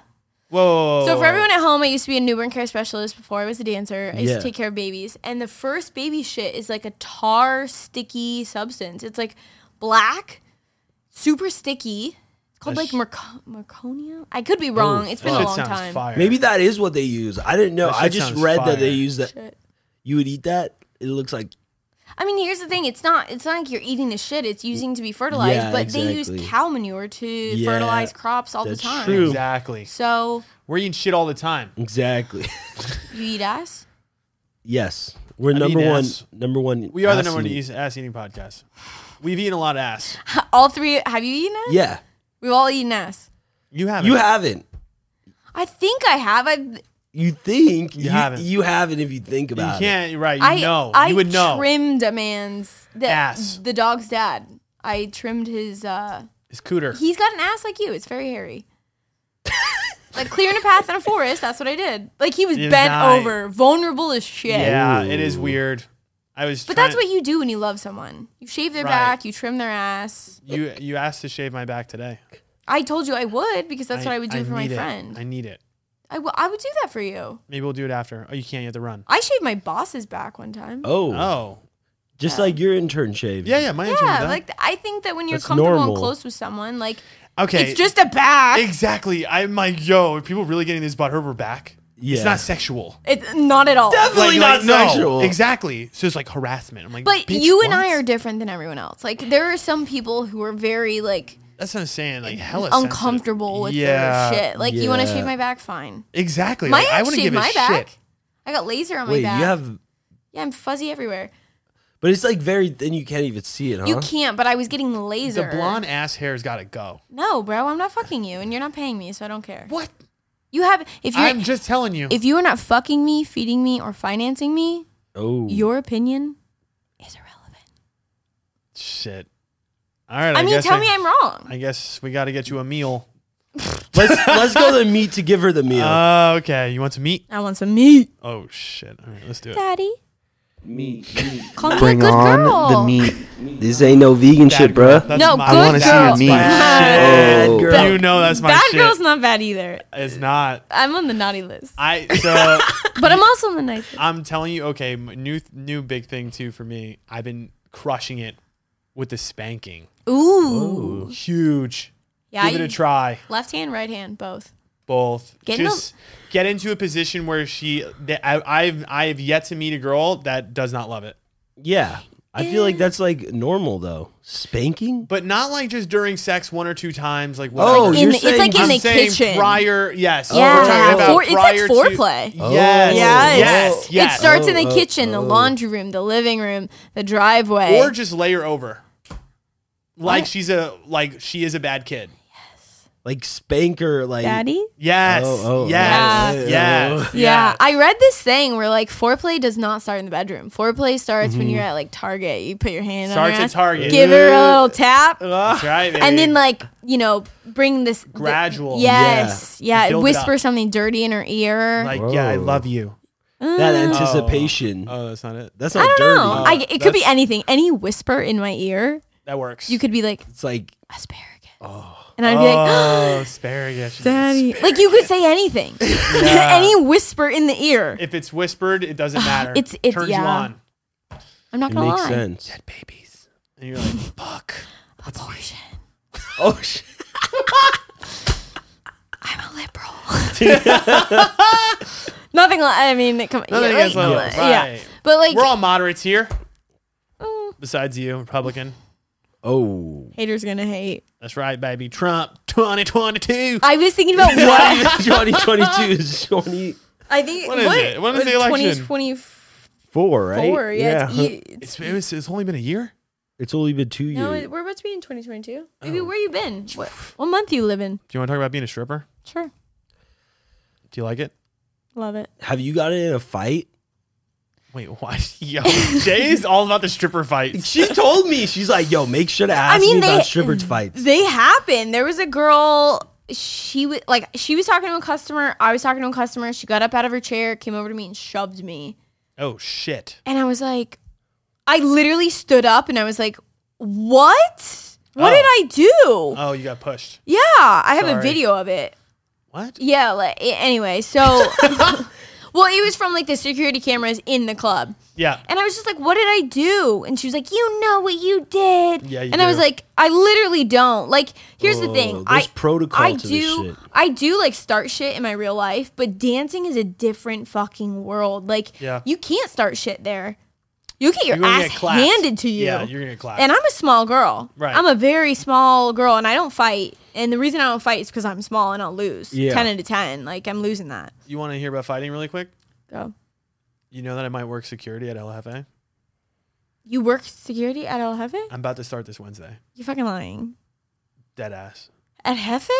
whoa, whoa,
So
whoa.
for
Oh.
everyone at home, I used to be a newborn care specialist before I was a dancer. I used
Yeah.
to take care of babies, and the first baby shit is like a tar sticky substance. It's like black, super sticky. It's called like merc- merconium. I could be wrong. it's been
Oh,
That
a
shit
long
sounds
time.
Fire.
Maybe that is what they use. I didn't know.
That
I
shit
just
sounds
read that they
fire.
use that.
Shit.
You would eat that. It looks like
I mean, here's the thing: it's not it's not like you're eating the shit. It's using to be fertilized,
Yeah,
but they use
exactly.
cow manure to fertilize crops all the
that's
time.
true.
Exactly.
So
We're eating shit all the time.
exactly.
you eat ass.
<laughs> Yes, we're
I'd
number
eat
one.
ass.
Number one.
We are the
ass
number one
eating-
eat- ass eating podcast. We've eaten a lot of ass.
All three. Have you eaten ass?
Yeah,
We've all eaten ass.
You haven't.
you haven't.
I think I have. I've
You think you,
haven't.
You haven't if you think
You
about it.
can't. you're Right. You
I
know.
I
you would know.
trimmed a man's the,
Ass.
The dog's dad. I trimmed his. uh
It's cooter.
He's got an ass like you. It's very
<laughs>
hairy. like clearing a path in a forest. That's what I did. Like he was
You're
bent
dying.
over, vulnerable as shit.
yeah, it is weird. I was.
But
trying-
that's what you do when you love someone. You shave their
Right.
back, you trim their ass.
you you asked to shave my back today.
I told you I would because that's what I would do for my
need it.
friend.
I
I
need it.
w- I would do that for you.
Maybe we'll do it after. Oh, you can't. You have to run.
I shaved my boss's back one time.
Oh,
Oh.
just like your intern shave.
Yeah. Yeah. My intern was
yeah,
done.
like th- I think that when you're
That's
comfortable
normal.
and close with someone, like
Okay.
it's just a back.
Exactly. I'm like, yo, are people really getting this butt over back?
Yeah.
It's not sexual.
It's not at all.
Like,
Definitely not
like, no.
sexual.
Exactly. So it's like harassment. I'm like,
But
bitch,
you and
what?
I are different than everyone else. Like there are some people who are very like
That's what I'm saying. Like, hella sensitive.
uncomfortable with
yeah.
their shit. Like you want to
Yeah.
shave my back, fine.
Exactly.
My
like, I
ex
wouldn't give
shaved
a
my
shit.
back. I got laser on Oh my
Wait,
back.
you have,
yeah, I'm fuzzy everywhere.
but it's like very. Then you can't even see it, huh?
You can't, but I was getting
The
laser.
blonde ass hair's got to go.
No, bro, I'm not fucking you, and you're not paying me, so I don't care.
What?
You have if you
I'm
are
just telling you.
if you are not fucking me, feeding me, or financing me,
oh,
your opinion is irrelevant.
shit. All right. I,
I, mean,
guess
tell
I,
me I'm wrong.
I guess we got to get you a meal.
<laughs>
let's let's go to meat to give her the meal.
Uh, okay. You want some meat?
I want some meat,
Oh shit. All right. Let's do it.
daddy.
Meat.
Call me
Bring
a good
on
girl.
the meat. This ain't no vegan shit,
girl.
<laughs>
bruh.
That's
No,
my
good
I want to see
girl.
the
That's
meat.
Bad
Oh.
girl.
girl. You know that's my
bad
shit.
girl's not bad either.
it's not.
I'm on the naughty list,
I so
<laughs> but I'm also on the nice list.
I'm telling you, okay, m- new new big thing too for me. I've been crushing it with the spanking.
Ooh,
Huge.
yeah.
Give it
you-
a try.
Left hand, right hand, both.
Both.
Get in the-
Just get into a position where she. That I, I've I have yet to meet a girl that does not love it,
yeah, I feel like that's like normal though. Spanking?
but not like just during sex one or two times. Like whatever.
Oh,
In
you're
the- it's
saying
like in
I'm
the
saying
kitchen.
prior. Yes.
Yeah,
We're talking about
for- it's like
prior
foreplay.
To, yes,
Yes.
yes. Yes.
It starts in the
Oh, oh,
kitchen, the laundry room, the living room, the driveway.
or just layer over. Like she's a like she is a bad kid.
like spanker? Like
Daddy?
Yes.
Oh, oh,
yes.
oh,
yes.
oh.
Yes.
Yeah. I read this thing where like foreplay does not start in the bedroom. Foreplay starts when you're at like Target. You put your hand on
Mm-hmm. Starts
her
at
ass,
Target.
give her a little tap,
That's right, baby.
and then like you know bring this the-
Gradual.
yes, yeah,
Build it
whisper
up.
something dirty in her ear.
like, yeah, I
Whoa.
love you.
that anticipation.
Oh, that's not it.
that's
Oh. I
not
don't
dirty.
know. I, it could be
that's-
anything. Any whisper in my ear,
That works.
you could be like
it's like
asparagus. and I'd be like, <gasps>
Oh, asparagus.
Daddy. Like you could
<laughs>
say anything, <laughs> any whisper in the ear.
If it's whispered, it
<gasps>
doesn't matter.
it's- it's-
turns
yeah.
you on.
I'm not
It
gonna
makes
lie.
sense.
Babies. And you're like, fuck.
Abortion.
Oh shit.
I'm a liberal. <laughs> Nothing. Li- I mean, come on.
Nothing
yeah,
against
like,
liberals,
yeah.
right.
But like
We're all moderates here.
Mm.
Besides you, Republican.
Oh.
haters gonna hate.
That's right, baby. Trump 2022.
I was
<laughs>
thinking about <laughs> what
<laughs> 2022 is 24,
I think.
When is it? When is the election?
Twenty
right?
four. Yeah. It's, e-
It's,
it's,
it was, it's only been a year.
It's only been two years.
no, it- we're about to be in twenty twenty two.
Oh.
Maybe where you been? What, what month you live in?
Do you want to talk about being a stripper?
Sure,
Do you like it?
love it.
Have you gotten in a fight?
Wait, <laughs> what?
<laughs>
Yo, Jay is all about the stripper fights.
She told me. She's like, yo, make sure to ask me about strippers fights.
They happen. There was a girl. She was like, she was talking to a customer. I was talking to a customer. She got up out of her chair, came over to me, and shoved me.
Oh shit!
And I was like, I literally stood up and I was like, what? What
Oh.
did I do?
Oh, you got pushed.
Yeah, I have
Sorry.
a video of it.
What?
Yeah, like, a- anyway, so.
<laughs>
well, it was from like the security cameras in the club.
Yeah.
And I was just like, what did I do? And she was like, you know what you did.
Yeah, you
and I was
do. Oh,
like, I literally don't. Like, here's the
Whoa,
thing.
Oh, there's
I
protocol
I
to this
do
shit.
I do like start shit in my real life, but dancing is a different fucking world. Like
Yeah.
you can't start shit there. You get your
You're gonna
ass
get clapped.
handed to you.
Yeah, you're gonna get clapped.
And I'm a small girl.
Right.
I'm a very small girl and I don't fight. And the reason I don't fight is because I'm small and I'll lose.
Yeah.
Ten out of ten. Like I'm losing that.
You want to hear about fighting really quick?
Go.
You know that I might work security at LFA.
You work security at El Jefe?
I'm about to start this Wednesday.
You're fucking lying.
Dead ass.
At Jefe?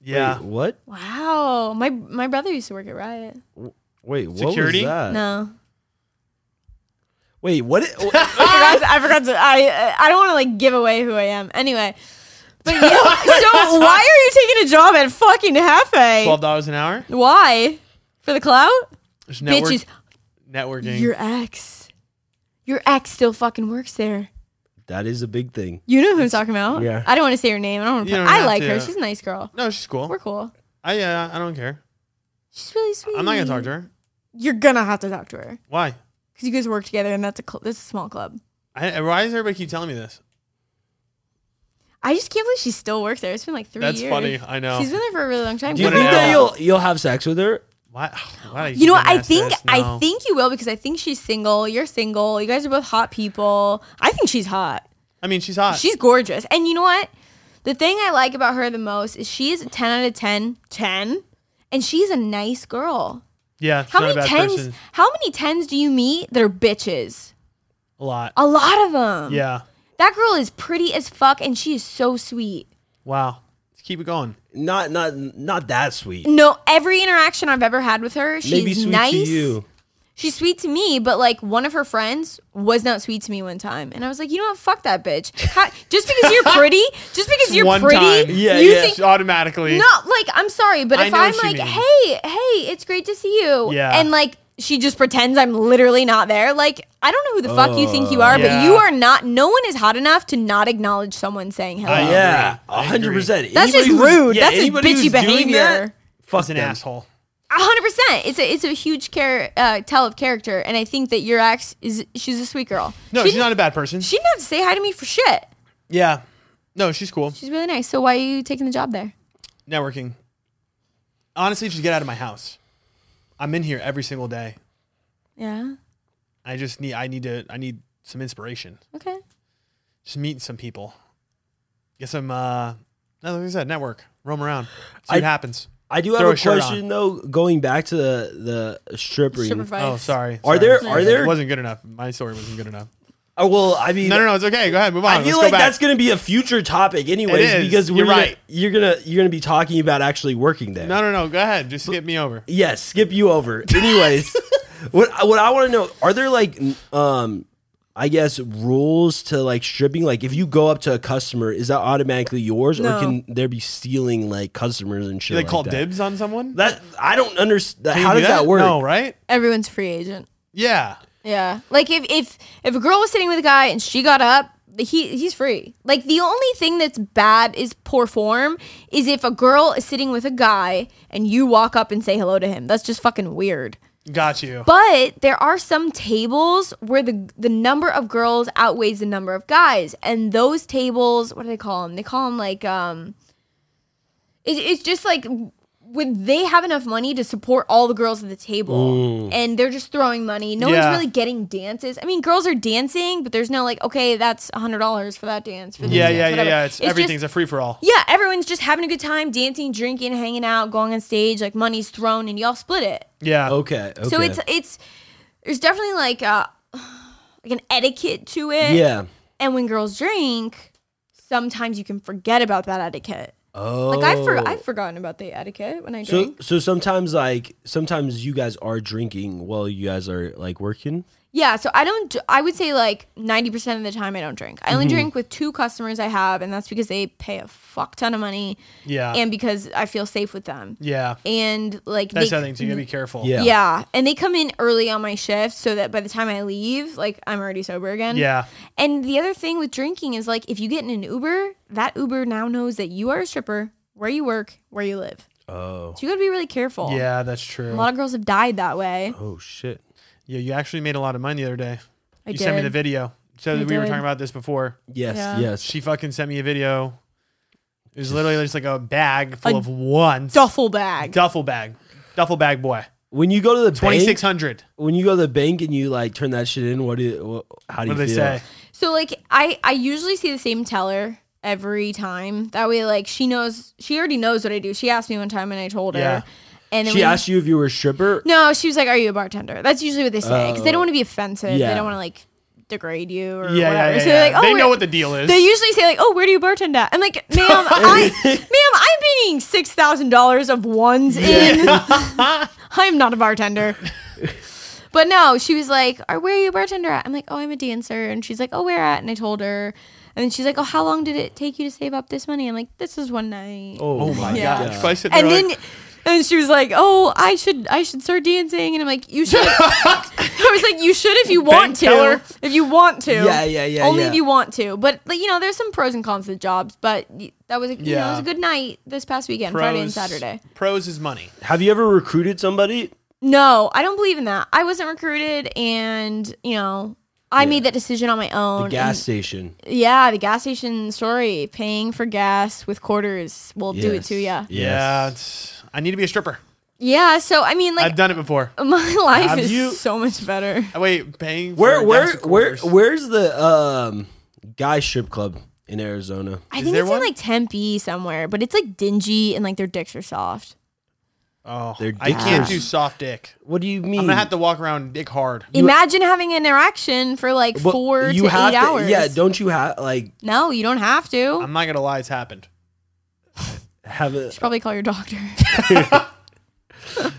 Yeah.
Wait, what?
Wow. My my brother used to work at Riot.
Wait, what
Security?
was that?
No.
Wait, what? i- oh,
I forgot
Ah!
to, I forgot to I I don't want to like give away who I am. Anyway. But
<laughs>
yeah, so why are you taking a job at fucking
Twelve
Hefe?
dollars an hour.
Why? For the clout?
There's network,
Bitches.
networking.
Your ex. Your ex still fucking works there.
<laughs> that is a big thing.
You know who I'm talking about.
yeah.
I don't want to say her name. I don't want
You
to
don't
I
have
like
to. Oh.
her. She's a nice girl.
no, she's cool.
We're cool.
I yeah, I don't care.
She's really sweet.
I'm not gonna talk to her.
You're gonna have to talk to her.
Why?
Because you guys work together and that's a cl- that's a small club.
I, why does everybody keep telling me this?
I just can't believe she still works there. It's been like three
That's
years.
funny. I know.
She's been there for a really long time.
Do you
What an
think that
asshole.
you'll you'll have sex with her?
Why? <sighs> why do
You know what? I
ask
think
this?
I
No.
think you will because I think she's single. You're single. You guys are both hot people. I think she's hot.
I mean, she's hot.
She's gorgeous. And you know what? The thing I like about her the most is she is a 10 out of 10, 10, and she's a nice girl.
yeah. she's
How
not a bad
many tens?
person.
How many tens do you meet that are bitches?
A lot.
A lot of them.
Yeah.
That girl is pretty as fuck, and she is so sweet.
Wow. Let's keep it going.
Not not not that sweet.
No, every interaction I've ever had with her, she's
Maybe sweet
nice.
to you.
she's sweet to me, but like one of her friends was not sweet to me one time, and I was like, you know what, fuck that bitch. How, just because you're
<laughs>
pretty, just because you're
One
pretty,
time.
Yeah,
you
yeah.
think
automatically.
no, like I'm sorry, but
I
if
know
I'm
what you
like,
mean.
hey, hey, it's great to see you,
Yeah.
and like she just pretends I'm literally not there, like I don't know who the fuck you think you are,
Yeah.
but you are not. No one is hot enough to not acknowledge someone saying hello.
I agree.
yeah,
I agree.
hundred percent.
That's just rude. That's just bitchy behavior.
Fuck
He's an
them.
asshole.
A hundred percent. It's a it's a huge care uh, tell of character, and I think that your ex is she's a sweet girl.
No,
she
she's not a bad person.
She didn't have to say hi to me for shit.
yeah. No, she's cool.
She's really nice. So why are you taking the job there?
Networking. Honestly, just get out of my house. I'm in here every single day.
Yeah.
I just need. I need to. I need some inspiration.
Okay.
Just meet some people. Get some. uh no, Like I said, network. Roam around. See
I-
what happens.
I do have
Throw
a
a shirt
question though. Going back to the the stripping.
Stripper vibes.
Oh, sorry.
Are
Sorry.
there-
Sorry.
are there-
It wasn't good enough. My story wasn't good enough.
Oh, well, I mean,
No, no, no. It's okay. Go ahead. Move on.
I
Let's
feel like
go back.
that's going to be a future topic, anyways,
is.
because we're
You're
gonna-
right.
You're gonna you're gonna be talking about actually working there.
No, no, no. Go ahead. Just skip me over.
Yes, skip you
<laughs>
over. Anyways, what what I want to know are there like n- um I guess rules to like stripping? Like if you go up to a customer, is that automatically yours,
No.
or can there be stealing like customers and shit?
Do they
like
call
that?
dibs on someone?
That I don't understand.
Can you
How
do
does that, work?
No, right?
Everyone's free agent.
Yeah.
Yeah. Like if if if a girl was sitting with a guy and she got up, he he's free. Like the only thing that's bad is poor form is if a girl is sitting with a guy and you walk up and say hello to him. That's just fucking weird.
Got you.
But there are some tables where the the number of girls outweighs the number of guys, and those tables, what do they call them? They call them like um. It, it's just like when they have enough money to support all the girls at the table, and they're just throwing money. No
Yeah.
one's really getting dances. I mean, girls are dancing, but there's no like, okay, that's hundred dollars for that dance. For this
Yeah,
dance,
yeah, yeah,
whatever.
yeah. It's,
just-
everything's a free for all.
yeah, everyone's just having a good time, dancing, drinking, hanging out, going on stage. Like money's thrown, and y'all split it.
Yeah.
Okay. okay.
So it's it's there's definitely like a like an etiquette to it.
yeah.
And when girls drink, sometimes you can forget about that etiquette.
Oh.
Like I've for, I've forgotten about the etiquette when I
So
drink.
so sometimes like sometimes you guys are drinking while you guys are like working.
yeah, so I don't. I would say like ninety percent of the time I don't drink. I only drink with two customers I have, and that's because they pay a fuck ton of money,
Yeah.
and because I feel safe with them.
yeah.
And like
That's
they-
the other thing, too. You gotta be careful.
Yeah.
Yeah. and they come in early on my shift so that by the time I leave, like I'm already sober again.
Yeah.
And the other thing with drinking is like if you get in an Uber, that Uber now knows that you are a stripper, where you work, where you live.
Oh.
So you got to be really careful.
Yeah, that's
A
true.
lot of girls have died that way.
Oh shit.
Yeah, you actually made a lot of money the other day.
I
you
did.
sent me the video. So we
I
were
did.
talking about this before.
Yes.
Yeah.
Yes.
She fucking sent me a video. It was literally just like a bag full of one
Duffel
<gasps>
bag.
duffel bag, duffel bag boy.
when you go to the
Twenty
bank,
six hundred.
when you go to the bank and you like turn that shit in, what do you, wh- how do
What
you
do they
feel?
say?
<laughs> so like I I usually see the same teller every time. That way like she knows she already knows what I do. She asked me one time and I told
Yeah.
her. And then
She
we-
asked you if you were a stripper.
No, she was like, "Are you a bartender?" That's usually what they say because they don't want to be offensive.
yeah.
They don't want to like degrade you or
Oh. Yeah, yeah,
whatever.
yeah.
So they're
yeah.
like, "Oh,
they know
where-"
what the deal is.
They usually say like, "Oh, where do you bartend at?" I'm like, "Ma'am, I, ma'am, I'm paying six thousand dollars of ones in. <laughs> I'm not a bartender." But no, she was like, "Or where are you a bartender at?" I'm like, "Oh, I'm a dancer," and she's like, "Oh, where at?" And I told her, and then she's like, "Oh, how long did it take you to save up this money?" I'm like, "This is one night."
Oh, my
Yeah.
Gosh, so I sit there
and
like-
then and she was like, "Oh, I should I should start dancing." And I'm like, "You should."
<laughs>
I was like, "You should if you want to.
teller?
If you want to.
Yeah, yeah, yeah,
Only
yeah.
if you want to. But like, you know, there's some pros and cons to the jobs. But y- that was a, you know, it
Yeah.
was a good night this past weekend, Friday and Saturday.
Pros is money.
Have you ever recruited somebody?
No, I don't believe in that. I wasn't recruited, and you know. I made that decision on my own.
The gas
and-
station.
yeah, the gas station story, paying for gas with quarters will do it
Yes.
to you.
Yeah, it's, I need to be a stripper.
Yeah, so I mean, like,
I've done it before.
<laughs> My life
Have
is
you-
so much better.
Oh, Wait, paying.
Where
for
where
gas with
where
quarters.
where's the um guy strip club in Arizona?
I
Is
think
there
it's
one?
in like Tempe somewhere, but it's like dingy and like their dicks are soft.
Oh,
Their
I
dick
can't
is-
do soft dick.
What do you mean?
I'm gonna have to walk around dick hard.
Imagine having an interaction for like
But
four
you
to
have
eight hours.
Yeah, don't you have like
no, you don't have to.
I'm not gonna lie, it's happened.
have a
should probably call your doctor.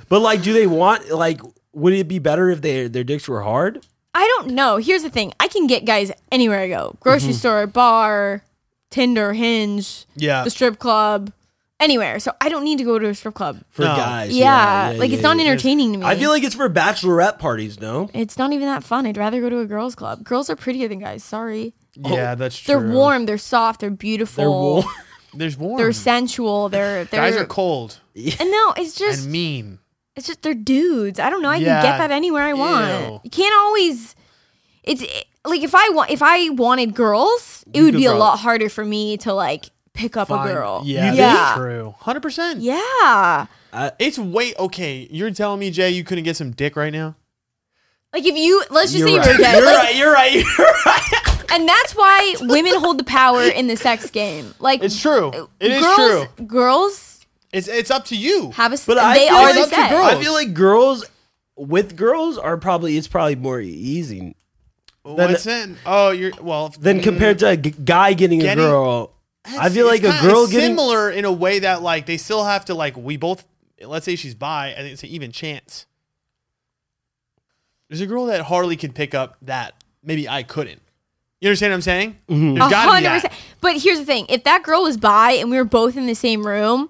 But like, do they want like? Would it be better if they their dicks were hard?
<laughs> I don't know. Here's the thing: I can get guys anywhere I go: grocery
Mm-hmm.
store, bar, Tinder, Hinge,
Yeah,
Uh.
the strip club, anywhere. So I don't need to go to a strip club.
For
No.
guys,
Yeah, like it's not
yeah.
entertaining to me.
I feel like it's for bachelorette parties. No,
it's not even that fun. I'd rather go to a girls' club. Girls are prettier than guys. Sorry.
yeah, that's true.
oh, They're warm. They're soft. They're beautiful.
they're warm.
There's warm.
They're sensual. They're they're
Guys are cold
And no, it's just
and mean.
it's just they're dudes. I don't know. I
Yeah.
can get that anywhere I want.
Ew.
You can't always. It's it- like if I want if I wanted girls, it would
could
be a
prob-
lot harder for me to like pick up a girl.
Yeah, that's
You
yeah,
true. Hundred percent.
yeah.
It's way okay. You're telling me, Jay, you couldn't get some dick right now?
Like if you let's just
You're right.
say you're gay,
You're
like,
right. <laughs> You're right. You're right.
and that's why women hold the power in the sex game. Like
It's true. It is
Uh, girls,
true.
Girls
It's it's up to you.
have a.
But I
they
feel
are
like
the
it's up to
sex.
girls.
I feel like girls with girls are probably it's probably more easy
What's in? Oh, you're well.
than compared to a g- guy getting,
Getting-
a girl. I
it's-
feel like
it's
a
kinda
girl getting
similar in a way that like they still have to like we both. Let's say she's bi, and it's an even chance. There's a girl that hardly could pick up that maybe I couldn't. You understand what I'm saying?
Mm-hmm.
There's
A
gotta be
hundred
that.
percent. But here's the thing: if that girl was by and we were both in the same room,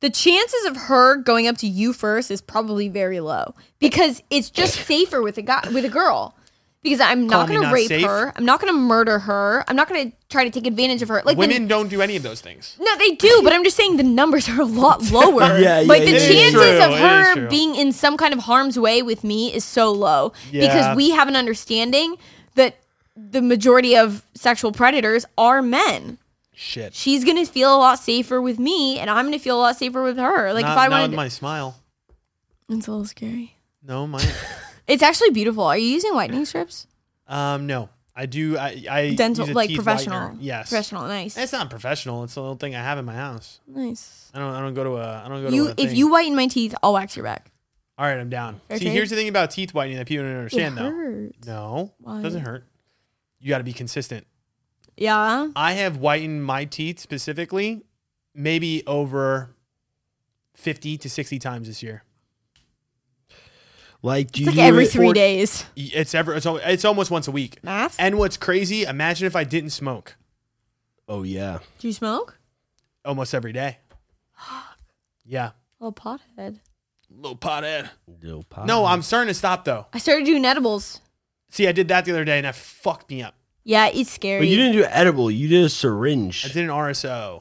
the chances of her going up
<laughs>
to you first is probably very low because it's just safer with a guy with a girl. because I'm
Call
not
me
going to
not
rape
safe?
her. I'm not going to murder her. I'm not going to try to take advantage of her. Like the-
Women don't do any of those things.
no, they do, but I'm just saying the numbers are a lot lower.
Yeah, yeah,
like the
it is
chances
true,
of
it is
her
true.
being in some kind of harm's way with me is so low
Yeah.
because we have an understanding that the majority of sexual predators are men.
Shit.
She's gonna feel a lot safer with me, and I'm gonna feel a lot safer with her. Like
Not,
if I
not
wanted,
with my smile.
it's a little scary.
No, my.
It's actually beautiful. Are you using whitening strips?
um, no. I do. I. I
Dental,
use a
like
teeth
professional.
whitener. Yes.
professional. Nice,
It's not professional. It's the little thing I have in my house.
nice.
I don't. I don't go to a. I don't go
You,
to. A
if
thing.
you whiten my teeth, I'll wax your back.
All right, I'm down. See,
Okay.
here's the thing about teeth whitening that people don't
It
understand, though.
hurts.
No,
Why?
doesn't hurt. You got to be consistent.
Yeah.
I have whitened my teeth specifically, maybe over fifty to sixty times this year.
Like, do
It's
you
like
do
every
it
three
for-
days.
Y- It's ever. It's, al- it's almost once a week.
Math?
And what's crazy? Imagine if I didn't smoke
Oh yeah.
Do you smoke?
almost every day. Yeah,
Little Oh, pothead.
little pothead.
Little pie.
No, I'm starting to stop though.
I started doing edibles.
See, I did that the other day and that fucked me up.
Yeah, it's scary.
But you didn't do edible. You did a
I
syringe.
did an RSO.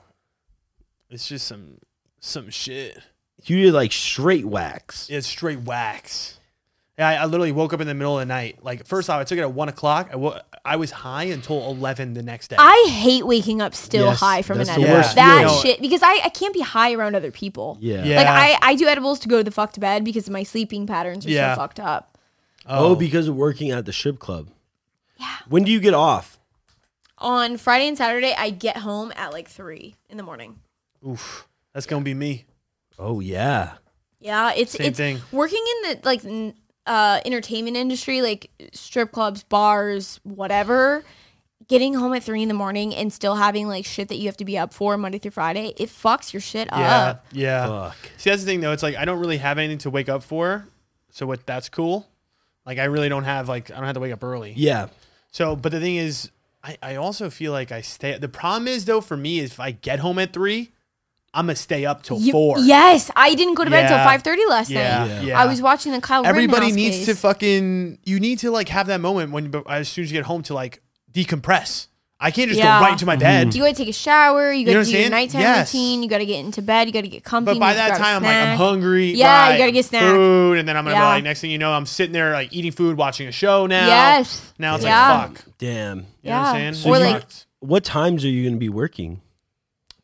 It's just some some shit.
You did like straight wax.
It's straight wax. Yeah, I, I literally woke up in the middle of the night. Like first off, I took it at one o'clock. I wo- I was high until eleven the next day.
I hate waking up still
Yes,
high from an
that's the
edible.
worst
that
feeling.
shit because I, I can't be high around other people.
Yeah.
Yeah.
Like I, I do edibles to go the fuck to bed because my sleeping patterns are
Yeah.
so fucked up.
Oh. because of working at the strip club. Yeah. When do you get off?
On Friday and Saturday, I get home at like three in the morning.
Oof, that's gonna be me.
Oh yeah.
Yeah, it's
Same
it's
thing.
working in the like n- uh entertainment industry, like strip clubs, bars, whatever. Getting home at three in the morning and still having like shit that you have to be up for Monday through Friday, it fucks your shit up.
yeah.
Fuck.
See, that's the thing though. It's like I don't really have anything to wake up for, so what? That's cool. Like I really don't have like I don't have to wake up early.
Yeah.
So, but the thing is, I, I also feel like I stay. The problem is though for me is if I get home at three, I'm gonna stay up till
You-
four.
Yes, I didn't go to bed till
Yeah.
five thirty last
Yeah,
night.
yeah.
I was watching the Kyle.
Everybody
Rittenhouse
needs to
case.
fucking. You need to like have that moment when but as soon as you get home to like decompress. I can't just
Yeah.
go right into my bed.
you gotta take a shower. You
know
gotta
what
do
I'm
your
saying?
nighttime
Yes.
routine. You gotta get into bed. You gotta get comfy.
But by
you
that
gotta
time, I'm like, I'm
snack.
hungry.
Yeah, you
right,
gotta get snack.
Food, and then I'm gonna be
Yeah.
like, next thing you know, I'm sitting there like eating food, watching a show. Now,
Yes.
Now it's
Yeah.
like fuck.
Damn.
You know what
Yeah.
I'm saying?
Or,
It's
like-
fucked.
What times are you going to be working?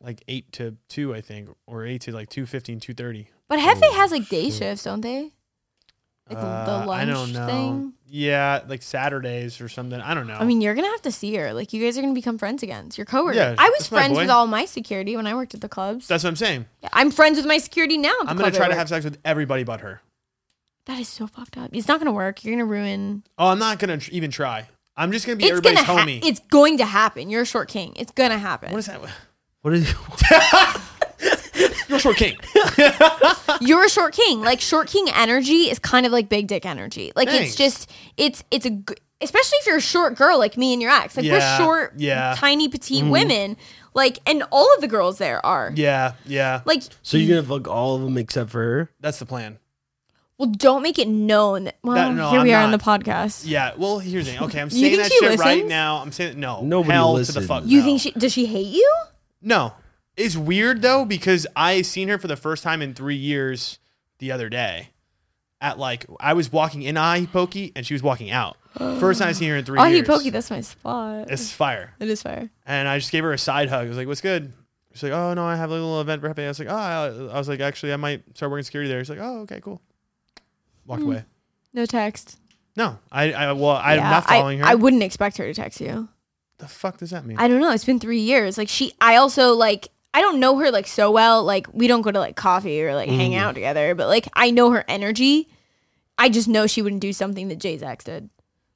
like eight to two, I think, or eight to like 2.15, 2.30.
But Hefe has like day shifts, don't they? Like the
Uh,
lunch
I don't know.
thing.
Yeah, like Saturdays or something. I don't know.
I mean, you're gonna have to see her. Like, you guys are gonna become friends again. It's your coworker.
Yeah,
I was
that's my
friends
boy.
with all my security when I worked at the clubs.
that's what I'm saying.
Yeah, I'm friends with my security now. at the
I'm gonna
club I
try to
work.
have sex with everybody but her.
That is so fucked up. It's not gonna work. You're gonna ruin.
Oh, I'm not gonna tr- even try. I'm just gonna be
It's gonna.
everybody's
Ha-
homie.
it's going to happen. You're a short king. It's gonna happen.
what is that?
What is?
You're a short
<laughs>
king.
You're a short king. Like short king energy is kind of like big dick energy. Like
Thanks.
it's just it's it's a g- especially if you're a short girl like me and your ex. Like
Yeah,
we're short,
yeah. Mm-hmm.
tiny petite women. Like and all of the girls there are.
yeah, yeah.
Like
<laughs> so you're going to fuck all of them except for her?
That's the plan.
well, don't make it known. That, well,
no,
here we
I'm
are on the
not.
podcast.
Yeah. Well, here's the thing. Okay, I'm
You
saying
think
that
she
shit right
listens?
now. I'm saying no.
Nobody
Hell to
listens.
the fuck.
You
no.
think she does she hate you?
No. It's weird though because I seen her for the first time in three years the other day. At like I was walking in Ahipokee and she was walking out. First time I seen her in three
Oh, he
years.
pokey. That's my spot.
It's fire.
It is fire.
And I just gave her a side hug. I was like, "What's good?" She's like, "Oh no, I have a little event for happy." I was like, "Oh," I I was like, "Actually, I might start working security there." She's like, "Oh, okay, cool." Walked
Hmm.
away.
No text.
No, I, I well, I'm
Yeah,
not following
I,
her.
I wouldn't expect her to text you.
the fuck does that mean?
I don't know. It's been three years. Like she, I also like I don't know her like so well. Like we don't go to like coffee or like
Mm-hmm.
hang out together, but like I know her energy. I just know she wouldn't do something that Jay Zax did.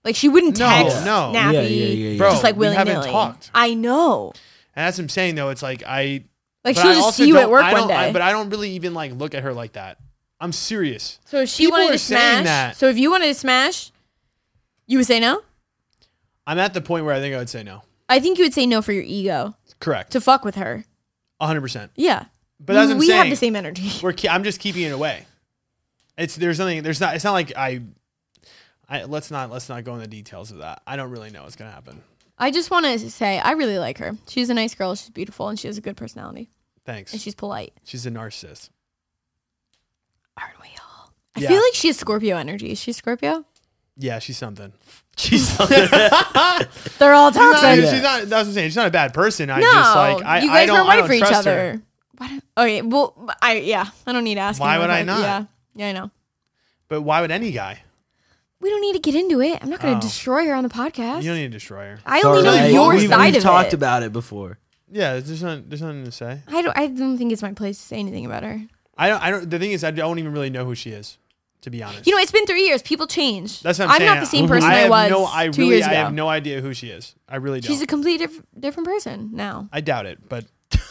Like she wouldn't
No,
text
no.
Nappy,
Yeah, yeah, yeah, yeah.
Bro,
just like
we
willy
haven't
nilly.
talked.
I know.
and that's what I'm saying though. It's like I
Like
But
she'll
I
just
also
see you
don't-
at work
I
one
don't-
day.
I- but I don't really even like look at her like that. I'm serious.
so if she
people
wanted
are
to
saying
smash,
that.
so if you wanted to smash, you would say no.
I'm at the point where I think I would say no.
I think you would say no for your ego
Correct.
to fuck with her.
100. percent
Yeah,
But that's
we,
what I'm
we
saying.
have the same energy. <laughs>
We're. Ke- I'm just keeping it away. It's there's nothing. There's not. It's not like I. I, let's not let's not go into the details of that. I don't really know what's gonna happen.
I just want to say I really like her. She's a nice girl. She's beautiful, and she has a good personality, and
Thanks.
she's polite.
She's a narcissist.
Aren't we all? I
Yeah.
feel like she has Scorpio energy. Is she Scorpio?
Yeah, she's something.
She's
<laughs>
They're all
She's not,
toxic.
she's not. That's what I'm saying. She's not a bad person. I
No,
just like I,
you
I
guys
don't,
were
I
white
don't
for each
trust her.
other. Why don't- okay, well, I yeah, I don't need to ask.
Why
anyone
would I
about-
not?
Yeah, yeah, I know.
But why would any guy?
We don't need to get into it. I'm not going to
Oh.
destroy her on the podcast.
You don't need to destroy her.
I only know
Sorry.
your
we've,
side
we've
of
talked
it.
about it before.
Yeah, there's nothing. There's nothing to say.
I don't. I don't think it's my place to say anything about her.
I don't. I don't. The thing is, I don't even really know who she is, to be honest.
You know, it's been three years. People change.
That's what I'm,
I'm
saying.
not the same person
I
I,
have
was
No, I
two
really,
years ago.
I have no idea who she is. I really don't.
She's a completely diff- different person now.
I doubt it, but
<laughs>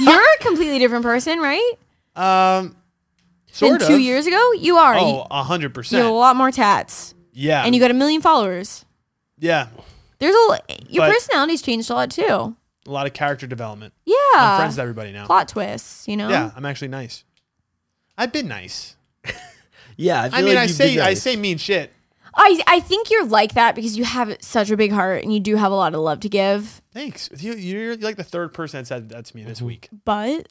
You're a completely different person, right?
<laughs> um,
Than
sort
two
of.
years ago, you are.
Oh, a hundred
you, you have a
percent.
lot more tats,
Yeah,
and you got a million followers.
yeah,
There's a l- your
But-
personality's changed a lot too.
a lot of character development.
Yeah,
I'm friends with everybody now.
plot twists. You know.
Yeah, I'm actually nice. I've been nice.
Yeah,
I mean, I say, I say mean shit.
I I think you're like that because you have such a big heart and you do have a lot of love to give.
Thanks. You, you're like the third person that said that to me this week.
But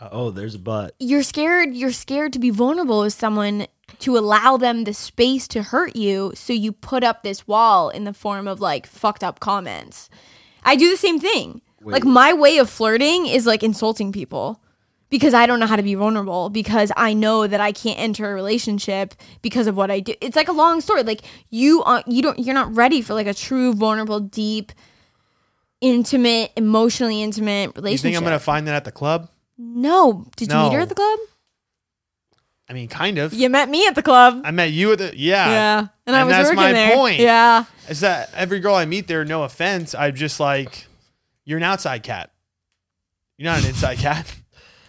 Oh, there's a but.
you're scared you're scared to be vulnerable with someone to allow them the space to hurt you so you put up this wall in the form of like fucked up comments i do the same thing like my way of flirting is like insulting people because i don't know how to be vulnerable because i know that i can't enter a relationship because of what i do it's like a long story like you are you don't you're not ready for like a true vulnerable deep intimate emotionally intimate
You
relationship
think I'm gonna find that at the club?
no did you meet her
No.
at the club
I mean, kind of.
you met me at the club.
I met you at the yeah.
yeah, and, I
and
was
that's
working
my
there.
point.
Yeah,
Is that every girl I meet there? No offense, I'm just like, you're an outside cat. You're not an inside <laughs> cat.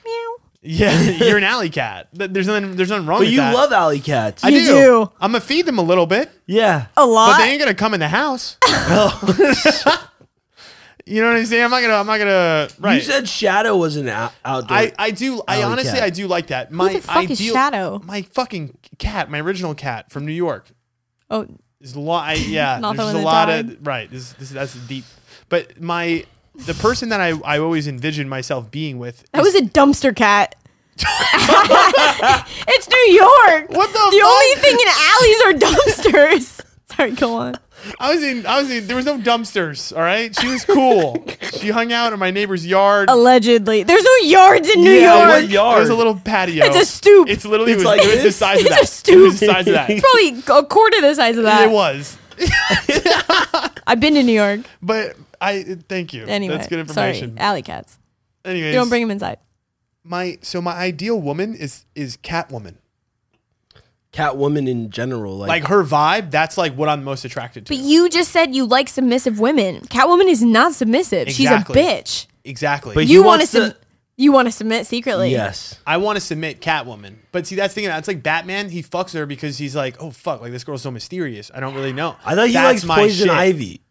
meow.
<laughs>
Yeah, you're an alley cat. Th- There's nothing. There's nothing wrong.
But
with
you
that.
love alley cats.
I
You
do.
do.
I'm gonna feed them a little bit,
yeah.
a
but
lot.
they ain't gonna come in the
<laughs>
house. <laughs> you know what I'm saying? I'm not gonna. I'm not gonna. Right.
Oh. You said Shadow was an out- outdoor.
I, I do I
Alley
honestly
cat.
I do like that. My
the fuck is
ideal-
Shadow?
My fucking cat, my original cat from New York.
oh,
There's a lot. I, yeah,
<laughs> Not
there's
the
just
one
a
that
lot of right. This, this that's deep. But my the person that I, I always envisioned myself being with.
that
is-
was a dumpster cat. <laughs> it's New York.
What the
<laughs> The
fuck?
only thing in alleys are dumpsters. <laughs> Sorry, go on.
I was in. I was in. There was no dumpsters. All right. She was cool. she hung out in my neighbor's yard.
Allegedly, there's no yards in New
Yeah,
York.
what yard?
There's a little patio.
It's a stoop.
It's literally
It's
it was,
like
it was the
this?
size of
It's
that.
a stoop.
It was the size of that.
<laughs> It's probably a quarter the size of that.
It was.
I've been to New York.
But I thank you.
Anyway,
that's good
sorry,
information.
alley cats.
Anyways,
You don't bring them inside.
my so my ideal woman is is Catwoman.
Catwoman in general, like,
Like her vibe, that's like what I'm most attracted to.
But you just said you like submissive women. Catwoman is not submissive.
Exactly.
She's a bitch.
exactly.
But
You
He
want to
wants to-
sub- you want to submit secretly.
yes,
I want to submit Catwoman. But see, that's the thing. That's like Batman. He fucks her because he's like, oh fuck, like this girl's so mysterious. I don't really know.
I thought he
That's
likes
my
Poison
shit.
Ivy.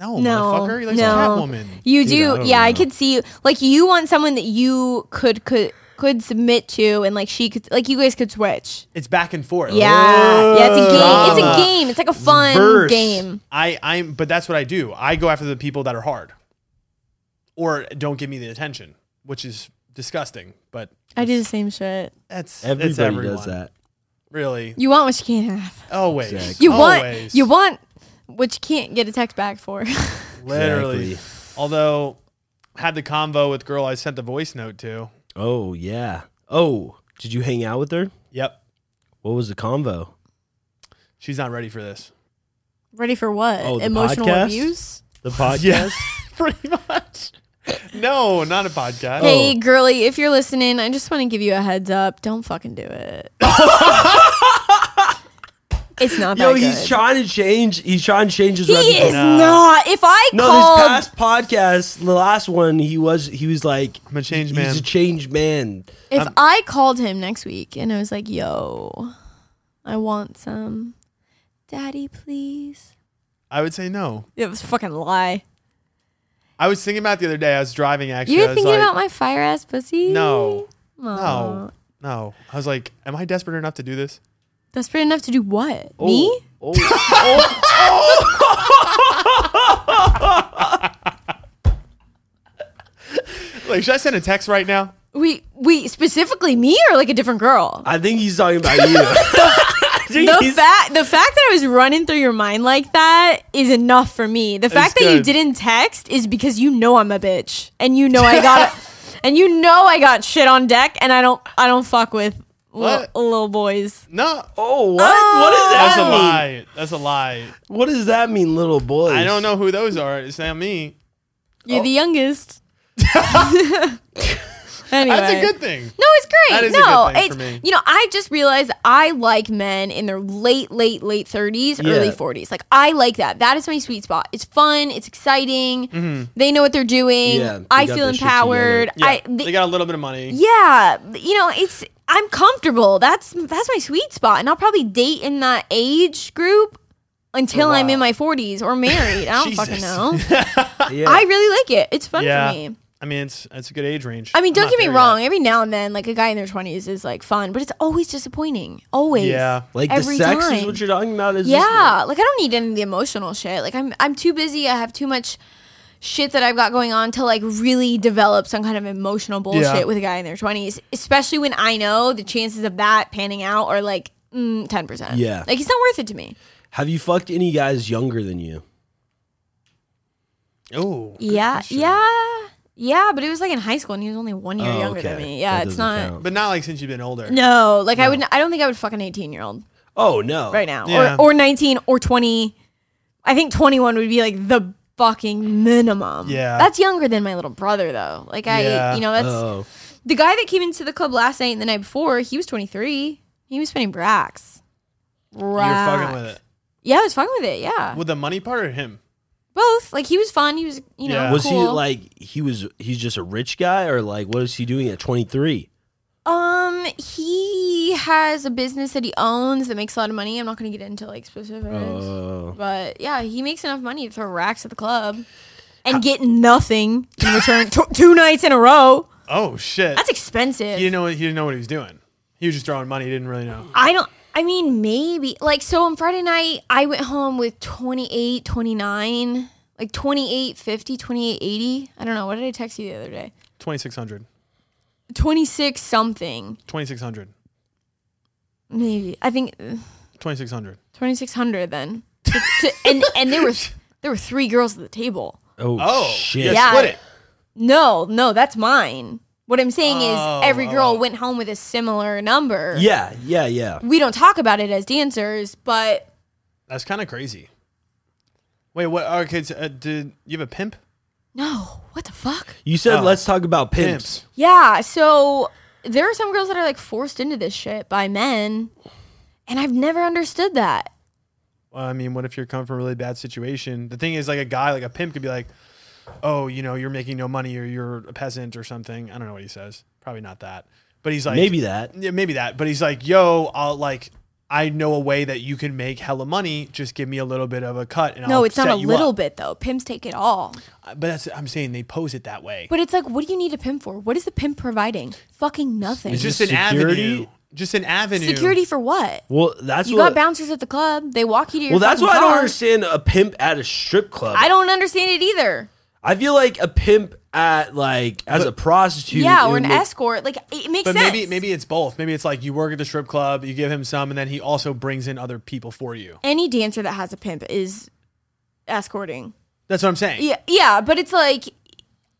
No,
No,
motherfucker. He likes
no.
Catwoman.
You
Dude,
do.
I don't
yeah, I
know.
could see. you- Like you want someone that you could could could submit to, and like she could, like you guys could switch.
It's back and forth.
Yeah, yeah. It's a game. It's a
Drama.
game. It's like a fun
Oh, Verse.
game.
I I'm but that's what I do. I go after the people that are hard or don't give me the attention, which is disgusting, but
I do the same shit.
that's that's
Everybody
everyone.
does that.
Really?
You want what you can't have.
Always.
Exactly.
You want
Always.
you want what you can't get a text back for. <laughs>
literally.
Exactly.
Although had the convo with girl I sent the voice note to.
Oh yeah. Oh, did you hang out with her?
Yep.
What was the convo?
She's not ready for
<laughs>
this.
Ready for what?
Oh, the
Emotional
podcast?
abuse.
<laughs> The podcast.
<laughs>
Pretty much. No, not a
Oh.
podcast.
Hey, girly, if you're listening, I just want to give you a heads up. Don't fucking do it.
<laughs>
it's not that
Yo,
good.
he's trying to change. He's trying to change his.
he
reputation.
is not. If I
No,
called,
this past podcast, the last one, he was he was like
I'm a change
he's
man.
a changed man.
if I called him next week and I was like, "Yo, I want some, daddy, please,"
I would say no.
it was a fucking lie.
I was thinking about it the other day. I was driving actually.
you were
I was
thinking
like,
about my fire ass pussy.
No.
Aw. Oh.
No. No. I was like, am I desperate enough to do this?
Desperate enough to do what? Me?
Oh, oh,
Like, should I send a text right now?
We we specifically me or like a different girl.
I think he's talking about you. I think
<laughs> The
he's-
fact the fact that I was running through your mind like that is enough for me. The fact that you
good.
didn't text is because you know I'm a bitch and
<laughs>
you know I got and you know I got shit on deck and I don't I don't fuck with li-
What?
little boys.
No.
oh, what? what does that
That's a
Oh.
mean?
lie. That's a lie.
What does that mean, little boys?
I don't know who those are. It's not me.
You're
Oh. <laughs>
the youngest. <laughs> anyway.
That's a good thing.
No, it's great.
That is a
no,
good thing for
it's
me.
you know, I just realized I like men in their late, late, late thirties, early
Yeah.
forties. Like I like that. That is my sweet spot. It's fun. It's exciting.
Mm-hmm.
They know what they're doing.
Yeah, they
I
got
feel
their shit
empowered.
Yeah,
I th-
they got a little bit of money.
yeah, you know, it's I'm comfortable. That's that's my sweet spot, and I'll probably date in that age group until I'm in my forties or married. I don't
<laughs>
fucking
Jesus.
know.
Yeah.
I really like it. It's fun
Yeah.
for me.
I mean, it's it's a good age range.
I mean,
I'm
don't
not
get me
there
wrong.
yet.
Every now and then, like a guy in their twenties is like fun, but it's always disappointing. Always.
Yeah.
like
every
the sex is
time.
what you're talking about. Is just-
yeah. Like I don't need any of the emotional shit. Like I'm I'm too busy. I have too much shit that I've got going on to like really develop some kind of emotional bullshit
Yeah.
with a guy in their twenties. Especially when I know the chances of that panning out are like mm, ten percent.
Yeah.
Like it's not worth it to me.
Have you fucked any guys younger than you?
Oh,
yeah. Yeah. Yeah. But it was like in high school and he was only one year
Oh,
younger than
okay.
me. Yeah.
That
it's
doesn't
not.
count.
but not like since you've been older.
No, like I wouldn't. I don't think I would fuck an eighteen-year-old.
Oh no!
right now
Yeah.
or, or 19 or 20 i think 21 would be like the fucking minimum
Yeah.
that's younger than my little brother though like i
Yeah.
you know that's
Oh,
the guy that came into the club last night and the night before he was 23 he was spinning bracks
You're
Brax.
fucking with it.
yeah i was fucking with it yeah
With the money part or him?
both like he was fun he was you know
Yeah.
was he
cool.
like he was? He's just a rich guy, or like what is he doing at 23?
um he has a business that he owns that makes a lot of money i'm not gonna get into like specifics
Oh,
But yeah, he makes enough money to throw racks at the club and get nothing in <laughs> return t- two nights in a row.
Oh shit!
That's expensive.
he didn't know. He didn't know what he was doing. He was just throwing money. He didn't really know.
I don't I mean maybe like so on Friday night I went home with 28, 29, like 28, 50, 28, 80. I don't know. What did I text you the other day?
2600
26 something.
2600
Maybe. I think uh,
2600
2600 then. To- to- and and there were there were three girls at the table.
oh,
Oh
shit!
Yeah.
Split it.
No, no, that's mine. What I'm saying
Oh,
is every girl
oh.
went home with a similar number.
Yeah, yeah, yeah.
We don't talk about it as dancers, but
That's kind of crazy. Wait, what? Okay, so, uh, did you have a pimp?
no, what the fuck?
You said
Oh.
let's talk about pimps.
Yeah, so there are some girls that are like forced into this shit by men, and I've never understood that.
Well, I mean, what if you're coming from a really bad situation? The thing is, like a guy, like a pimp, could be like, "Oh, you know, you're making no money, or you're a peasant, or something." I don't know what he says. Probably not that, but he's like,
Maybe that.
yeah, maybe that. But he's like, "Yo, I'll like." I know a way that you can make hella money. Just give me a little bit of a cut, and
No,
I'll
it's not
set
a
you
little
up.
bit though. Pimps take it all.
But that's I'm saying they pose it that way.
But it's like, what do you need a pimp for? What is the pimp providing? Fucking nothing.
It's
Is
just
this
an
security?
avenue. Just an avenue.
Security for what?
Well, that's
You
what.
got bouncers at the club. They walk you to your
well, that's
fucking
why I don't
car.
understand a pimp at a strip club.
I don't understand it either.
I feel like a pimp at like as a prostitute.
yeah,
it
or
would
an
make-
escort. Like it makes
But
sense.
maybe maybe it's both. Maybe it's like you work at the strip club, you give him some, and then he also brings in other people for you.
any dancer that has a pimp is escorting.
That's what I'm saying.
Yeah, yeah, but it's like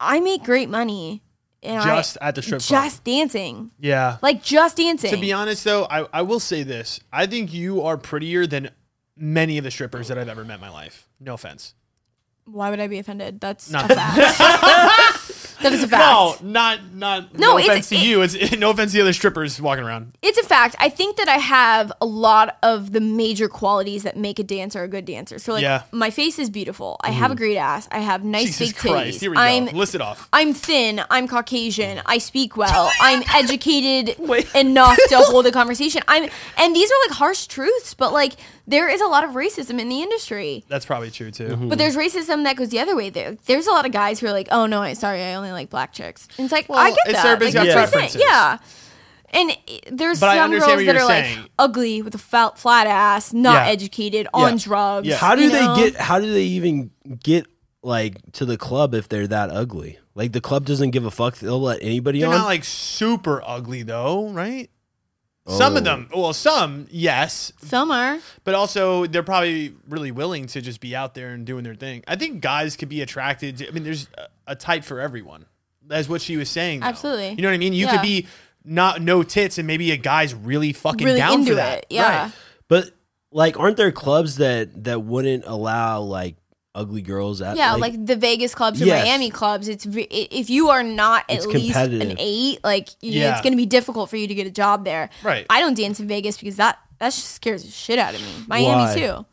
I make great money and
Just
I,
at the strip club.
just dancing,
Yeah.
like just dancing.
to be honest though, I, I will say this. I think you are prettier than many of the strippers that I've ever met in my life. No offense.
Why would I be offended? That's
Not- <laughs>
a fact. that is a fact.
No, not not
No,
no,
it's-
offense to
it-
you. It's <laughs> no offense to the other strippers walking around.
It's a fact. I think that I have a lot of the major qualities that make a dancer a good dancer. So like
Yeah. Mm.
my face is beautiful. I have a great ass. I have nice
Jesus
big titties.
Christ. Here we
I'm
go. List it off.
I'm thin. I'm Caucasian. I
<laughs>
speak well. I'm educated enough to hold a conversation. I'm, and these are like harsh truths, but like there is a lot of racism in the industry.
That's probably true too.
But there's racism that goes the other way. There, there's a lot of guys who are like, "Oh no, I sorry, I only like black chicks." And it's like I
Well,
get
it's
that.
everybody's
Like,
got
that's what I'm saying.
preferences.
Yeah. And i- there's
But I
some
understand what
girls that are
you're
like
saying.
ugly with a fat, flat ass, not
Yeah.
educated, on
Yeah.
drugs.
Yeah.
How do
you
they
know?
get? How do they even get like to the club if they're that ugly? Like the club doesn't give a fuck. They'll let anybody
They're
on.
not like super ugly though, right? Some of
Oh.
them, well, some, yes,
Some are.
but also they're probably really willing to just be out there and doing their thing. I think guys could be attracted. To, I mean, there's a, a type for everyone. That's what she was saying. though.
Absolutely.
you know what I mean. You
Yeah.
could be not no tits, and maybe a guy's really fucking
Really
down
into
for that.
it, yeah.
Right.
but like, aren't there clubs that that wouldn't allow like ugly girls at?
Yeah, like, the Vegas clubs or
Yes.
Miami clubs. It's ve- i- if you are not at
It's
least an
competitive.
eight, like you,
Yeah.
it's going to be difficult for you to get a job there.
Right.
I don't dance in Vegas because that that just scares the shit out of me. Miami
Why?
too.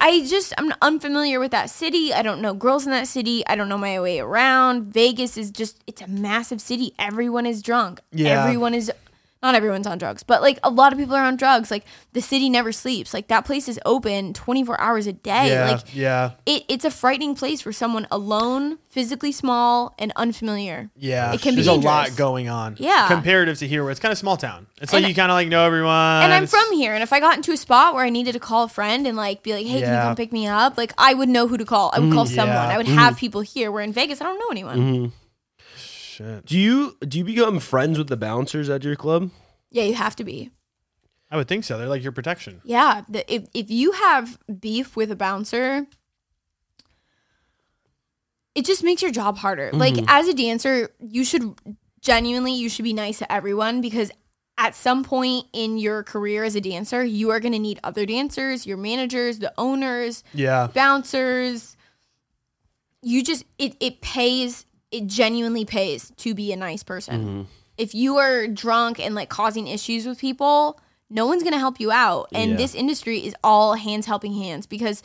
I just I'm unfamiliar with that city. I don't know girls in that city. I don't know my way around. Vegas is just it's a massive city. Everyone is drunk.
Yeah.
Everyone is not everyone's on drugs, but like a lot of people are on drugs. Like the city never sleeps. Like that place is open 24 hours a day.
Yeah,
Like
yeah.
it, it's a frightening place for someone alone, physically small, and unfamiliar.
Yeah,
it can
there's
be
a lot
dangerous.
going on.
Yeah.
comparative to here, where it's kind of small town. It's like
And-
you kind of like know everyone.
And I'm
It's-
from here, and if I got into a spot where I needed to call a friend and like be like, "Hey, can you
Yeah. Mm-hmm.
come pick me up?" Like I would know who to call. I would call someone.
yeah. Mm-hmm.
I would have people here. We're in Vegas. I don't know anyone.
do you do you become friends with the bouncers at your club?
Yeah, you have to be.
I would think so. They're like your protection.
Yeah, the, if if you have beef with a bouncer, it just makes your job harder. Like as a dancer, you should genuinely you should be nice to everyone because at some point in your career as a dancer, you are going to need other dancers, your managers, the owners,
Yeah,
bouncers. You just it it pays it genuinely pays to be a nice person. If you are drunk and like causing issues with people, no one's going to help you out. And
Yeah.
this industry is all hands helping hands because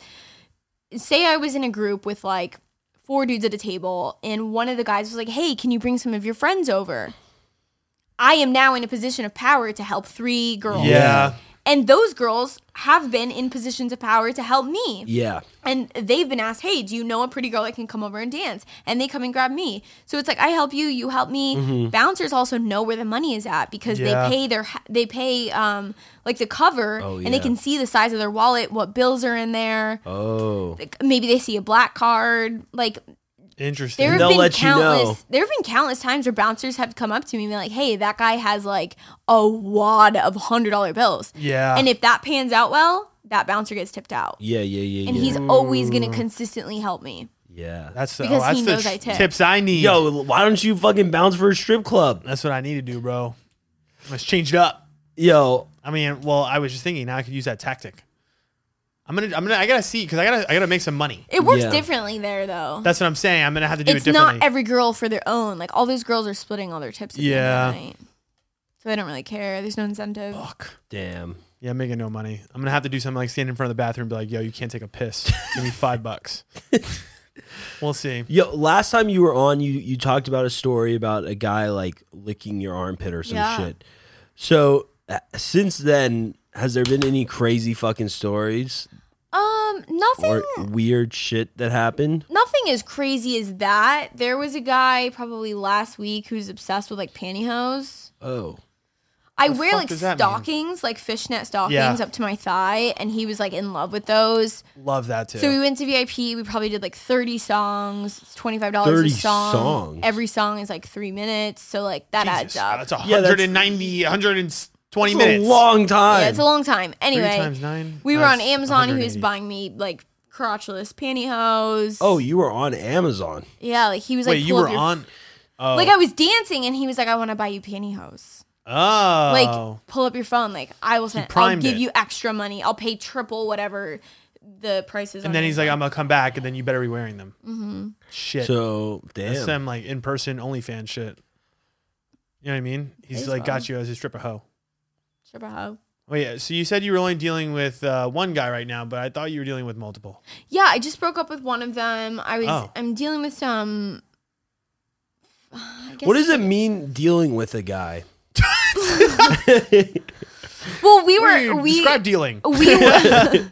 say I was in a group with like four dudes at a table and one of the guys was like, "Hey, can you bring some of your friends over?" I am now in a position of power to help three girls.
yeah.
And those girls have been in positions of power to help me.
Yeah,
And they've been asked, hey, do you know a pretty girl that can come over and dance? And they come and grab me. So it's like I help you, you help me.
Mm-hmm.
Bouncers also know where the money is at because
Yeah.
they pay their they pay um like the cover
Oh,
and they
yeah.
can see the size of their wallet, what bills are in there.
Oh,
Like, Maybe they see a black card. Like
Interesting.
there have
They'll
been
let you know.
countless there have been countless times where bouncers have come up to me and been like, hey, that guy has like a wad of hundred dollar bills.
yeah,
And if that pans out well, that bouncer gets tipped out.
yeah, yeah, yeah,
And
yeah.
he's always
Mm.
going to consistently help me.
yeah.
that's the, oh,
because
that's
he
the
knows I
tr-
tip.
tips I need.
Yo, why don't you fucking bounce for a strip club?
That's what I need to do, bro. Let's change it up.
Yo,
I mean, well, I was just thinking now I could use that tactic. I'm gonna, I'm gonna, I gotta see because I gotta, I gotta make some money.
It works
Yeah.
differently there, though.
That's what I'm saying. I'm gonna have to do
it's
it differently.
not every girl for their own. Like, all those girls are splitting all their tips at yeah.
Yeah.
the end of the night. So they don't really care. There's no incentive.
Fuck.
damn.
Yeah, I'm making no money. I'm gonna have to do something like stand in front of the bathroom, and be like, "Yo, you can't take a piss. Give me five
<laughs>
bucks." we'll see.
Yo, last time you were on, you you talked about a story about a guy like licking your armpit or some
Yeah.
shit. So uh, since then, has there been any crazy fucking stories
Um, nothing.
or weird shit that happened?
Nothing as crazy as that. There was a guy probably last week who's obsessed with like pantyhose.
Oh,
I wear
fuck
like
does that mean?
stockings, like fishnet stockings
Yeah.
up to my thigh, and he was like in love with those.
Love that too.
So we went to VIP. We probably did like 30 songs. It's $25 a
30
song.
songs.
Every song is like three minutes. So, like, that
Jesus,
adds up.
That's 190,
that's-
120
it's a
minutes.
long time.
yeah, it's a long time.
Three
Anyway,
times nine.
we were on
That's
Amazon. He was
180.
buying me like crotchless pantyhose.
oh, you were on Amazon.
yeah. Like, he was like,
Wait, you
pull
were
up your-
on? Oh.
Like, I was dancing, and he was like, I want to buy you pantyhose.
oh.
Like, pull up your phone. Like, I will send, I'll
primed
give
it.
you extra money. I'll pay triple whatever the price is.
And
on
then he's like,
Amazon."
I'm gonna come back, and then you better be wearing them. Mm-hmm. Shit.
So damn.
That's some like in person OnlyFans shit. You know what I mean? He's
Baseball.
like got you as a stripper hoe.
Sure, bro.
Oh yeah. So you said you were only dealing with uh, one guy right now, but I thought you were dealing with
<laughs>
multiple.
Yeah, I just broke up with one of them. I was
Oh.
I'm dealing with some. <sighs> I guess
what does
it's
it mean dealing with a guy?
like- Well, we were
Dude,
we Oh,
describe dealing.
we
<laughs>
were,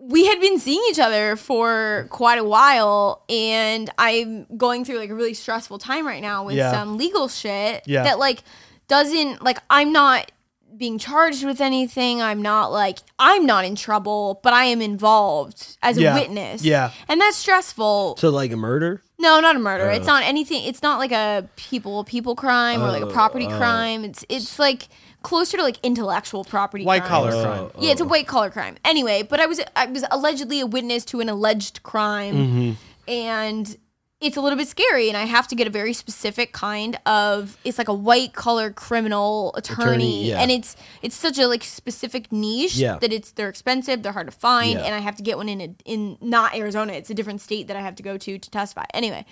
we had been seeing each other for quite a while, and I'm going through like a really stressful time right now with
Yeah.
some legal shit
Yeah.
that like doesn't like I'm not being charged with anything. I'm not like I'm not in trouble, but I am involved as
Yeah.
a witness.
Yeah.
And that's stressful.
So like a murder?
No, not a murder. it's not anything. It's not like a people people crime or like a property crime. It's it's like closer to like intellectual property.
White
crimes.
Oh,
collar crime.
Yeah, it's a white collar crime. Anyway, but I was I was allegedly a witness to an alleged crime,
Mm-hmm.
and it's a little bit scary. And I have to get a very specific kind of it's like a white collar criminal attorney,
Attorney, yeah.
and it's it's such a like specific niche
Yeah.
that it's they're expensive, they're hard to find,
Yeah.
and I have to get one in a, in not Arizona. It's a different state that I have to go to to testify. Anyway,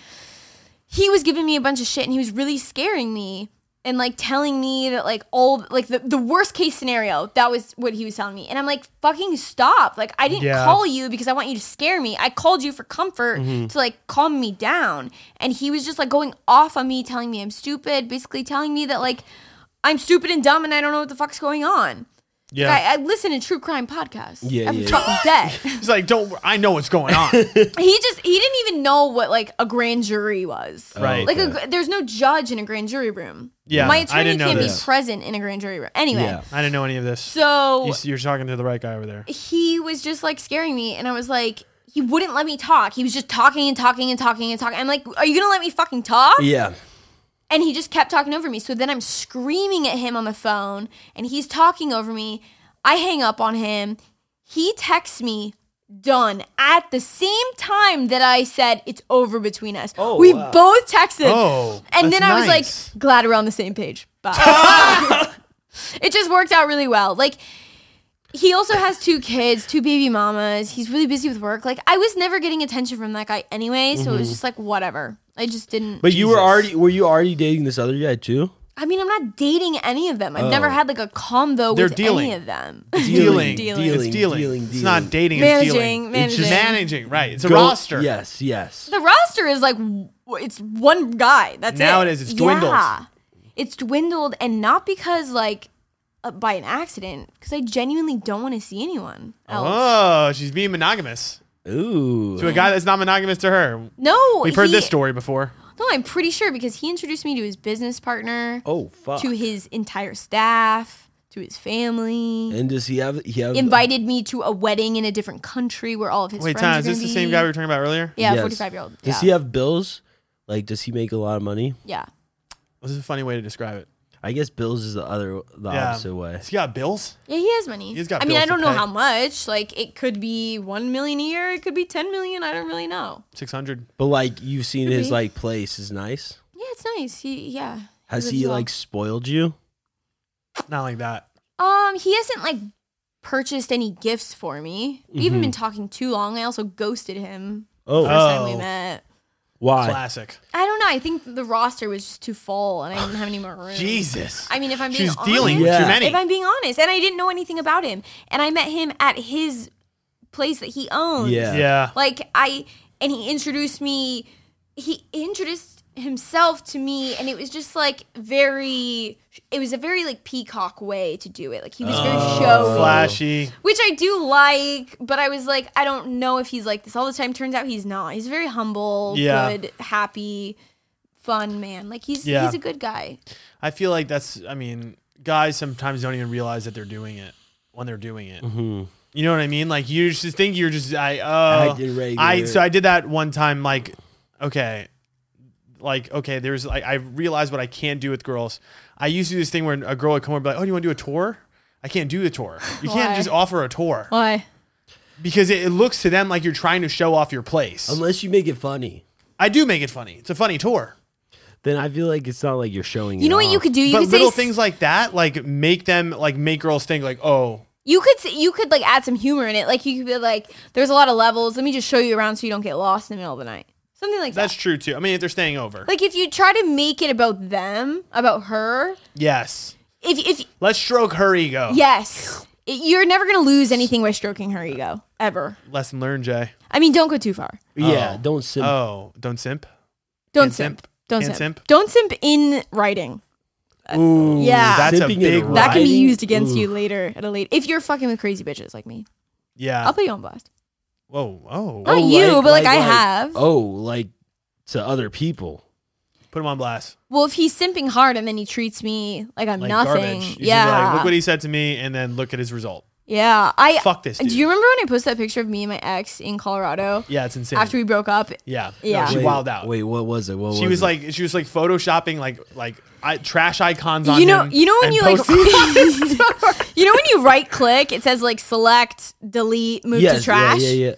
he was giving me a bunch of shit and he was really scaring me and like telling me that like all like the, the worst case scenario that was what he was telling me and i'm like fucking stop like i didn't
Yeah.
call you because i want you to scare me i called you for comfort
Mm-hmm.
to like calm me down and he was just like going off on me telling me i'm stupid basically telling me that like i'm stupid and dumb and i don't know what the fuck's going on
Yeah.
I, I listen to true crime podcasts.
Yeah,
I'm
yeah,
fucking dead. <laughs>
He's like, don't. wor- I know what's going
<laughs>
on.
he just he didn't even know what like a grand jury was.
right.
Like a, there's no judge in a grand jury room.
Yeah,
my
I
attorney
didn't know
can't
this.
be present in a grand jury room. Anyway,
Yeah.
I didn't know any of this.
so
You- You're talking to the right guy over there.
he was just like scaring me, and I was like, he wouldn't let me talk. He was just talking and talking and talking and talking. I'm like, are you gonna let me fucking talk?
Yeah.
And he just kept talking over me. So then I'm screaming at him on the phone, and he's talking over me. I hang up on him. He texts me done at the same time that I said it's over between us.
Oh,
we
wow.
both texted.
Oh,
and
that's
then I was
nice.
like, glad we're on the same page.
<laughs>
Bye. it just worked out really well. Like he also has two kids, two baby mamas. He's really busy with work. Like I was never getting attention from that guy anyway, so it
Mm-hmm.
was just like whatever. I just didn't.
But you were already were you already dating this other guy too?
I mean, I'm not dating any of them. I've never had like a combo
Oh. They're
with
dealing.
any of them. <laughs>
Dealing.
Dealing.
It's dealing.
Dealing,
It's
dealing.
not dating.
Managing,
It's dealing. It's just
managing.
managing. Right. It's a
Go-
roster.
Yes, yes.
the roster is like w- it's one guy. That's it.
Nowadays, it's dwindled.
Yeah. It's dwindled, and not because like uh, by an accident, because I genuinely don't want to see anyone else.
Oh, she's being monogamous
Ooh.
to a guy that's not monogamous to her.
No,
We've heard
he-
this story before.
No, I'm pretty sure because he introduced me to his business partner,
oh fuck.
to his entire staff, to his family.
And does he have he have
Invited me to a wedding in a different country where all of his
Wait,
friends
Tom,
are
is this
gonna
the
be.
same guy we were talking about earlier?
Yeah,
Yes.
forty-five year old.
Does
Yeah.
he have bills? Like does he make a lot of money?
yeah.
This is a funny way to describe it.
I guess bills is the other the opposite way.
He's got bills.
Yeah, he has money.
He's got
I mean,
bills
I
to
don't know
pay.
how much. Like, it could be one million a year. It could be ten million. I don't really know.
Six hundred.
But like you've seen his
be.
like place is nice.
Yeah, it's nice. He, yeah.
Has
lives
he
well.
like spoiled you?
Not like that.
Um, he hasn't like purchased any gifts for me. We
Mm-hmm.
haven't been talking too long. I also ghosted him
Oh,
first time we
Oh.
met.
why?
Classic.
I don't know. I think the roster was just too full, and I didn't have any more room.
Jesus.
I mean, if I'm being
She's dealing
honest,
with too
Yeah.
many.
if I'm being honest, and I didn't know anything about him, and I met him at his place that he owns.
Yeah.
yeah.
Like I and he introduced me he introduced himself to me and it was just like very it was a very like peacock way to do it. Like he was very showy.
Oh. Flashy.
Which I do like, but I was like, I don't know if he's like this all the time. Turns out he's not. He's very humble,
Yeah.
good, happy, fun man. Like he's
Yeah.
he's a good guy.
I feel like that's. I mean, guys sometimes don't even realize that they're doing it when they're doing it. You know what I mean? Like you just think you're just I oh
Acting regular.
I so I did that one time. Like okay, like okay, there's like I realized what I can't do with girls. I used to do this thing where a girl would come over and be like, "Oh, do you want to do a tour?" I can't do the tour. You can't
Why?
just offer a tour
Why?
because it, it looks to them like you're trying to show off your place.
Unless you make it funny.
I do make it funny. It's a funny tour.
Then I feel like it's not like you're showing
You know what you could do? You
but
could say
little
s-
things like that, like make them like make girls think like, "Oh,
You could say- you could like add some humor in it. Like you could be like, "There's a lot of levels. Let me just show you around so you don't get lost in the middle of the night." Something like
That's
that.
true too. I mean, if they're staying over,
Like if you try to make it about them, about her.
yes.
If if
Let's stroke her ego.
yes, It- you're never gonna lose anything by stroking her ego ever.
Lesson learned, Jay.
I mean, don't go too far.
Yeah,
Oh.
don't simp.
Oh, don't simp.
Don't
Can't
simp.
simp.
Don't
Can't
simp.
simp.
Don't simp in writing.
Ooh,
yeah.
Uh, that's a
Simping
big
it
one.
That can be
Writing?
used against
Ooh.
you later at a late. If you're fucking with crazy bitches like me,
Yeah.
I'll put you on blast.
Whoa. Oh.
Not you, but, like, I have.
Oh, like to other people.
Put him on blast.
Well, if he's simping hard and then he treats me like I'm
Like
nothing.
garbage. You should be
Yeah.
Like, look what he said to me, and then look at his result.
yeah. I
Fuck this dude.
Do you remember when I posted that picture of me and my ex in Colorado
Yeah, it's insane.
after we broke up?
yeah. No,
Yeah.
she
Wait,
wilded out.
Wait, what was it? What
She was like, she was like photoshopping like like I, trash icons on
You know,
him
you know when
and
you like, <laughs>
posting-
you know when you right click, it says like select, delete, move
yes,
to trash.
Yeah, yeah, yeah.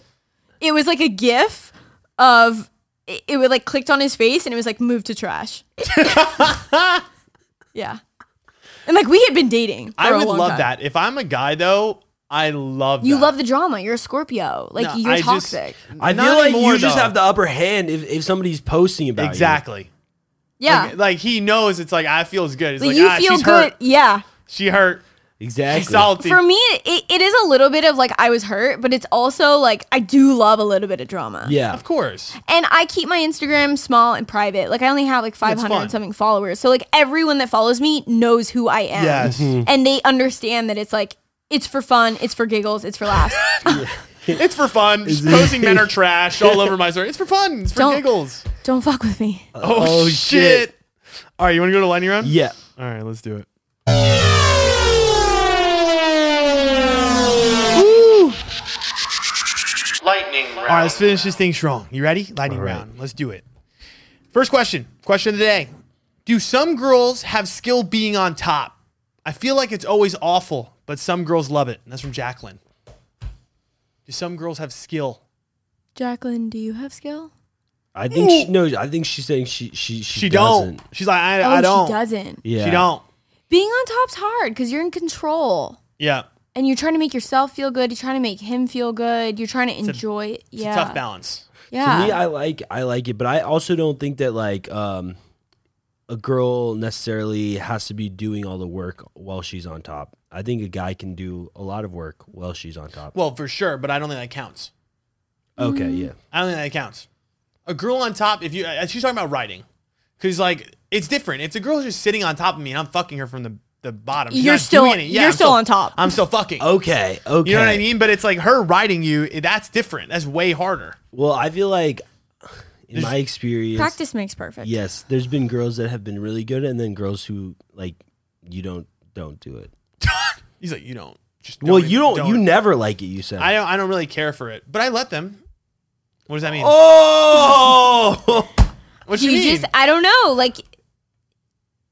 It was like a GIF of it, it would like clicked on his face and it was like move
<laughs>
to trash. yeah, and like we had been dating.
I
for a
would
long
love
time.
that. If I'm a guy though, I love
You
that.
love the drama. You're a Scorpio. Like
No,
you're
I just-
toxic.
I
Not
feel like
anymore,
you just
though.
have the upper hand if, if somebody's posting about you.
exactly.
yeah.
Like, like, he knows it's like I feels good. It's
but
like
you
ah,
feel
she's
good.
hurt.
Yeah.
She hurt.
Exactly.
She's salty.
For me, it, it is a little bit of like I was hurt, but it's also like I do love a little bit of drama.
Yeah.
of course.
And I keep my Instagram small and private. Like I only have like
fun.
500 something followers. So like everyone that follows me knows who I am.
Yes. Mm-hmm.
And they understand that it's like it's for fun, it's for giggles, it's for laughs.
<laughs> It's for fun. Just posting men are trash all over my story. It's for fun. It's for
Don't-
giggles.
Don't fuck with me.
Oh,
oh,
shit.
shit.
All right, you want to go to lightning round?
Yeah.
All right, let's do it.
Lightning
All right,
round.
let's finish this thing strong. You ready? Lightning round. Let's do it. First question. Question of the day. Do some girls have skill being on top? I feel like it's always awful, but some girls love it. And that's from Jacqueline. Do some girls have skill?
Jacqueline, do you have skill?
I think she, no. I think she's saying she she she,
She, don't.
doesn't.
She's like, I,
Oh,
I don't.
she doesn't.
Yeah.
She don't.
Being on top's hard because you're in control.
Yeah.
And you're trying to make yourself feel good. You're trying to make him feel good. You're trying to
a-
enjoy. it.
It's
yeah.
a tough balance.
Yeah.
To me, I like I like it, but I also don't think that like um, a girl necessarily has to be doing all the work while she's on top. I think a guy can do a lot of work while she's on top.
Well, mm. for sure, but I don't think that counts.
okay, yeah.
I don't think that counts. A girl on top, if you, uh, she's talking about riding, because like it's different. If the girl's just sitting on top of me and I'm fucking her from the, the bottom, she's
You're
not
still-
doing anything.
you're
I'm
still on top.
I'm still fucking.
Okay, okay.
You know what I mean? But it's like her riding you. eh, That's different. That's way harder.
Well, I feel like in my experience,
Practice makes perfect.
yes, there's been girls that have been really good, and then girls who like you don't don't do it.
He's like, you don't. Just
well, you don't, You
know.
never like it. You said.
I don't. I don't really care for it, but I let them. What does that mean?
oh. <laughs>
what
You,
you, mean?
just I don't know. Like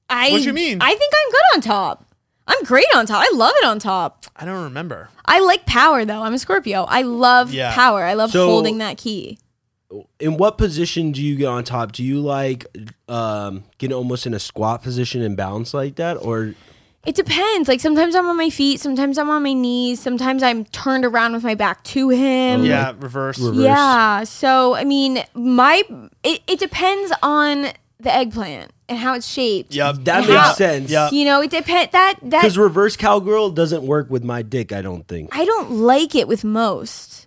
I
What you mean?
I think I'm good on top. I'm great on top. I love it on top.
I don't remember.
I like power though. I'm a Scorpio. I love
Yeah.
power. I love
So-
holding that key.
in what position do you get on top? Do you like um, get almost in a squat position and bounce like that, or
It depends. Like sometimes I'm on my feet, sometimes I'm on my knees, sometimes I'm turned around with my back to him.
Oh,
Yeah, reverse.
reverse?
Yeah. So I mean, my it, it depends on the eggplant and how it's shaped.
Yep.
That
Yeah.
makes sense.
Yeah.
You know, it depends that that
Because reverse cowgirl doesn't work with my dick, I don't think.
I don't like it with most.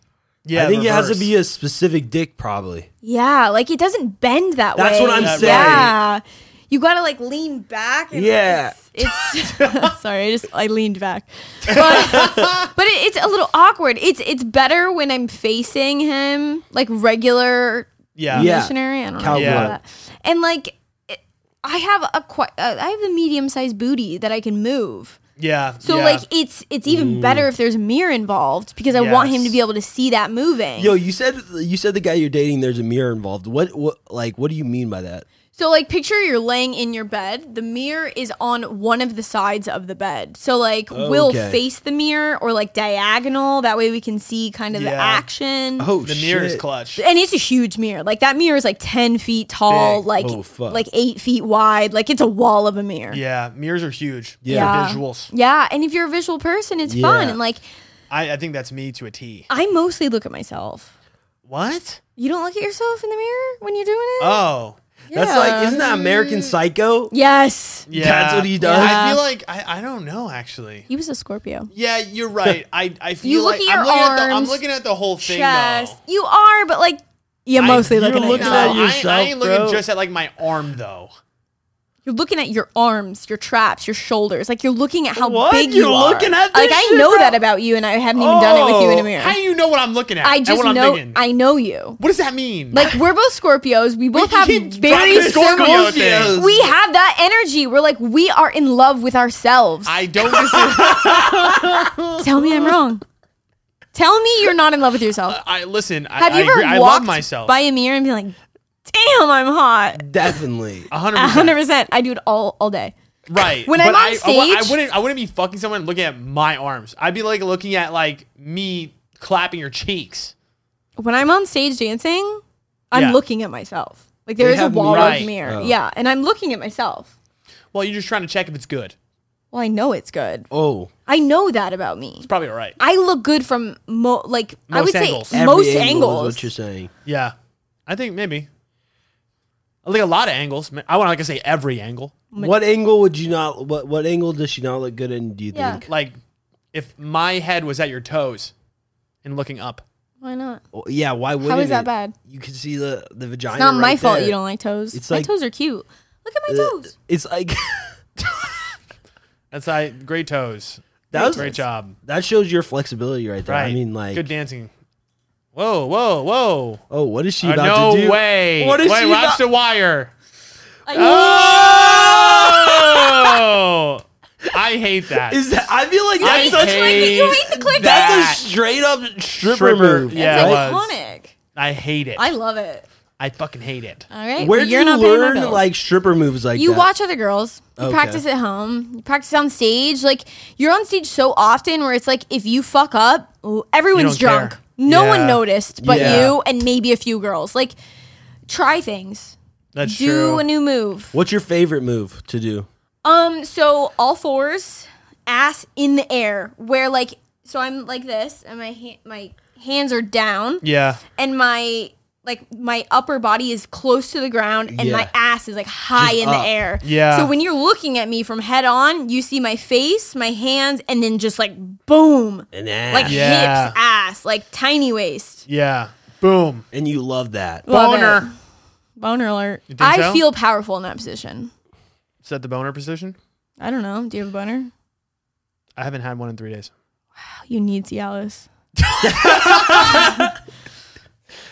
Yeah,
I think it has to
reverse.
be a specific dick, probably.
Yeah, like it doesn't bend that way.
That's what I'm
saying.
Yeah. You gotta like lean back. And
Yeah.
It's,
<laughs>
it's <laughs> sorry, I just I leaned back, but, but it, it's a little awkward. It's it's better when I'm facing him, like regular
Yeah.
Yeah.
missionary. I don't know.
Cowgirl.
Yeah.
about that. And like, it, I have a quite uh, I have a medium sized booty that I can move.
Yeah.
So
yeah.
like it's it's even better if there's a mirror involved because I want him to
Yes.
be able to see that moving.
Yo, you said you said the guy you're dating there's a mirror involved. What what like what do you mean by that?
So like picture you're laying in your bed, the mirror is on one of the sides of the bed. So like we'll
Okay.
face the mirror or like diagonal, that way we can see kind of the
Yeah.
action.
Oh,
the mirror is
shit.
clutch.
And it's a huge mirror. Like that mirror is like ten feet tall,
Big.
like
Oh, fuck.
like eight feet wide. Like it's a wall of a mirror.
Yeah, mirrors are huge.
Yeah.
They're visuals.
Yeah, and if you're a visual person, it's fun.
Yeah.
And like
I, I think that's me to a T.
I mostly look at myself.
What?
You don't look at yourself in the mirror when you're doing it.
Oh,
That's like isn't that American Psycho?
yes,
yeah.
That's what he does.
I
Yeah.
feel like I, I don't know actually.
he was a Scorpio.
Yeah, you're <laughs> right. I, I feel
You look
like
at your
I'm, looking at the, I'm
arms,
looking at the whole thing
Chest.
though.
You are, but like you're mostly
you're
looking at
looking
yourself.
at
I- I,
yourself,
ain't looking
bro.
just at like my arm though.
You're looking at your arms, your traps, your shoulders. Like you're looking at how
What?
big
You're
you are.
looking at
Like
this
I
shit,
know
bro?
that about you, and I haven't even done it with you in a
Oh,
mirror.
How do you know what I'm looking at?
I
and
just
what I'm
know
thinking?
I know you.
what does that mean?
<laughs>
Like we're both Scorpios. We both have
keep
very
dropping Scorpio
similar.
things.
We have that energy. We're like we are in love with ourselves.
I don't
<laughs>
listen. <laughs>
Tell me I'm wrong. Tell me you're not in love with yourself.
I listen. I,
Have
I
you ever
agree. I
walked
love myself.
by a mirror and be like, "Damn, I'm hot." <laughs>
Definitely.
A hundred percent.
hundred percent. I do it all all day.
Right.
When
but
I'm on
I- I wou- I,
stage-
wouldn't I wouldn't be fucking someone looking at my arms. I'd be like looking at like me clapping your cheeks.
When I'm on stage dancing, I'm
Yeah.
looking at myself. Like there
They
is a
have
wall
mirrors.
of mirror.
Oh.
Yeah, and I'm looking at myself.
Well, you're just trying to check if it's good.
Well, I know it's good.
Oh,
I know that about me.
It's probably all right.
I look good from mo- like I
Most
would
angles.
say
every
most
angle is
angles.
what you're saying.
Yeah. I think maybe. I think a lot of angles. I want to like say every angle.
What angle would you not? What what angle does she not look good in? Do you
Yeah.
think?
Like if my head was at your toes and looking up.
Why not?
Well, Oh, yeah. Why wouldn't?
is that
it?
bad?
You can see the the vagina.
It's not my
right
fault
there.
you don't like toes.
It's
my
like-
toes are cute. Look at my
Uh,
toes.
It's like <laughs>
That's I great toes.
that was
Great job.
That shows your flexibility right there.
Right.
I mean, like,
good dancing. Whoa, whoa, whoa.
oh, what is she
Uh,
about
no
to do?
way.
What is
Wait,
she
watch
about?
the wire.
I
Oh! I hate that.
Is that? I feel like
I
that's such
hate
like you hate the click.
that.
That's a straight up stripper,
Stripper,
move.
yeah.
it's
it
right?
was.
iconic.
I hate it.
I love it.
I fucking hate it.
All right.
Where
well,
do
you're
you
not paying my
learn
bills.
like stripper moves like
You
that?
watch other girls. You
Okay.
practice at home. You practice on stage. Like you're on stage so often where it's like if you fuck up, ooh, everyone's
You don't
drunk.
care.
No
Yeah.
one noticed but
Yeah.
you and maybe a few girls. Like try things.
That's
Do
true.
a new move.
What's your favorite move to do?
Um so all fours, ass in the air where like so I'm like this and my ha- my hands are down
yeah.
and my like my upper body is close to the ground and
Yeah.
my ass is like high
Just
in
up.
the air.
Yeah.
So when you're looking at me from head on, you see my face, my hands, and then just like boom,
An ass.
like
Yeah.
hips, ass, like tiny waist.
Yeah. Boom.
and you love that.
Love it.
Boner.
Boner alert.
think
I
so?
feel powerful in that position.
Is that the boner position?
I don't know. Do you have a boner?
I haven't had one in three days.
Oh, You need Cialis.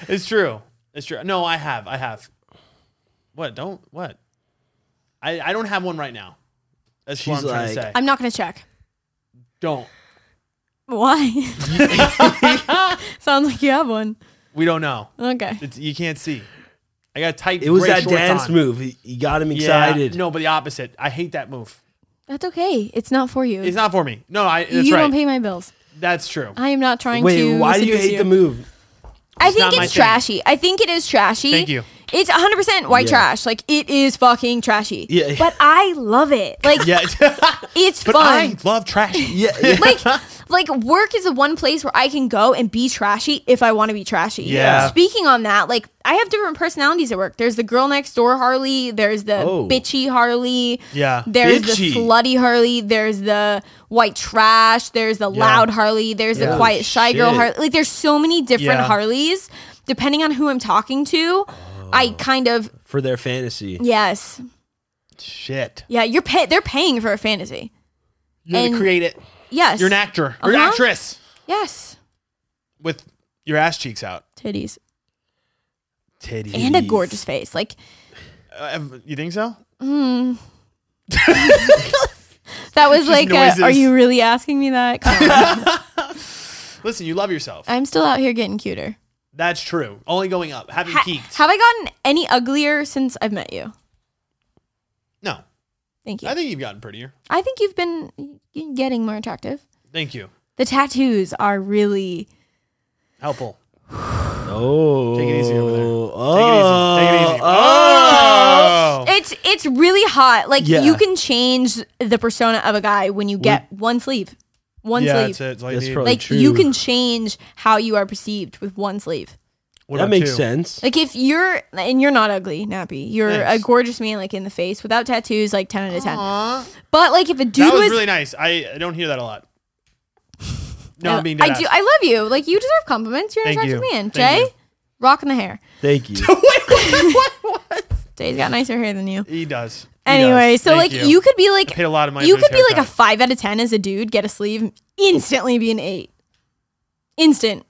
It's true. It's true. No, I have. I have. What? Don't what? I I don't have one right now. That's what
She's
I'm trying to
like-
say.
I'm not gonna check.
don't. <laughs>
Why? <laughs> Sounds like you have one.
We don't know.
Okay.
It's, you can't see. I got tight.
It was
gray
that
shorts
dance
on.
move. You- You got him
Yeah.
excited.
No, but the opposite. I hate that move.
That's okay. It's not for you.
It's not for me. No, I. That's
you
right.
don't pay Uh, my bills.
that's true.
I am not trying to.
Wait, why do you
seduce
hate the move?
I
not
think
my
it's
thing.
trashy. I think it is trashy.
Thank you.
It's 100% white
Yeah.
trash. Like it is fucking trashy.
Yeah.
But I love it. Like
Yeah. <laughs>
it's
but I
fun.
love
<laughs>
trash.
Yeah, yeah.
like like work is the one place where I can go and be trashy if I want to be trashy.
Yeah.
Speaking on that, like I have different personalities at work. There's the girl next door Harley, there's the
Oh.
bitchy Harley.
Yeah.
There's
Bitchy.
the slutty Harley, there's the white trash, there's the loud Harley, there's the
Yeah.
quiet shy girl
Shit.
Harley. Like there's so many different
Yeah.
Harleys depending on who I'm talking to. I kind of
<laughs> for their fantasy.
yes.
Shit.
Yeah, you're pay- they're paying for a fantasy.
You had to
And-
create it.
Yes.
You're an actor. You're an
Uh-huh.
actress
Yes.
with your ass cheeks out.
Titties.
Teddy.
And a gorgeous face. Like
Uh, you think so?
That was like,
noises.
a, are you really asking me that? 'Cause
Listen, you love yourself.
<laughs> I'm still out here getting cuter.
That's true. Only going up. Having
Ha-
peaked.
have I gotten any uglier since I've met you?
no.
Thank you.
I think you've gotten prettier.
I think you've been getting more attractive.
Thank you.
The tattoos are really.
Helpful.
Oh.
Take it easy over there. Take it
Oh.
easy. Take it easy. Oh.
Oh.
It's it's really hot. Like
Yeah.
you can change the persona of a guy when you get one sleeve, one
yeah,
sleeve.
that's it. It's all you
That's
need.
probably
Like
true.
you can change how you are perceived with one sleeve.
What
That
about
makes
two?
sense.
Like if you're and you're not ugly, nappy. You're
Thanks.
a gorgeous man, like in the face, without tattoos, like ten out of ten. But like if a dude
that was,
was
really nice. I, I don't hear that a lot. No,
I,
I'm being
I
dead
do.
ass.
I love you. Like you deserve compliments. You're an
Thank
attractive
you.
man.
Thank
Jay,
you.
<laughs>
<laughs>
rocking the hair.
Thank you.
Wait, what? what?
Jay Jay's got nicer hair than you.
He does. He
Anyway,
does.
so
Thank
like you. could be like
paid a lot of money
You
for this
could be like a
haircut.
five out of ten as a dude. Get a sleeve, instantly be an eight. Instant.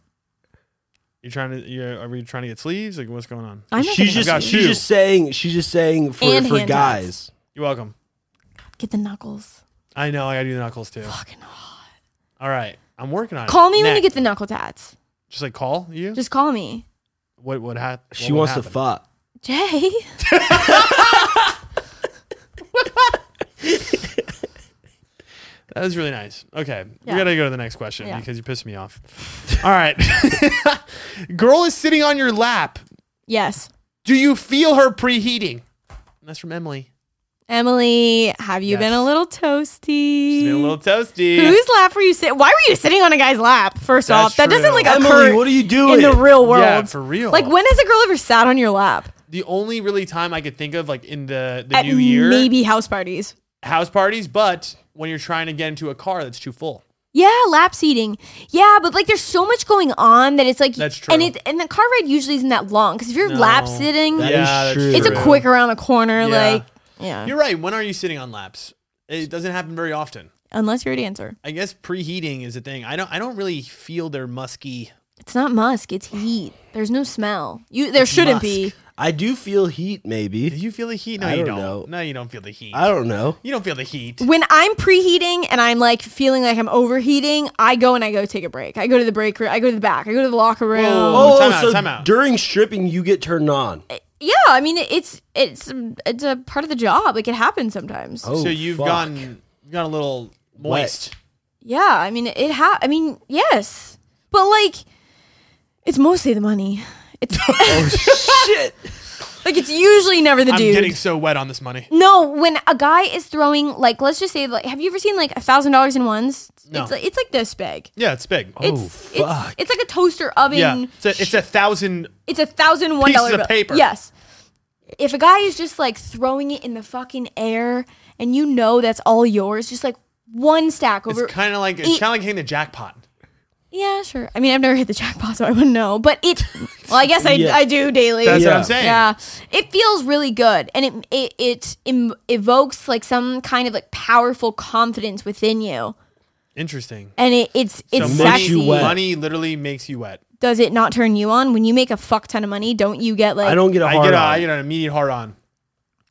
You're trying to. You're, are we trying to get sleeves? Like what's going on?
I'm not
She's
gonna
got
just she's
two.
just saying she's just saying for
And
for
hand
guys.
You're welcome.
get the knuckles.
I know. I gotta do the knuckles too.
Fucking hot.
All right. I'm working on it.
Call me when you
Next.
get the knuckle tats.
Just like call you.
Just call me,
what would hap- what would happen?
She wants to fuck.
Jay. <laughs>
That was really nice. Okay.
Yeah.
We got to go to the next question
Yeah.
because you pissed me off. <laughs> All right. Girl is sitting on your lap.
Yes,
Do you feel her preheating? And that's from Emily.
Emily. Have you been
Yes.
a little toasty?
She's been a little toasty.
Whose lap were you sitting? Why were you sitting on a guy's lap? First
That's
off, that doesn't
true.
like
Emily,
occur
what are you
in
doing?
the real world.
Yeah, for real.
Like when has a girl ever sat on your lap?
the only really time I could think of, like in the, the
At
new year,
maybe house parties.
house parties, but when you're trying to get into a car that's too full.
Yeah, lap seating. Yeah, but like there's so much going on that it's like
That's
And
true.
it and the car ride usually isn't that long because if you're lap
No.
sitting,
That
Yeah,
is
that's
true.
it's a
true.
quick around the corner.
Yeah.
Like yeah,
You're right. When are you sitting on laps? It doesn't happen very often.
unless you're a dancer,
I guess preheating is a thing. I don't. I don't really feel their musky.
it's not musk. It's heat. There's no smell. You there shouldn't be.
I do feel heat
Do
maybe.
you feel the heat? No,
I
you
don't
don't.
know.
No, you don't feel the heat.
I don't know.
You don't feel the heat.
When I'm preheating and I'm like feeling like I'm overheating, I go and I go take a break. I go to the break room. I go to the back. I go to the locker room.
Whoa. Oh, time out, time out.
Oh, during stripping you get turned on.
Yeah, I mean it's it's it's a part of the job. Like it happens sometimes.
Oh,
so you've
fuck.
gone, you've gone a little moist.
Yeah, I mean it ha I mean, yes. But like it's mostly the money.
<laughs>
It's
shit.
like it's usually never the
Oh, I'm
dude.
getting so wet on this money.
no, when a guy is throwing like let's just say like have you ever seen like a thousand dollars in ones?
No.
It's like it's like this big.
Yeah, it's big.
It's,
fuck.
it's it's like a toaster oven.
yeah, it's a, it's a thousand.
It's a thousand one dollar
Pieces
bill.
of paper.
Yes. If a guy is just like throwing it in the fucking air and you know that's all yours, just like one stack
It's
over.
kind of like it's
Eat-
kind of like hitting the jackpot.
yeah, sure. I mean, I've never hit the jackpot, so I wouldn't know. But
<laughs>
it, well, I guess I,
Yeah.
I do daily.
That's what
Yeah.
I'm saying.
Yeah, it feels really good, and it it, it em- evokes like some kind of like powerful confidence within you,
Interesting.
and it, it's it's
makes
sexy.
you wet.
Money literally makes you wet.
Does it not turn you on when you make a fuck ton of money? Don't you get like
I don't get a
I
hard
get a,
on.
I get an immediate hard on.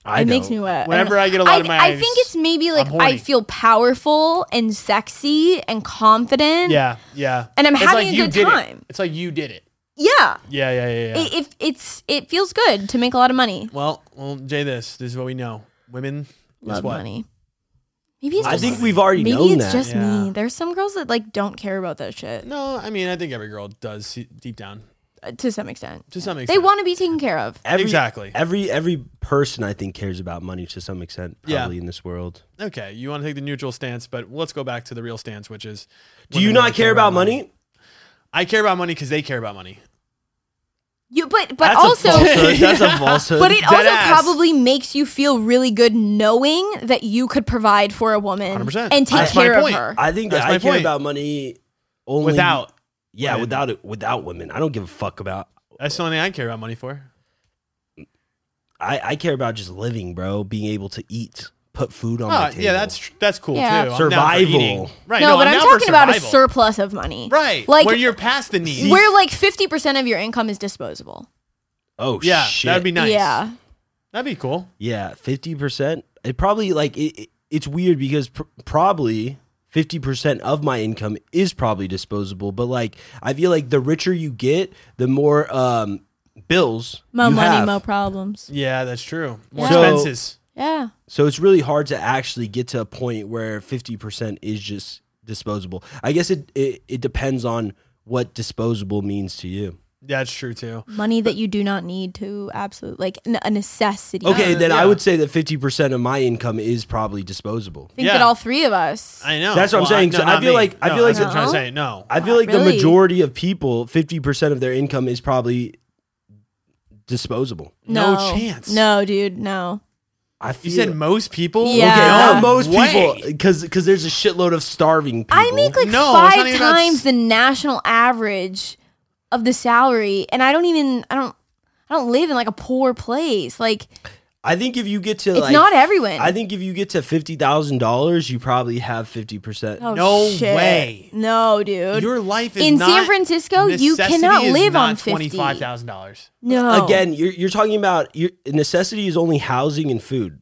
I
it makes
don't.
me wet.
Whenever I get a lot
I,
of my
I think it's maybe like I
horny.
feel powerful and sexy and confident.
Yeah, yeah.
And I'm
It's
having a
you
good
did it.
time.
It's like you did it.
yeah.
Yeah, yeah, yeah, yeah.
It, it it's it feels good to make a lot of money.
well, well, Jay, this this is what we know. Women
Love
is what.
money. Maybe it's
I
just,
think we've already
maybe
known
it's
that.
just me.
Yeah.
There's some girls that like don't care about that shit
No, I mean, I think every girl does see- deep down
uh, to some extent.
to some extent.
They want to be taken care of.
every,
Exactly.
Every every person I think cares about money to some extent,
Yeah.
probably in this world.
okay, you want to take the neutral stance, but let's go back to the real stance, which is
Do you
women
not
really
care about money?
I care about money because they care about money.
You but but
That's
also
<laughs>
a falsehood. That's a falsehood.
<laughs> but it
Dead
also
ass.
probably makes you feel really good knowing that you could provide for a woman
100%.
and take
That's my
care of
point.
her.
I think
That's
that I
my
care
point.
about money only
Without,
yeah
women.
without it without women. I don't give a fuck about.
that's the only thing I care about money for.
I, I care about just living, bro. Being able to eat, put food on my
Oh,
table.
yeah, that's tr- that's cool
Yeah.
too. I'm down for
Survival.
eating. right?
no, but I'm,
down for
talking about a
survival.
surplus of money.
Right,
Like
where you're past the need.
where like 50% of your income is disposable.
oh
yeah,
shit.
that'd be nice.
Yeah.
that'd be cool.
Yeah, fifty percent. It probably like it, it- it's weird because pr- probably fifty percent of my income is probably disposable. But like, I feel like the richer you get, the more um bills
Mo
you
money,
have.
mo problems.
Yeah, that's true. More
So-
expenses.
Yeah.
so it's really hard to actually get to a point where fifty percent is just disposable. I guess it, it it depends on what disposable means to you.
That's true too.
Money that you do not need to absolutely like n- a necessity.
Okay,
Uh,
then
yeah.
I would say that fifty percent of my income is probably disposable.
I think
yeah.
that all three of us.
I know.
That's what I'm saying. So I
not
feel
me.
like- I
No,
feel like
that's what I'm trying to say.
No.
No,
I feel
Not
like the
really.
majority of people, fifty percent of their income is probably disposable.
no,
no chance.
No, dude, no.
I feel
you said most people.
Yeah.
okay, not
Yeah.
most
Way.
people because because there's a shitload of starving people.
I make like
No, it's not
five
even about
times
s-
the national average of the salary and I don't even I don't I don't live in like a poor place. Like
I think if you get to
It's
like,
not everyone.
I think if you get to fifty thousand dollars, you probably have fifty percent.
Oh,
No
shit.
way.
No, dude.
Your life is
in
not,
San Francisco. You
necessity
cannot
is
live
not
on fifty.
twenty-five thousand dollars.
No.
Again, you're you're talking about your necessity is only housing and food.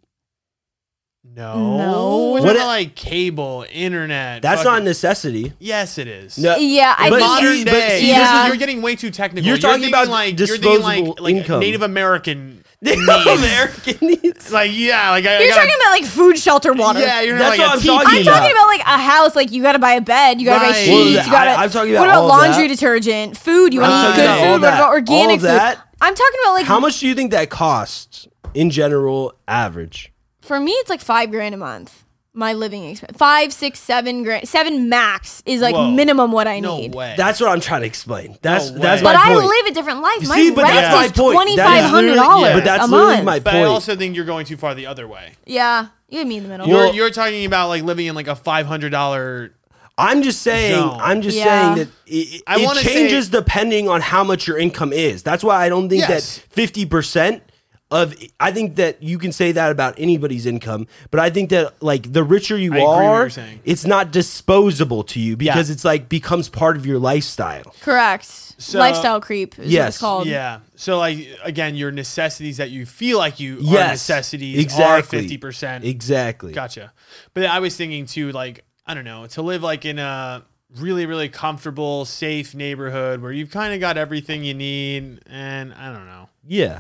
No,
No.
We're
What
talking
it-
like cable, internet.
That's not
fucking- <laughs>
necessity.
Yes, it is.
No,
Yeah, I
Uh, But
think
modern
see, but
day.
see,
this is-
yeah.
you're getting way too technical.
You're talking
thinking
about
like you're thinking like,
disposable
like
income.
Native
<laughs>
American.
American needs.
Like yeah, like I, I
You're
gotta-
talking about like food, shelter, water.
Yeah, you're
That's
like a
what I'm
tea-
talking
I'm talking about like a house. Like you got to buy a bed. You got to buy
Right.
sheets.
Well,
you got to.
I- I'm talking about
what about
all
laundry
that.
detergent, food? You
I'm
want to
talking
eat good
about
food?
all
What
that.
about organic
All that.
food? I'm talking about like
How much do you think that costs in general average?
For me, it's like five grand a month. My living expense, five, six, seven grand, seven max is like
Whoa.
minimum what I
No
need.
way.
That's what I'm trying to explain. That's
No
that's
way.
my
But I
point.
live a different life.
You
My
see, but
rent
that's my
is
point. That
twenty
is
five hundred dollars
literally- yeah, but
that's
a
literally
month.
my
but I
point.
also think you're going too far the other way.
yeah, you and me in the middle.
You're
Well-
you're talking about like living in like a five hundred dollar.
I'm just saying.
No.
I'm just saying
Yeah.
that it,
I
it
wanna
changes
say-
depending on how much your income is. That's why I don't think
Yes.
that fifty percent of. I think that you can say that about anybody's income, but I think that like the richer you
I agree with what
are,
you're saying.
it's not disposable to you because
Yeah.
it's like becomes part of your lifestyle.
Correct.
So-
Lifestyle creep is what
Yes.
it's called.
Yeah. So like again, your necessities that you feel like you are
Yes,
necessities are
exactly.
fifty percent.
Exactly.
Gotcha. But I was thinking too, like I don't know, to live like in a really really comfortable, safe neighborhood where you've kind of got everything you need, and I don't know,
Yeah,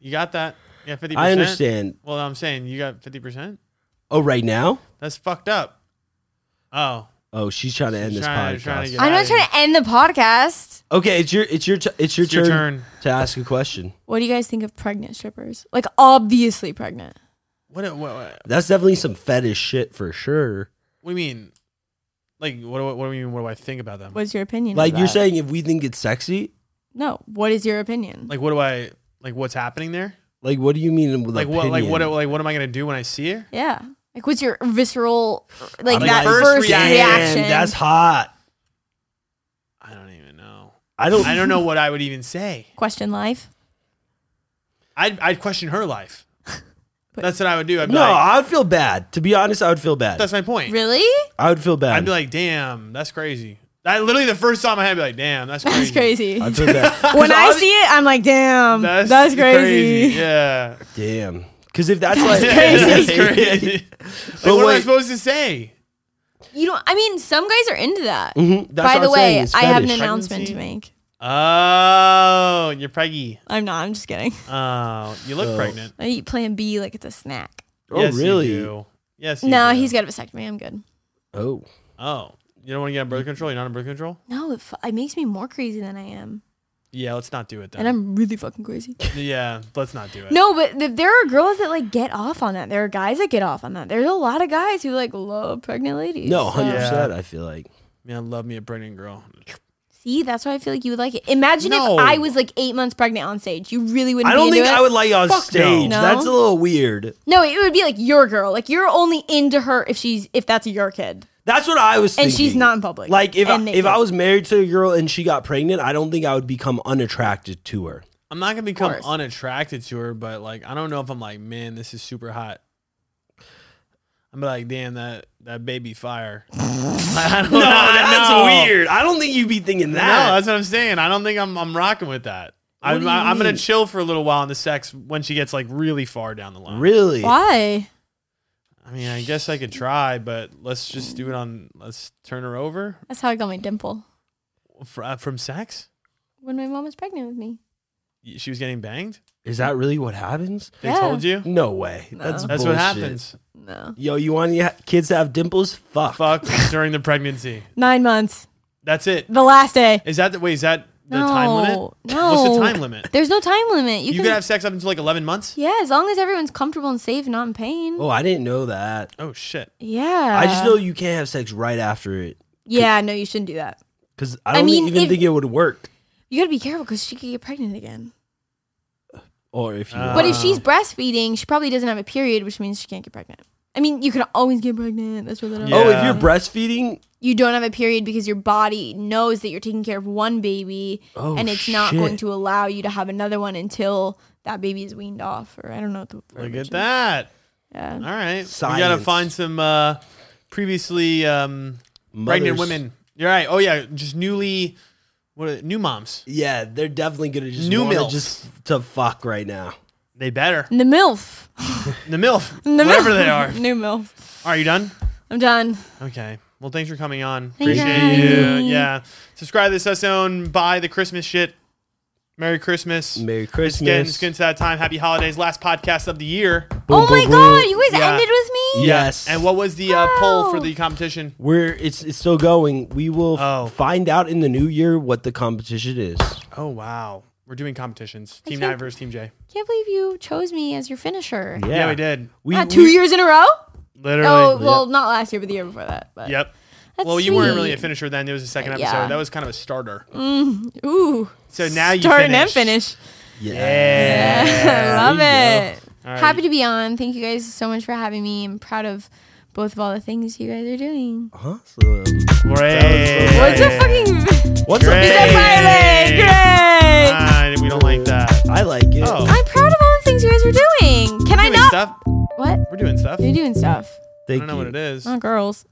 you got that. Yeah, fifty.
I understand.
Well, I'm saying you got fifty percent.
Oh, right now.
That's fucked up. Oh,
Oh, she's trying to end
She's
this
trying-
podcast.
she's trying to get-
I'm not
outta here.
trying to end the podcast.
okay, it's your it's your t- it's your,
It's your
turn,
turn.
to ask a question.
What do you guys think of pregnant strippers? Like obviously pregnant.
what? What? What,
That's definitely some fetish shit for sure.
what do you mean? Like, what? do- What do you mean? What do I think about them?
What's your opinion?
Like
of
you're
that?
saying, if we think it's sexy,
No. What is your opinion?
Like, what do I? Like, what's happening there?
like what do you mean? With
Like, what? Like,
opinion?
what? Like, what am I gonna do when I see her?
yeah. Like what's your visceral like
I'm like,
that first,
first
reaction?
reaction,
Damn, that's hot.
I don't even know.
I don't.
I don't know what I would even say.
Question life.
I'd, I'd question her
<laughs>
life.
But-
that's what I would do. I'd be
No,
like,
I would feel bad. To be honest, I would feel bad.
that's my point.
Really?
I would feel bad.
I'd be like, damn, that's crazy. I literally the first time I had, I'd be like, damn, that's crazy.
That's crazy.
I'd feel bad.
<laughs> when I see it, I'm like, damn, that's, crazy. <laughs>
Yeah.
Damn. Because if that's like,
that's <laughs>
<laughs>
crazy. like,
But
what am I
wait.
supposed to say?
You don't. I mean, some guys are into that.
Mhm, that's what
By the
I'm saying,
way,
it's
I have an
fetish.
announcement to
Pregnancy?
make.
Oh, you're preggy.
I'm not. I'm just kidding. <laughs>
Oh, you look
Oh.
pregnant.
I eat Plan B like it's a snack.
Oh
Yes, you
really?
do. Yes. you
no,
do.
he's got a vasectomy. I'm good.
Oh,
Oh, you don't want to get on birth control. You're not on birth control.
No, it, fu- it makes me more crazy than I am,
Yeah, let's not do it then.
and I'm really fucking crazy. <laughs>
yeah, let's not do it.
No, but th- there are girls that like get off on that. There are guys that get off on that. There's a lot of guys who like love pregnant ladies.
no,
So-
hundred percent. I feel like
Man, love me a pregnant girl.
See, that's why I feel like you would like it. Imagine
No.
if I was like eight months pregnant on stage. You really wouldn't.
I don't
be
think
into
I
it?
would like you on
Fuck
stage.
no.
That's a little weird.
No, it would be like your girl. Like you're only into her if she's if that's your kid
That's what I was.
and
thinking.
she's not in public.
Like if
and
I,
naked.
if I was married to a girl and she got pregnant, I don't think I would become unattracted to her.
I'm not gonna become
course.
unattracted to her, but like I don't know if I'm like, man, this is super hot. I'm like, damn that that baby fire. <laughs> I don't know.
that's
no.
weird. I don't think you'd be thinking
No,
that.
that's what I'm saying. I don't think I'm I'm rocking with that.
do
I'm
you
I'm gonna
mean?
chill for a little while on the sex when she gets like really far down the line.
really?
why?
I mean, I guess I could try, but let's just do it on. Let's turn her over
That's how I got my dimple
fr- uh, from sex.
when my mom was pregnant with me.
She was getting banged.
Is that really what happens?
They
Yeah.
told you.
No way. That's
That's what
bullshit.
happens.
No,
Yo, you want your kids to have dimples? Fuck.
Fuck during the pregnancy.
nine months.
That's it.
The last day.
Is that the wait? Is that the
no,
time limit?
no.
What's the time limit?
There's no time limit. You,
You
can.
could have sex up until like eleven months.
yeah, as long as everyone's comfortable and safe, and not in pain.
Oh, I didn't know that.
Oh shit!
Yeah.
I just know you can't have sex right after it
Yeah, no, you shouldn't do that.
because I
I
don't
mean,
even
if-
think it would work.
You gotta be careful because she could get pregnant again.
Or if you,
Uh,
But if
Oh.
she's breastfeeding, she probably doesn't have a period, which means she can't get pregnant. I mean, you can always get pregnant. That's what that
Yeah.
oh, if you're breastfeeding,
you don't have a period because your body knows that you're taking care of one baby
Oh,
and it's not
shit.
going to allow you to have another one until that baby is weaned off or I don't know what the
Look
verbiage
at
is.
that. All
Yeah.
right. We got to
Science.
find some uh, previously um, pregnant
Mothers-
women. You're right. Oh, yeah. Just newly, what are they- new moms.
Yeah, they're definitely gonna just
New
new
MILFs.
milk just to fuck right now.
They better.
The MILF. <laughs>
The MILF.
The
whatever
MILF.
they are.
<laughs> New MILF.
Are you done?
I'm done.
Okay. Well, thanks for coming on.
Thank you.
Appreciate you. Yeah. Subscribe to the Sussone. Buy the Christmas shit. Merry Christmas.
Merry
It's getting,
Christmas.
it's getting to that time. Happy holidays. Last podcast of the year.
Boom,
oh
boom,
my
boom.
god, you guys
Yeah.
ended with me?
Yes.
And what was the uh, poll for
Wow.
the competition?
We're it's it's still going. We will f-
Oh.
find out in the new year what the competition is.
Oh, wow. We're doing competitions. Team
think-
Nat versus Team J.
Can't believe you chose me as your finisher.
Yeah, we did.
We,
Ah, two
we-
years in a row?
Literally.
Oh, well, not last year, but the year before that. But
Yep.
Oh, That's
well, you weren't
sweet.
really a finisher then. It was the second episode.
Yeah.
That was kind of a starter.
Ooh.
So now you
Start and end
finish.
finish.
<laughs>
Yeah.
<laughs> Love
there
it.
right.
Happy to be on. Thank you guys so much for having me. I'm proud of both of all the things you guys are doing.
Awesome.
Great.
What's a fucking
What's up?
Great.
It's a pilot? Great.
Ah, we don't like that.
I like it.
Oh.
I'm proud of all the things you guys are doing. Can I
Doing
not?
stuff.
What?
We're doing stuff.
You're doing stuff. Oh,
I
Thank
don't know
you.
what it is. <laughs>
Not girls.